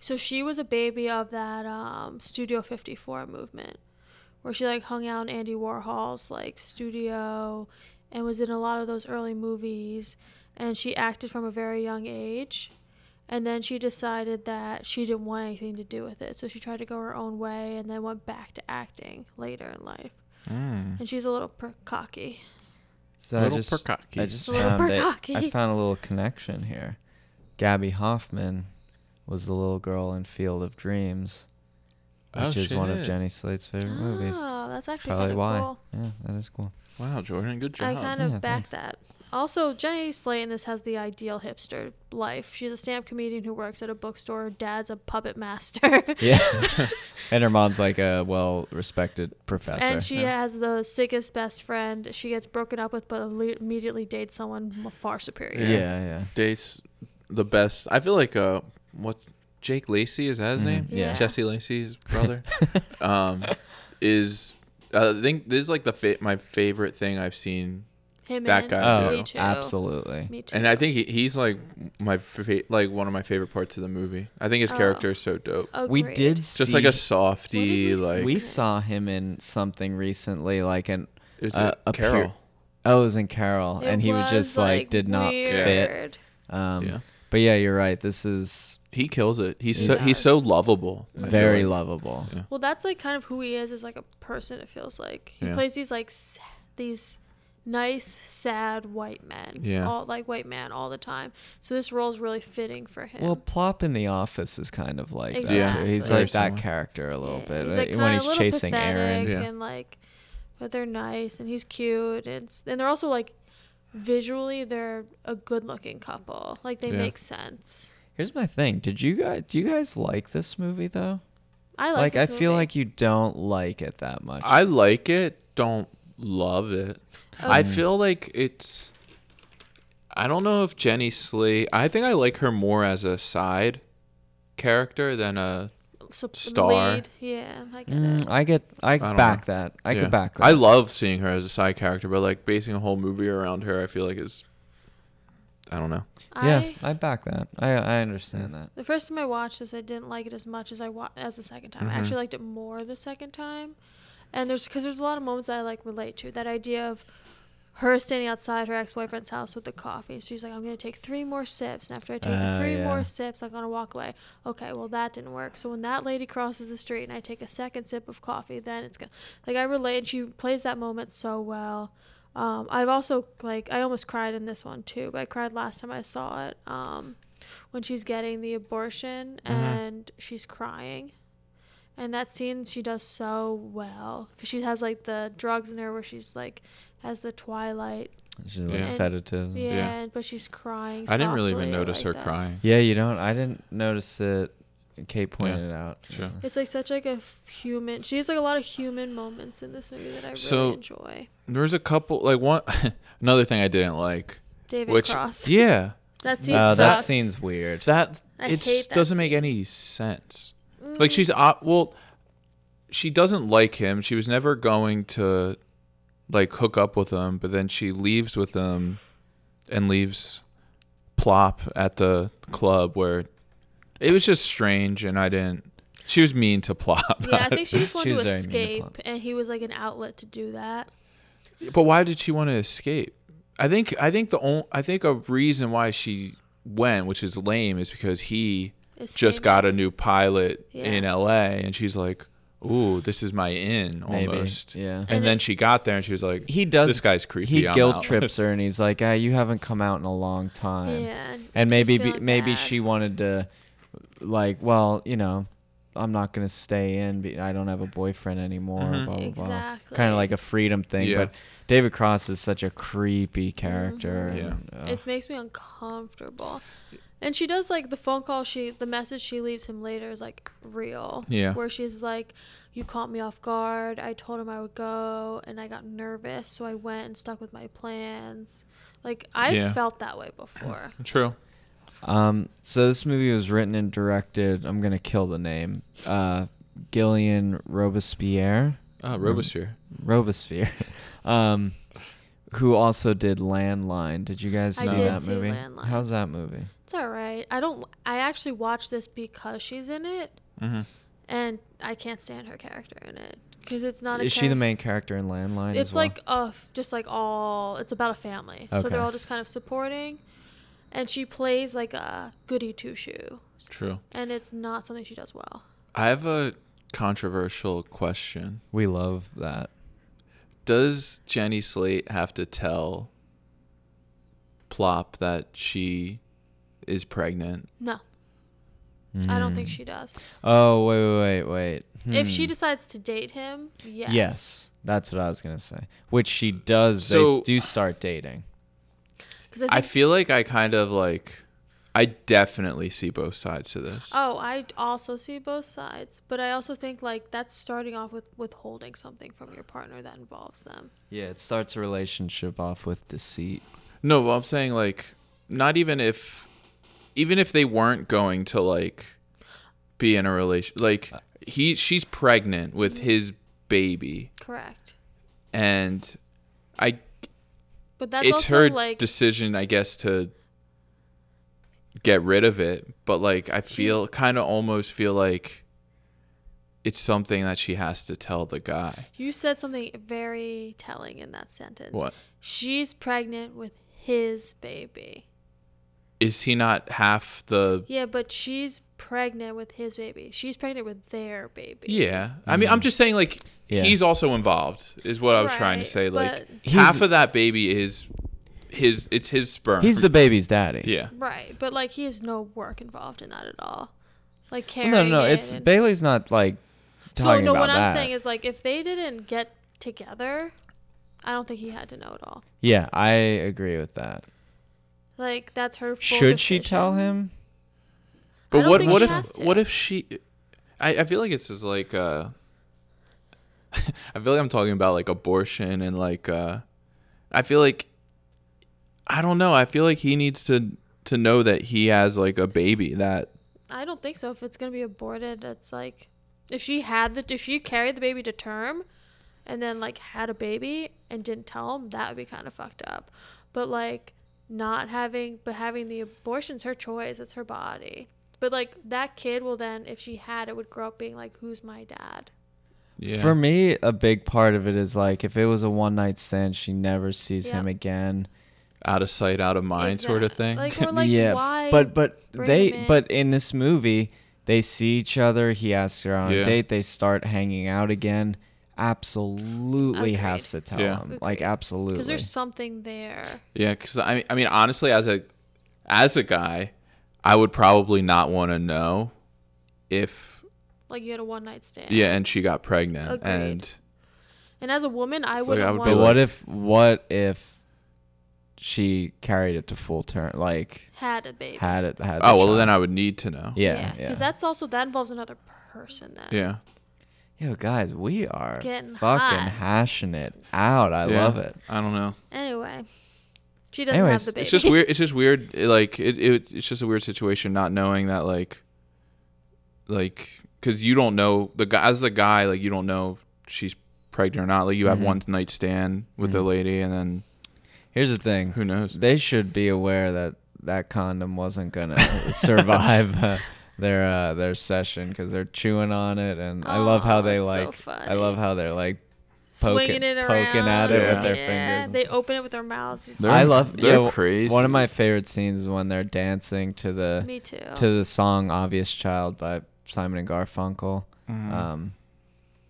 B: so she was a baby of that um, Studio 54 movement where she like hung out in Andy Warhol's like studio and was in a lot of those early movies and she acted from a very young age and then she decided that she didn't want anything to do with it so she tried to go her own way and then went back to acting later in life
C: Mm.
B: and she's a little per- cocky
A: So I
C: Little
A: just,
C: Perkaki.
A: I just
B: Little
A: found it- I
B: Perkaki.
A: found a little connection here. Gabby Hoffman was the little girl in Field of Dreams,
C: Oh,
A: which is one of
C: shit.
A: Jenny Slate's favorite movies.
B: oh that's actually kind
A: Probably
B: of
A: why.
B: cool
A: Yeah, that is cool.
C: Wow, Jordan, good
B: I
C: job.
B: kind of
A: Yeah,
B: back
A: thanks.
B: that. Also, Jenny Slayton, this has the ideal hipster life. She's a stand-up comedian who works at a bookstore. Her Dad's a puppet
A: [laughs]
B: master. [laughs]
A: Yeah. and her mom's like a well-respected professor.
B: and she
C: yeah.
B: has the sickest best friend. She gets broken up with, but le- immediately dates someone m- far superior.
A: yeah, yeah.
C: Dates the best. I feel like uh, what Jake Lacey is that his
A: Mhm,
C: name?
A: yeah.
C: Jesse
B: [laughs]
C: Lacey's brother. um, is I think this is like the fa- my favorite thing I've seen,
B: Him
C: That
B: and
C: guy,
A: oh,
B: Me too.
A: absolutely.
B: Me too.
C: and I think he, he's like my fa- like one of my favorite parts of the movie. I think his
B: Oh.
C: character is so dope.
A: We
B: Agreed.
A: did
C: Just like a
A: see-
C: softy,
B: What did we
C: like
A: we
B: Okay.
A: saw him in something recently, like an
C: it's
A: uh,
C: a,
A: a pure-
C: Carol.
A: oh, it was in Carol,
B: It
A: and he was just like, did not fit.
B: weird.
A: Um,
C: Yeah.
A: But yeah, you're right. This is
C: He kills it. He's
A: He
C: so, he's
B: does.
C: so lovable. I feel
A: very
C: like.
A: lovable.
C: Yeah.
B: Well, that's like kind of who he is as like a person. It feels like he
C: Yeah.
B: plays these like s- these nice, sad white men.
C: Yeah.
B: all like white man all the time. So this role's really fitting for him.
A: Well, Plop in the office is kind of like that too.
B: Exactly.
A: He's
B: Yeah.
A: like that
C: Very
A: character a little
B: Yeah,
A: bit
B: He's
A: uh,
B: like
A: when
B: kind of a
A: he's
B: little
A: chasing Aaron.
B: pathetic
C: Yeah.
B: and like, but they're nice and he's cute and s- and they're also like visually they're a good looking couple. Like they
C: Yeah.
B: make sense.
A: Here's my thing. Did you guys do you guys like this movie though?
B: I like.
A: Like,
B: this
A: I feel
B: movie.
A: like you don't like it that much.
C: I like it. Don't love it.
B: Um,
C: I feel like it's. I don't know if Jenny Slee. I think I like her more as a side character than a.
B: Sup-
C: Star.
B: lead. Yeah, I get it.
A: Mm, I get I,
C: don't
A: back that. I
C: Yeah.
A: could back that.
C: I love seeing her as a side character, but like basing a whole movie around her, I feel like is. I don't know.
A: yeah,
B: I
A: I back that. I I understand that.
B: The first time I watched this, I didn't like it as much as I wa- as the second time.
A: Mm-hmm.
B: I actually liked it more the second time, and there's because there's a lot of moments that I like relate to. That idea of her standing outside her ex-boyfriend's house with the coffee. She's like, "I'm gonna take three more sips, and after I take
A: Oh,
B: three
A: yeah.
B: more sips, I'm gonna walk away." Okay, well that didn't work. So when that lady crosses the street and I take a second sip of coffee, then it's gonna like I relate. And she plays that moment so well. Um, I've also like I almost cried in this one too, but I cried last time I saw it. Um, when she's getting the abortion
C: Mm-hmm.
B: and she's crying. And that scene she does so well because she has like the drugs in her where she's like has the twilight.
A: She's like
C: Yeah.
A: sedatives. and
B: Yeah,
A: stuff.
B: and- but she's crying.
C: I didn't really even
B: softly, I
C: notice
B: like
C: her
B: that.
C: crying.
A: Yeah, you don't. I didn't notice it. Kate pointed it out.
C: Sure.
B: It's like such like a f- human. She has like a lot of human moments in this movie that I really
C: So-
B: enjoy.
C: There's a couple like one [laughs] another thing I didn't like,
B: David
C: which
B: Cross.
C: yeah,
B: That scene
A: Uh,
B: sucks.
A: that scene's weird.
C: that
B: I
C: it
B: hate that
C: doesn't make
B: scene. Mm.
C: any sense. Like she's uh, well, she doesn't like him. She was never going to like hook up with him, but then she leaves with him and leaves Plop at the club where it was just strange, and I didn't. She was mean to Plop,
B: Yeah,
C: [laughs]
B: I think
A: [laughs]
B: she just wanted
A: She's
B: to
A: very mean to
B: escape,
A: Plum.
B: and he was like an outlet to do that.
C: but why did she want to escape? I think I think the only I think a reason why she went, which is lame, is because he
B: It's
C: just got a
B: famous.
C: new pilot
B: Yeah.
C: in LA and she's like, Ooh, this is my in
A: Maybe,
C: almost.
A: yeah.
C: And,
B: And
C: then
B: it-
C: she got there and she was like,
A: He does.
C: This guy's creepy.
A: He
C: I'm
A: guilt
C: out."
A: trips her, and he's like, ah, "You haven't come out in a long time."
B: Yeah, and
A: and
B: she's
A: maybe be,
B: feeling
A: maybe
B: bad.
A: she wanted to, like, well, you know, I'm not gonna stay in. Be, I don't have a boyfriend anymore. Blah blah blah. Kind
B: Exactly.
A: of uh, like a freedom thing.
C: Mm-hmm. Yeah.
A: But David Cross is such a creepy character.
B: Mm-hmm.
C: Yeah.
A: and, uh,
B: it makes me uncomfortable. And she does like the phone call she the message she leaves him later is like real.
C: Yeah.
B: Where she's like, You caught me off guard, I told him I would go and I got nervous, so I went and stuck with my plans. Like I
C: Yeah.
B: felt that way
A: [laughs]
B: before.
C: [laughs] True.
A: Um, so this movie was written and directed. I'm gonna kill the name. Uh, Gillian Robespierre.
C: Ah, Uh Robosphere.
A: Robosphere. [laughs] um, who also did Landline. Did you guys
B: I
A: see
C: did
A: that
B: see
A: movie?
B: Landline.
A: How's that movie?
B: It's all right. I don't. I actually watched this because she's in it,
C: Mm-hmm.
B: and I can't stand her character in it because it's not. A
A: Is she the
B: charac-
A: main character in Landline?
B: It's
A: as well?
B: like uh, just like all. It's about a family, so
A: Okay.
B: they're all just kind of supporting, and she plays like a goody two shoe,
C: True.
B: and it's not something she does well.
C: I have a controversial question.
A: we love that.
C: Does Jenny Slate have to tell Plop that she is pregnant?
B: No, I don't think
A: Mm.
B: she does.
A: Oh wait wait wait wait.
B: If she
A: Hmm.
B: decides to date him, yes.
A: yes. that's what I was gonna say. Which she does.
C: So-
A: they do start dating.
B: Because I,
C: I
B: think,
C: feel like I kind of like I definitely see both sides to this.
B: Oh, I also see both sides, but I also think like that's starting off with withholding something from your partner that involves them.
A: Yeah, it starts a relationship off with deceit.
C: No, but I'm saying like not even if even if they weren't going to like be in a relation like
B: Uh,
C: he she's pregnant
B: Mm-hmm.
C: with his baby
B: Correct.
C: and I
B: But that's
C: it's
B: also
C: her
B: like
C: decision I guess to get rid of it, but like I feel kind of almost feel like it's something that she has to tell the guy.
B: you said something very telling in that sentence.
C: What?
B: She's pregnant with his baby.
C: Is he not half the
B: Yeah, but she's pregnant with his baby. She's pregnant with their baby.
C: Yeah. I mean, I'm just saying, like,
A: Mm-hmm. Yeah.
C: he's also involved, is what I was trying to
B: Right,
C: say. Like,
B: but-
C: half
A: He's-
C: of that baby is his, it's his sperm.
A: He's the baby's daddy.
C: yeah.
B: Right, but like he has no work involved in that at all. Like
A: Well,
B: carrying
A: no, no,
B: it
A: it's
B: and-
A: Bailey's not like
B: So
A: talking
B: no,
A: about
B: what
A: that.
B: I'm saying is like if they didn't get together, I don't think he had to know at all.
A: yeah, I agree with that.
B: Like that's her. Full
A: Should she tell
B: decision.
A: him?
C: But
B: don't
C: what,
B: think
C: what
B: she
C: if,
B: has to.
C: what if she, I, I feel like it's just like, uh, [laughs] I feel like I'm talking about like abortion and like, uh, I feel like, I don't know. I feel like he needs to, to know that he has like a baby that,
B: I don't think so. If it's gonna be aborted, it's like if she had the if she carried the baby to term, and then like had a baby and didn't tell him, that would be kind of fucked up. But like not having but having the abortion's her choice. It's her body. But like that kid will then, if she had, it would grow up being like, "Who's my dad?"
C: yeah.
A: For me, a big part of it is like if it was a one night stand, she never sees
B: Yeah.
A: him again.
C: out of sight, out of mind sort of
B: Exact-
C: thing.
B: Like
C: [laughs]
B: or like
A: yeah,
B: why?
A: but but
B: bring
A: they
B: him in?
A: but in this movie, they see each other. He asks her on
C: Yeah.
A: a date. They start hanging out again. Absolutely has to tell
C: Yeah.
A: him. Like
B: Agreed.
A: absolutely.
B: because there's something there.
C: Yeah, because I, I mean, honestly, as a as a guy, I would probably not want to know if
B: Like you had a one night stand.
C: yeah, and she got pregnant,
B: Agreed.
C: and
B: And as a woman, I wouldn't
C: I would be
A: But
B: want
A: what
C: like-
A: if what if she carried it to full turn? Like
B: had a baby.
A: had it had.
C: oh well, then I would need to know.
A: yeah yeah.
B: Because that's also that involves another person then.
C: yeah,
A: Yo guys, we are
B: Getting
A: fucking
B: hot.
A: hashing it out. I
C: Yeah.
A: love it.
C: I don't know.
B: Anyway, she doesn't
A: Anyways,
B: have the baby.
C: It's just weird. It's just weird. it, Like it, it, it's just a weird situation, not knowing that like, like, because you don't know the guy as the guy, like you don't know if she's pregnant or not. Like you have
A: Mhm.
C: one night stand with the
A: Mhm.
C: lady, and then
A: Here's the thing.
C: who knows?
A: They should be aware that that condom wasn't gonna
B: [laughs]
A: survive uh, their uh, their session because they're chewing on it, and I love how
B: Aw,
A: they
B: it's so
A: like. I love
B: funny.
A: how they're like.
B: [laughs] Swinging it around,
A: poking at
C: it with
B: yeah.
C: their
B: yeah,
A: fingers.
B: They open it with their mouths. It's
C: They're-
A: I love.
C: they're
A: yo,
C: crazy.
A: One of my favorite scenes is when they're dancing to the
B: me too.
A: to the song "Obvious Child" by Simon and Garfunkel.
C: Mm-hmm.
A: Um,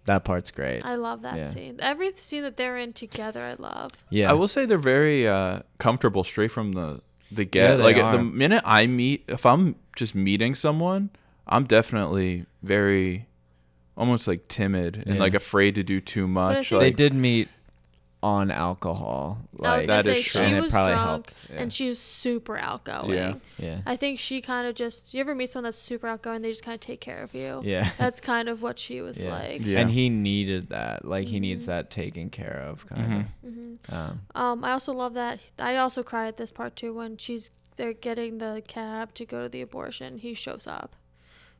A: that part's great.
B: I love that
A: Yeah.
B: scene. Every scene that they're in together, I love.
A: yeah,
C: I will say they're very uh, comfortable straight from the the
A: Yeah,
C: get.
A: they
C: like
A: are.
C: the minute I meet, if I'm just meeting someone, I'm definitely very almost like timid and
A: Yeah.
C: like afraid to do too
B: I
C: much.
B: think-
A: they
C: Like,
A: did meet on alcohol. Like
B: I was
C: gonna
B: gonna
C: that
B: say
C: is true.
B: she
A: and it
B: was
A: probably
B: drunk
A: helped. Yeah.
B: and she was super outgoing.
C: Yeah.
A: yeah.
B: I think she kind of just. You ever meet someone that's super outgoing? They just kind of take care of you.
A: Yeah.
B: That's kind of what she was
A: Yeah.
B: like. Mm-hmm.
C: Yeah.
A: And he needed that. Like he needs that taken care of
C: Mm-hmm.
A: kind of. Um,
B: Um, I also love that. I also cry at this part too when she's they're getting the cab to go to the abortion. He shows up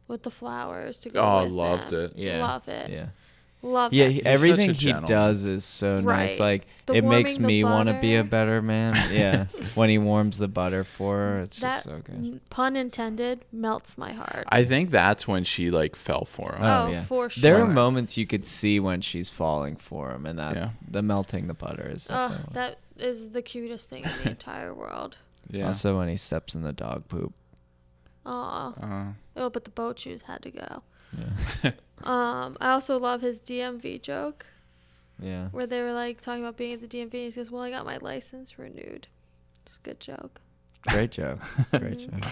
B: with the flowers to go.
C: Oh, I
B: with
C: loved
B: them.
C: it.
A: Yeah.
B: Love it.
A: yeah.
B: Love
A: yeah,
B: that
A: he,
C: such a
A: everying he
C: gentleman.
A: does is so nice.
B: Right.
A: Like
B: The
A: it makes
B: warming the
A: me want to be a better
B: butter. [laughs]
A: man. Yeah, when he warms the butter for her, it's just
B: that
A: so good.
B: pun intended melts my heart.
C: I think that's when she like fell for him.
B: Oh, for
A: There are
B: sure.
A: moments you could see when she's falling for him, and that's
C: Yeah.
A: the melting the butter is
B: Ugh,
A: definitely.
B: that is the cutest thing in the entire world.
C: yeah.
A: Also, when he steps in the dog poop.
B: Aw.
C: Uh,
B: Oh, but the boat shoes had to go.
A: Yeah.
B: Um, I also love his DMV joke [laughs]
A: yeah.
B: where they were like talking about being at the DMV. And he goes, "Well, I got my license renewed." Just good joke.
A: Great joke.
B: [laughs]
A: Great joke.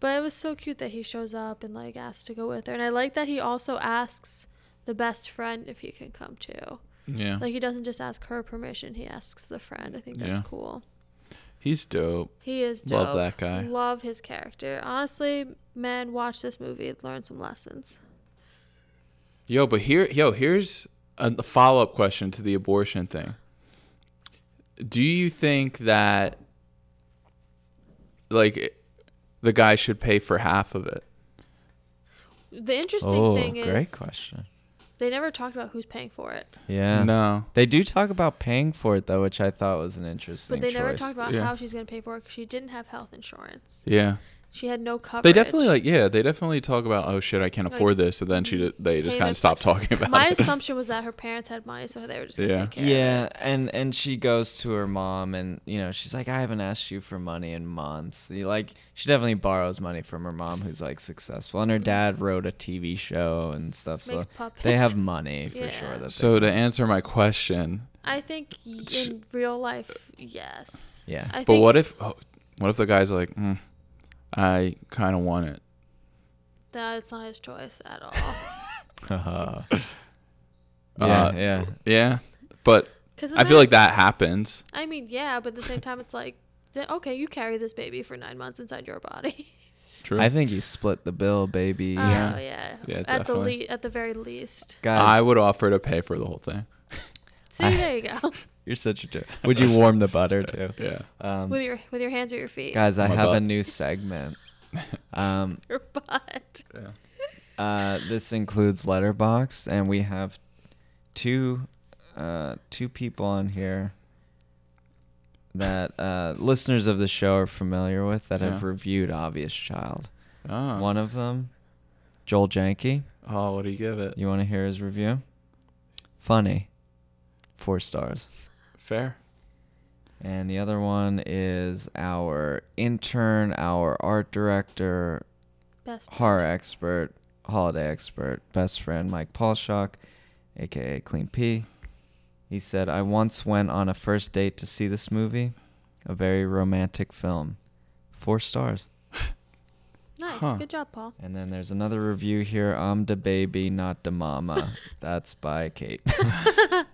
B: But it was so cute that he shows up and like asks to go with her, and I like that he also asks the best friend if he can come too.
C: yeah.
B: Like he doesn't just ask her permission; he asks the friend. I think that's
C: Yeah.
B: cool.
C: He's dope.
B: He is dope.
C: Love that guy.
B: Love his character. Honestly, men, watch this movie. Learn some lessons.
C: Yo, but here, yo, here's a follow up question to the abortion thing. Do you think that, like, the guy should pay for half of it?
B: The interesting
A: Oh,
B: thing is
A: great question.
B: they never talked about who's paying for it.
A: Yeah.
C: No.
A: They do talk about paying for it though, which I thought was an interesting
B: But they
A: choice.
B: never talked about
C: Yeah.
B: how she's going to pay for it because she didn't have health insurance.
C: Yeah.
B: She had no coverage.
C: They definitely like [laughs] yeah. They definitely talk about oh shit I can't
B: Like,
C: afford this. So then she ju- they just
B: pay
C: kind
B: the-
C: of stop talking about [laughs]
B: My
C: it.
B: assumption was that her parents had money, so they were just going to
C: Yeah.
B: take care. Of
A: yeah,
B: it.
A: and and she goes to her mom, and you know she's like, I haven't asked you for money in months. You- Like she definitely borrows money from her mom, who's like successful, and her dad wrote a TV show and stuff. So
B: Mm-hmm. Makes
A: they
B: puppets.
A: have
B: [laughs]
A: money for
B: Yeah.
A: sure. That
C: So to answer my question,
B: I think y-
C: Sh-
B: in real life, yes. [laughs]
A: Yeah.
B: I
C: but
B: think
C: what if oh, what if the guy's like, mm, I kind of want it.
B: that's not his choice
C: [laughs]
B: at all? [laughs]
A: they, yeah,
C: Uh,
A: [laughs] yeah.
C: Yeah, but
B: 'Cause
C: I feel
B: imagine-
C: like that happens.
B: I mean, yeah, but at the same time, it's like, then, okay, you carry this baby for nine months inside your body.
C: True.
A: I think you split the bill, baby.
B: Oh, yeah.
C: [laughs] Yeah,
B: at the
C: definitely.
B: le- at the very least.
A: Guys,
C: I would offer to pay for the whole thing.
B: See, there you
C: [laughs]
B: go.
A: you're such a jerk. Would you warm the [laughs] butter too?
C: Yeah.
A: Um,
B: with your with your hands or your feet.
A: guys, I
C: My
A: have a
C: butt.
A: new segment. Um,
B: Your butt.
A: Uh, this includes Letterbox, and we have two uh, two people on here that uh, listeners of the show are familiar with that have
C: Yeah.
A: reviewed Obvious Child.
C: Oh.
A: One of them, Joel Janke.
C: Oh, what do you give it?
A: You want to hear his review? Funny, four stars.
C: Fair.
A: And the other one is our intern, our art director,
B: Best.
A: horror expert, holiday expert, best friend Mike Paulshock, aka Clean P. He said, I once went on a first date to see this movie, a very romantic film. Four stars.
B: Nice.
C: Huh.
B: Good job, Paul.
A: And then there's another review here I'm the baby, not the mama. That's
B: [laughs]
A: by Kate.
C: [laughs]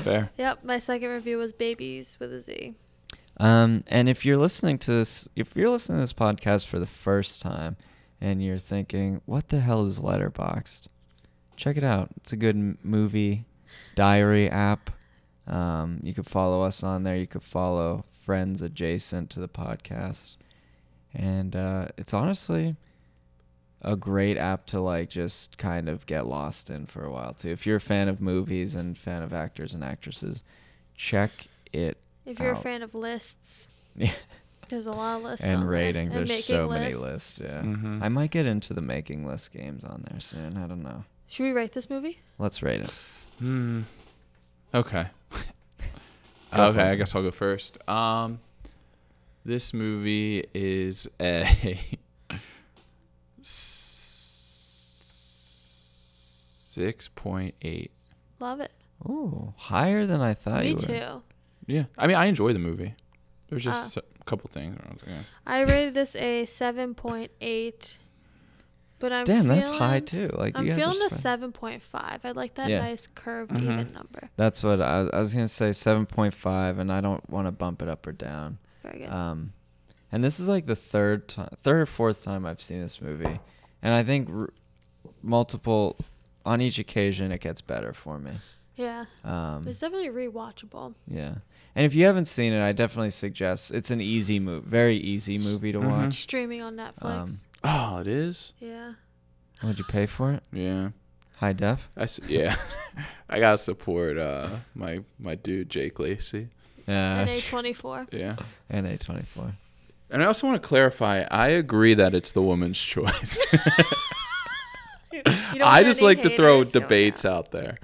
C: Fair.
B: Yep, my second review was babies with a Z.
A: Um, and if you're listening to this, if you're listening to this podcast for the first time and you're thinking, what the hell is Letterboxd? Check it out. It's a good m- movie diary app. Um, you could follow us on there. You could follow friends adjacent to the podcast. And uh, it's honestly a great app to like just kind of get lost in for a while too. If you're a fan of movies and fan of actors and actresses, check it
B: If you're
A: Out.
B: a fan of lists,
A: [laughs] yeah.
B: there's a lot of lists. on
A: and
B: there.
A: ratings.
B: And
A: There's
B: making
A: so many lists. Yeah.
C: Mhm.
A: I might get into the making list games on there soon. I don't know.
B: Should we rate this movie?
A: Let's rate it.
C: Hmm. Okay.
A: Go for
C: okay,
A: it.
C: I guess I'll [laughs] go first. Um, this movie is a [laughs] six point eight.
B: Love it.
A: Ooh, higher than I thought
B: Me
A: you
B: too.
A: would.
C: Yeah, I mean, I enjoy the movie. There's just
B: Ah.
C: a couple things. where I was like, eh.
B: I rated this a 7.8, but I'm
A: Damn,
B: feeling,
A: that's high too. Like
B: I'm
A: you guys
B: feeling
A: are
B: a
A: spread-
B: 7.5. I like that
A: Yeah. Mm-hmm.
B: nice curved
C: Mhm.
B: even number.
A: That's what I, I was gonna say. Seven point five, and I don't want to bump it up or down.
B: Very good.
A: Um, and this is like the third time, third or fourth time I've seen this movie, and I think r- multiple on each occasion it gets better for me.
B: yeah,
A: Um,
B: it's definitely rewatchable.
A: Yeah. And if you haven't seen it, I definitely suggest it's an easy movie, very easy movie to
C: Mhm.
A: watch. Um,
B: Streaming on Netflix.
C: Oh, it is.
B: yeah.
A: Would you pay for it?
C: Yeah.
A: High def.
C: I s- yeah, [laughs] I gotta support uh, my my dude Jake Lacey.
A: Yeah. [laughs]
B: NA24.
C: Yeah,
A: NA twenty four.
C: and I also want to clarify. I agree that it's the woman's [laughs] choice.
B: [laughs] You don't
C: I
B: want
C: just
B: any
C: like to throw
B: haters, so
C: debates
B: yeah.
C: out there.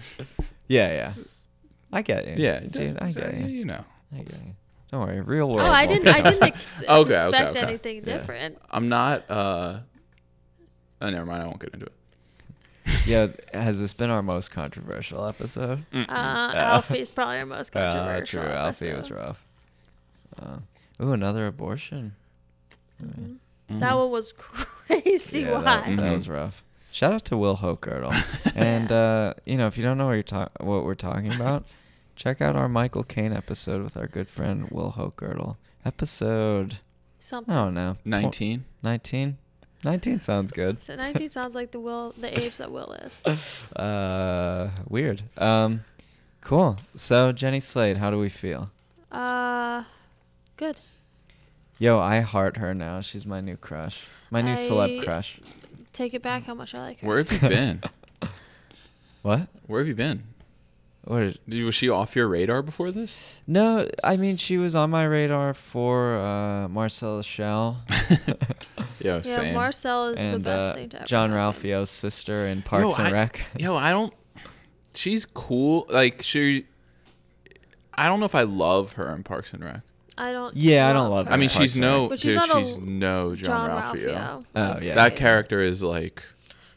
A: Yeah, yeah. I get you.
C: Yeah,
A: dude, I get you.
C: You know,
A: I get you. Don't worry, real world.
B: Oh, I
A: won't
B: didn't. I
A: count.
B: didn't
A: [laughs]
B: ex-
C: Okay, okay,
B: suspect
C: okay.
B: anything
A: Yeah.
B: different.
C: I'm not. uh Oh, never mind. I won't get into it.
A: Yeah, has this been our most controversial episode?
B: Uh,
A: Mm. Yeah.
B: Alfie's probably
A: [laughs]
B: our most
A: Uh,
B: [laughs] controversial.
A: true. Alfie was
B: episode.
A: rough. Uh, ooh, another abortion.
B: Mm-hmm. Mm. That one was [laughs] crazy
A: yeah,
B: wild.
A: That, that
C: Mhm.
A: was rough. Shout out to Will
C: [laughs]
A: Hochgirdle. and uh, you know, if you don't know what you're ta- what we're talking
C: [laughs]
A: about, check out our Michael Caine episode with our good friend Will Hochgirdle. Episode I
B: Something.
A: don't know. tw-
C: Nineteen.
A: 19? 19 sounds good.
B: So 19 sounds like the will, the age that Will is.
A: [laughs] Uh, weird. Um, cool. So Jenny Slade, how do we feel?
B: Uh, good.
A: Yo, I heart her now. She's my new crush. My new celeb
B: I-
A: crush.
B: Take it back. How much I like her.
C: Where
B: [laughs]
C: have you been?
A: [laughs] What?
C: Where have you been?
A: What? Is,
C: Did- Was she off your radar before this?
A: [laughs] no, I mean she was on my radar for uh, Marcella Shell.
C: [laughs] Yo,
B: Yeah,
C: same.
B: Marcel is the
A: and
B: best
A: uh,
B: thing to ever
A: John
B: happen.
A: Ralphio's sister in Parks
C: yo,
A: and
C: I,
A: Rec. [laughs]
C: Yo, I don't. She's cool. Like she. I don't know if I love her in Parks and Rec.
B: I don't.
A: Yeah, I don't love her.
C: I mean,
A: Parks
C: she's
A: and
C: no,
A: Rec.
B: But she's
C: dude,
B: not a
C: she's no John, Ralphio.
A: Oh, yeah.
C: That character is like,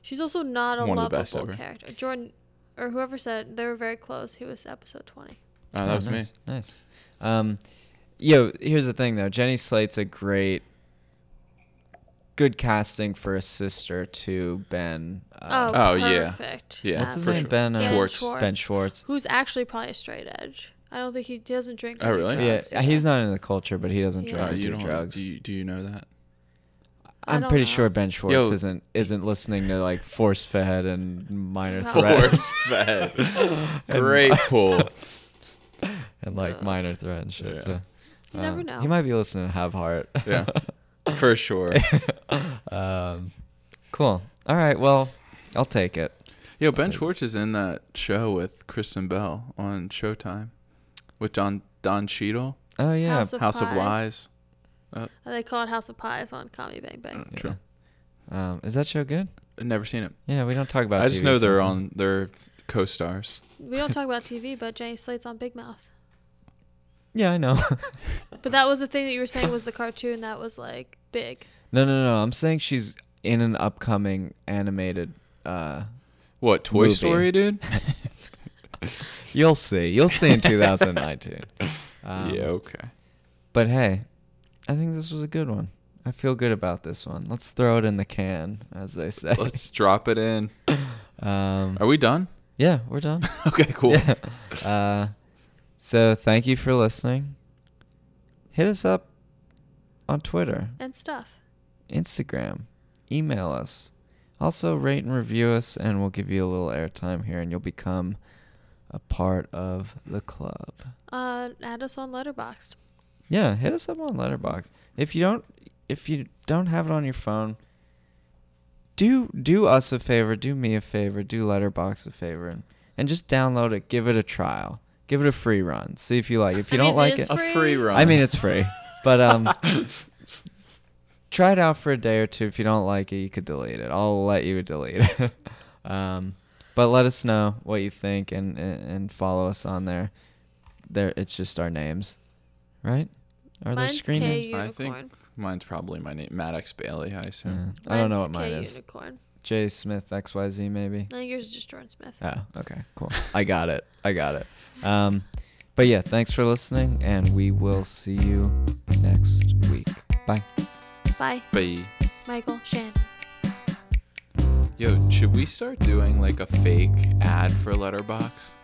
B: She's also not a
C: one of the
B: lovable
C: best ever.
B: character. Jordan or whoever said it, they were very close. He was episode 20.
C: oh, that was
A: nice,
C: me.
A: Nice. Um, yo, here's the thing though. Jenny Slate's a great, good casting for a sister to Ben.
B: Oh,
A: Uh,
C: Oh, yeah.
B: perfect.
C: Yeah,
A: what's his
C: for
A: name?
C: sure.
A: Ben, uh,
B: Ben
C: Schwartz.
B: Schwartz.
A: Ben Schwartz.
B: Who's actually probably a straight edge. I don't think he, he doesn't drink. or
C: Oh,
B: do
C: really?
A: Yeah,
B: drugs,
A: he's not in the culture, but he doesn't
B: Yeah.
A: drug
C: Uh,
A: or
C: you
A: do
C: don't.
A: drugs.
C: Do you, do you know [laughs] that?
B: I
A: I'm
B: don't
A: pretty
B: know.
A: sure Ben Schwartz
C: Yo.
A: isn't isn't listening to like force fed and minor
B: Wow.
A: threat
C: Force [laughs] fed. Great pull.
A: and like minor threat and shit.
C: Yeah.
A: So
B: You never
A: um,
B: know.
A: He might be listening to Have Heart. [laughs]
C: [laughs] Yeah, for sure.
A: um, cool. All right. Well, I'll take it.
C: Yo, Ben Schwartz is in that show with Kristen Bell on Showtime, with Don Don Cheadle,
A: Oh yeah.
B: House of
C: House of
B: Pies.
C: Lies.
B: Uh, They call it House of Pies on Comedy Bang Bang.
A: Yeah.
C: Sure.
A: Um, is that show good?
C: I've never seen it.
A: Yeah, we don't talk about.
C: I just
A: TV
C: know they're
A: so-
C: on. They're co-stars.
B: We don't talk about TV, but Jenny Slate's on Big Mouth.
A: Yeah, I
C: [laughs]
A: know. [laughs]
B: But that was the thing that you were saying was the cartoon that was like big.
A: no, no, no. I'm saying she's in an upcoming animated. Uh,
C: What Toy
A: Movie.
C: Story, dude?
A: you'll see. You'll see
C: [laughs]
A: in 2019. Um,
C: yeah. Okay.
A: But hey, I think this was a good one. I feel good about this one. Let's throw it in the can, as they say.
C: Let's drop it in.
A: Um,
C: Are we done?
A: yeah, we're done.
C: Okay. Cool.
A: Yeah. [laughs] Uh, so thank you for listening. Hit us up on Twitter.
B: And stuff.
A: Instagram, email us. Also, rate and review us, and we'll give you a little airtime here, and you'll become a part of the club.
B: Uh, add us on Letterboxd.
A: Yeah, hit us up on Letterbox. If you don't, if you don't have it on your phone, do do us a favor, do me a favor, do Letterbox a favor, and, and just download it. Give it a trial. Give it a free run. See if you like. it. If you
B: I mean,
A: don't like
B: it is
A: it,
C: a
B: Free.
C: free run.
A: I mean, it's free, but um, try it out for a day or two. If you don't like it, you could delete it. I'll let you [laughs] delete it. um, but let us know what you think and, and and follow us on there. There, it's just our names, right? Are there
B: Mine's
A: screen
B: K
A: names?
B: Unicorn.
C: I think mine's probably my name, Maddox Bailey. I assume.
A: Yeah. Uh, I don't know
B: Mine's
A: what mine
B: K
A: is.
B: Unicorn.
A: J Smith X Y Z maybe.
B: I think yours is just Jordan Smith.
A: Oh, okay, cool. I got it. I got it. Um, but yeah, thanks for listening, and we will see you next week. Bye.
B: Bye,
C: Bye.
B: Michael Shannon.
C: Yo, should we start doing like a fake ad for Letterbox?